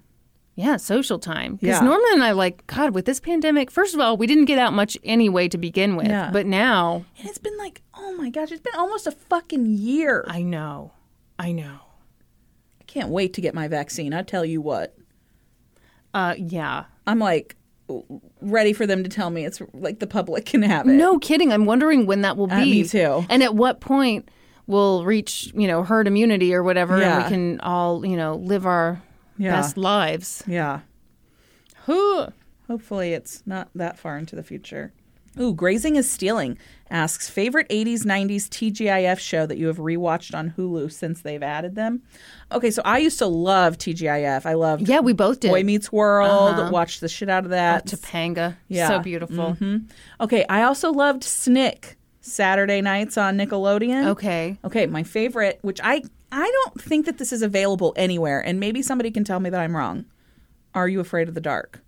[SPEAKER 1] yeah, social time. Because
[SPEAKER 2] Yeah.
[SPEAKER 1] Norman and I like, God, with this pandemic, first of all, we didn't get out much anyway to begin with.
[SPEAKER 2] Yeah.
[SPEAKER 1] But now
[SPEAKER 2] And it's been like, oh my gosh, it's been almost a fucking year. I
[SPEAKER 1] I know. I know.
[SPEAKER 2] can't wait to get my vaccine. I tell you what.
[SPEAKER 1] Uh yeah.
[SPEAKER 2] I'm like ready for them to tell me it's like the public can have it.
[SPEAKER 1] No kidding. I'm wondering when that will be.
[SPEAKER 2] Uh, me too.
[SPEAKER 1] And at what point we'll reach, you know, herd immunity or whatever and
[SPEAKER 2] Yeah.
[SPEAKER 1] we can all, you know, live our
[SPEAKER 2] Yeah.
[SPEAKER 1] best lives.
[SPEAKER 2] Yeah.
[SPEAKER 1] Whew.
[SPEAKER 2] Hopefully, it's not that far into the future. Ooh, Grazing is Stealing asks favorite 80s, 90s TGIF show that you have rewatched on Hulu since they've added them. Okay, so I used to love TGIF. I loved
[SPEAKER 1] Yeah, we both did. Uh-huh.
[SPEAKER 2] Boy Meets World, watched the shit out of that.
[SPEAKER 1] Topanga.
[SPEAKER 2] Yeah. Mm-hmm.
[SPEAKER 1] So beautiful.
[SPEAKER 2] okay, I also loved Snick Saturday nights on Nickelodeon.
[SPEAKER 1] Okay.
[SPEAKER 2] Okay, my favorite, which I I don't think that this is available anywhere, and maybe somebody can tell me that I'm wrong. Are you afraid of the dark?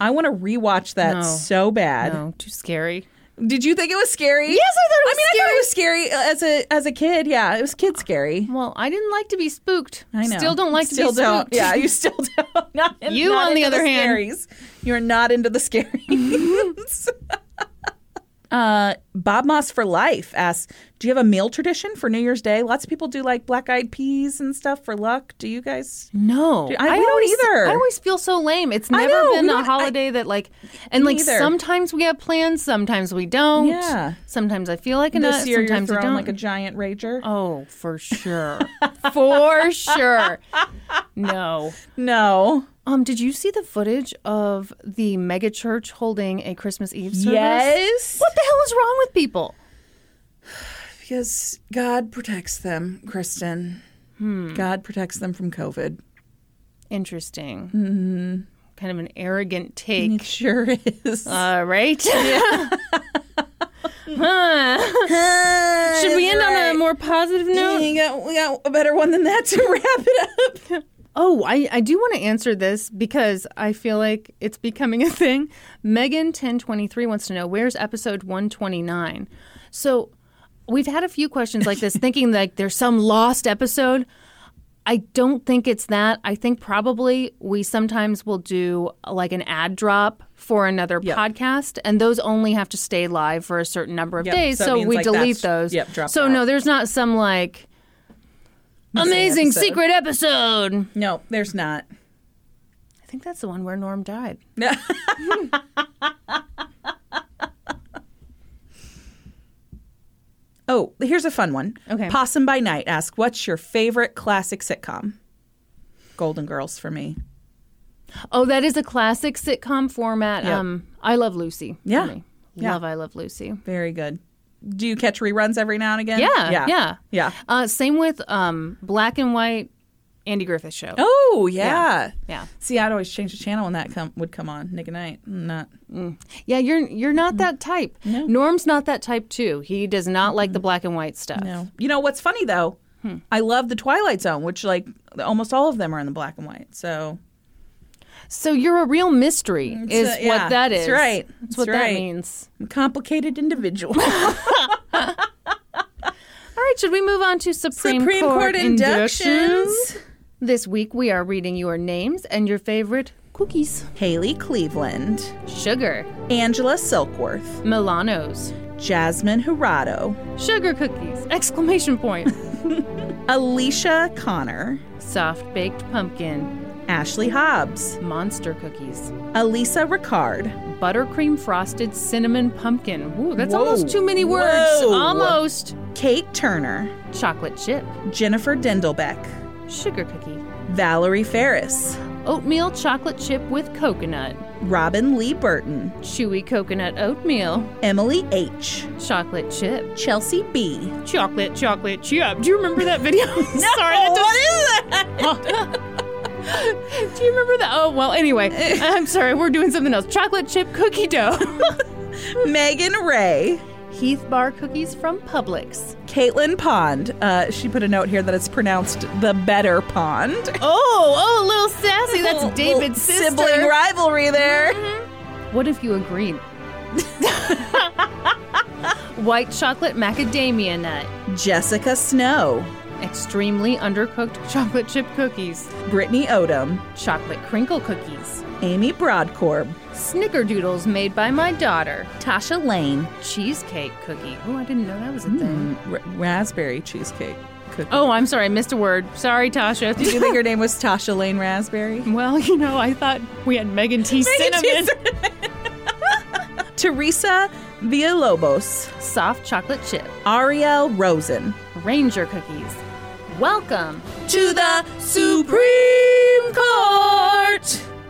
[SPEAKER 2] I want to rewatch that
[SPEAKER 1] No.
[SPEAKER 2] so bad.
[SPEAKER 1] No, too scary.
[SPEAKER 2] Did you think it was scary?
[SPEAKER 1] Yes, I thought it was
[SPEAKER 2] I mean, I thought it was scary uh, as a as a kid. Yeah, it was kid scary.
[SPEAKER 1] Well, I didn't like to be spooked.
[SPEAKER 2] I know.
[SPEAKER 1] Still don't like
[SPEAKER 2] Still
[SPEAKER 1] to be
[SPEAKER 2] don't.
[SPEAKER 1] spooked.
[SPEAKER 2] Yeah, you still don't. Not in-
[SPEAKER 1] You,
[SPEAKER 2] not
[SPEAKER 1] on the
[SPEAKER 2] into
[SPEAKER 1] other hand.
[SPEAKER 2] scaries. you're not into the scaries.
[SPEAKER 1] Mm-hmm.
[SPEAKER 2] uh, Bob Moss for life asks, "Do you have a meal tradition for New Year's Day? Lots of people do like black eyed peas and stuff for luck. Do you guys?
[SPEAKER 1] No,
[SPEAKER 2] I- we don't
[SPEAKER 1] always,
[SPEAKER 2] either.
[SPEAKER 1] I always feel so lame. It's never
[SPEAKER 2] know, we
[SPEAKER 1] been a
[SPEAKER 2] don't- I-
[SPEAKER 1] holiday that like, and like
[SPEAKER 2] either.
[SPEAKER 1] sometimes we have plans, sometimes we don't.
[SPEAKER 2] Yeah.
[SPEAKER 1] Sometimes I feel like a
[SPEAKER 2] This
[SPEAKER 1] nut,
[SPEAKER 2] year you're
[SPEAKER 1] sometimes I
[SPEAKER 2] throwing
[SPEAKER 1] don't.
[SPEAKER 2] like a giant rager.
[SPEAKER 1] oh, for sure, for sure. No.
[SPEAKER 2] No.
[SPEAKER 1] Um, did you see the footage of the mega church holding a Christmas Eve service?
[SPEAKER 2] Yes.
[SPEAKER 1] What the hell is wrong with people?
[SPEAKER 2] Because God protects them, Kristen.
[SPEAKER 1] Hmm.
[SPEAKER 2] God protects them from COVID.
[SPEAKER 1] Interesting. Mm-hmm. Kind of an arrogant take.
[SPEAKER 2] It sure is.
[SPEAKER 1] Uh, right? Huh. Should we end on a more positive note?
[SPEAKER 2] we, got, we got a better one than that to wrap it up.
[SPEAKER 1] Oh, I, I do want to answer this because I feel like it's becoming a thing. Megan1023 wants to know where's episode 129? So we've had a few questions like this, thinking like there's some lost episode. I don't think it's that. I think probably we sometimes will do like an ad drop for another podcast, and those only have to stay live for a certain number of
[SPEAKER 2] Yep,
[SPEAKER 1] days.
[SPEAKER 2] so it
[SPEAKER 1] So,
[SPEAKER 2] means,
[SPEAKER 1] we
[SPEAKER 2] like,
[SPEAKER 1] delete
[SPEAKER 2] that's-
[SPEAKER 1] those.
[SPEAKER 2] yep, drop
[SPEAKER 1] so
[SPEAKER 2] that.
[SPEAKER 1] no, there's not some like amazing
[SPEAKER 2] episode.
[SPEAKER 1] secret episode.
[SPEAKER 2] No, there's not.
[SPEAKER 1] I think that's the one where Norm died.
[SPEAKER 2] Oh, here's a fun one.
[SPEAKER 1] Okay.
[SPEAKER 2] Possum by Night asks, "What's your favorite classic sitcom?" Golden Girls for me.
[SPEAKER 1] Oh, that is a classic sitcom format. Um, I love Lucy. for
[SPEAKER 2] Yeah.
[SPEAKER 1] me.
[SPEAKER 2] Yeah.
[SPEAKER 1] love I love Lucy.
[SPEAKER 2] Very good. Do you catch reruns every now and again?
[SPEAKER 1] Yeah, yeah,
[SPEAKER 2] yeah.
[SPEAKER 1] Uh, same with um, black and white Andy Griffith Show.
[SPEAKER 2] Oh yeah.
[SPEAKER 1] Yeah.
[SPEAKER 2] See, I'd always change the channel when that come would come on. Nick and I, not.
[SPEAKER 1] Yeah, you're you're not that type. Norm's not that type too. He does not like the black and white stuff.
[SPEAKER 2] No. Hmm. You know what's funny though? I love the Twilight Zone, which like almost all of them are in the black and white. So
[SPEAKER 1] So you're a real mystery is
[SPEAKER 2] uh,
[SPEAKER 1] what
[SPEAKER 2] yeah,
[SPEAKER 1] that is.
[SPEAKER 2] that's right.
[SPEAKER 1] That's
[SPEAKER 2] That's
[SPEAKER 1] what that
[SPEAKER 2] right.
[SPEAKER 1] means.
[SPEAKER 2] I'm a complicated individual.
[SPEAKER 1] All right, should we move on to Supreme,
[SPEAKER 2] Supreme Court inductions?
[SPEAKER 1] This week we are reading your names and your favorite cookies.
[SPEAKER 2] Haley Cleveland,
[SPEAKER 1] Sugar,
[SPEAKER 2] Angela Silkworth,
[SPEAKER 1] Milano's,
[SPEAKER 2] Jasmine Hirado,
[SPEAKER 1] sugar cookies, exclamation point,
[SPEAKER 2] Alicia Connor,
[SPEAKER 1] soft baked pumpkin,
[SPEAKER 2] Ashley Hobbs,
[SPEAKER 1] monster cookies,
[SPEAKER 2] Elisa Ricard,
[SPEAKER 1] buttercream frosted cinnamon pumpkin. Ooh, that's
[SPEAKER 2] Whoa.
[SPEAKER 1] almost too many words.
[SPEAKER 2] Whoa.
[SPEAKER 1] Almost.
[SPEAKER 2] Kate Turner,
[SPEAKER 1] Chocolate chip,
[SPEAKER 2] Jennifer Dindelbeck,
[SPEAKER 1] sugar cookie,
[SPEAKER 2] Valerie Ferris,
[SPEAKER 1] oatmeal chocolate chip with coconut,
[SPEAKER 2] Robin Lee Burton,
[SPEAKER 1] chewy coconut oatmeal,
[SPEAKER 2] Emily H.,
[SPEAKER 1] chocolate chip.
[SPEAKER 2] Chelsea B.
[SPEAKER 1] chocolate chocolate chip. Do you remember that video? Sorry, that
[SPEAKER 2] what
[SPEAKER 1] does Do you remember that? Oh well. Anyway, I'm sorry. We're doing something else. Chocolate chip cookie dough.
[SPEAKER 2] Megan Ray,
[SPEAKER 1] Heath bar cookies from Publix.
[SPEAKER 2] Caitlin Pond. Uh, she put a note here that it's pronounced the better pond.
[SPEAKER 1] Oh, oh, a little sassy. That's
[SPEAKER 2] Little- little
[SPEAKER 1] David's sister. Mm-hmm.
[SPEAKER 2] sibling rivalry there.
[SPEAKER 1] What if you agreed? White chocolate macadamia nut.
[SPEAKER 2] Jessica Snow,
[SPEAKER 1] Extremely undercooked chocolate chip cookies.
[SPEAKER 2] Brittany Odom,
[SPEAKER 1] Chocolate crinkle cookies.
[SPEAKER 2] Amy Broadcorb,
[SPEAKER 1] Snickerdoodles made by my daughter.
[SPEAKER 2] Tasha Lane,
[SPEAKER 1] cheesecake cookie. Oh, I didn't know that was a thing.
[SPEAKER 2] r- raspberry cheesecake cookie.
[SPEAKER 1] Oh, I'm sorry, I missed a word. Sorry, Tasha.
[SPEAKER 2] Did you think her name was Tasha Lane Raspberry?
[SPEAKER 1] well, you know, I thought we had Megan T. Cinnamon.
[SPEAKER 2] Teresa Villalobos,
[SPEAKER 1] Soft chocolate chip.
[SPEAKER 2] Ariel Rosen.
[SPEAKER 1] Ranger cookies. Welcome.
[SPEAKER 2] to the Supreme Court.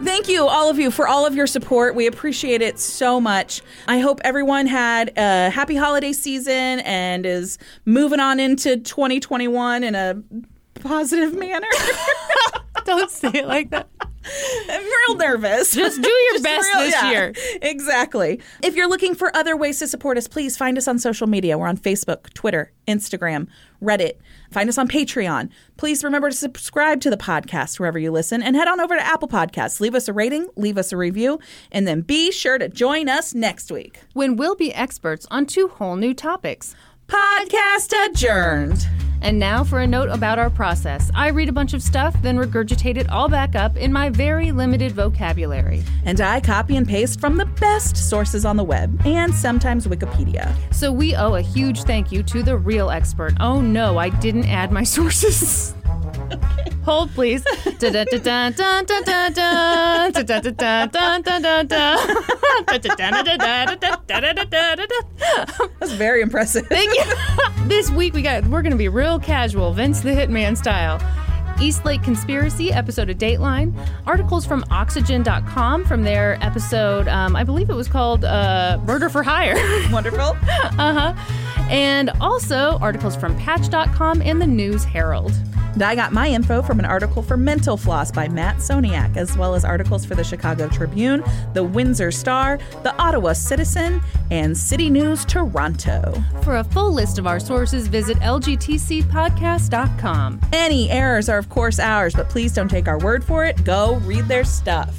[SPEAKER 2] Thank you, all of you, for all of your support. We appreciate it so much. I hope everyone had a happy holiday season and is moving on into 2021 in a positive manner.
[SPEAKER 1] Don't say it like that.
[SPEAKER 2] I'm real nervous.
[SPEAKER 1] Just do your best
[SPEAKER 2] real-
[SPEAKER 1] this
[SPEAKER 2] yeah,
[SPEAKER 1] year.
[SPEAKER 2] Exactly. If you're looking for other ways to support us, please find us on social media. We're on Facebook, Twitter, Instagram, Reddit. Find us on Patreon. Please remember to subscribe to the podcast wherever you listen and head on over to Apple Podcasts. Leave us a rating, leave us a review, and then be sure to join us next week.
[SPEAKER 1] When we'll be experts on two whole new topics.
[SPEAKER 2] Podcast adjourned.
[SPEAKER 1] And now for a note about our process. I read a bunch of stuff, then regurgitate it all back up in my very limited vocabulary.
[SPEAKER 2] And I copy and paste from the best sources on the web and sometimes Wikipedia.
[SPEAKER 1] So we owe a huge thank you to the real expert. Oh no, I didn't add my sources. Hold please. Da-da-da-da, da-da-da-da, da-da-da-da, da-da-da-da. Da-da-da-da-da-da, da-da-da-da-da-da.
[SPEAKER 2] That's very impressive.
[SPEAKER 1] Thank you. this week we got we're gonna be real casual, Vince the Hitman style. Eastlake Conspiracy episode of Dateline, articles from Oxygen.com from their episode, um, I believe it was called uh, Murder for Hire.
[SPEAKER 2] Wonderful.
[SPEAKER 1] Uh huh. And also articles from Patch.com and the News Herald.
[SPEAKER 2] And I got my info from an article for Mental Floss by Matt Soniak, as well as articles for the Chicago Tribune, the Windsor Star, the Ottawa Citizen, and City News Toronto.
[SPEAKER 1] For a full list of our sources, visit LGTCpodcast.com.
[SPEAKER 2] Any errors are, of course, ours, but please don't take our word for it. Go read their stuff.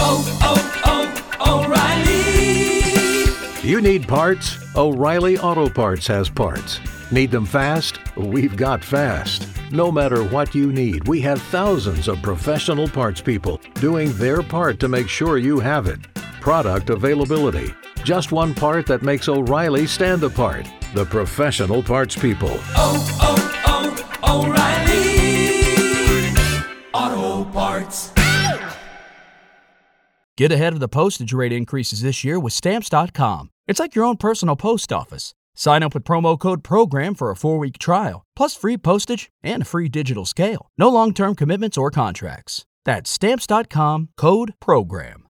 [SPEAKER 8] Oh, oh, O'Reilly.
[SPEAKER 7] You need parts? O'Reilly Auto Parts has parts. Need them fast? We've got fast. No matter what you need, we have thousands of professional parts people doing their part to make sure you have it. Product availability. Just one part that makes O'Reilly stand apart. The professional parts people.
[SPEAKER 8] Oh, oh, oh, O'Reilly. Auto Parts.
[SPEAKER 9] Get ahead of the postage rate increases this year with stamps.com. It's like your own personal post office. Sign up with promo code PROGRAM for a four week trial, plus free postage and a free digital scale. No long term commitments or contracts. That's stamps.com code PROGRAM.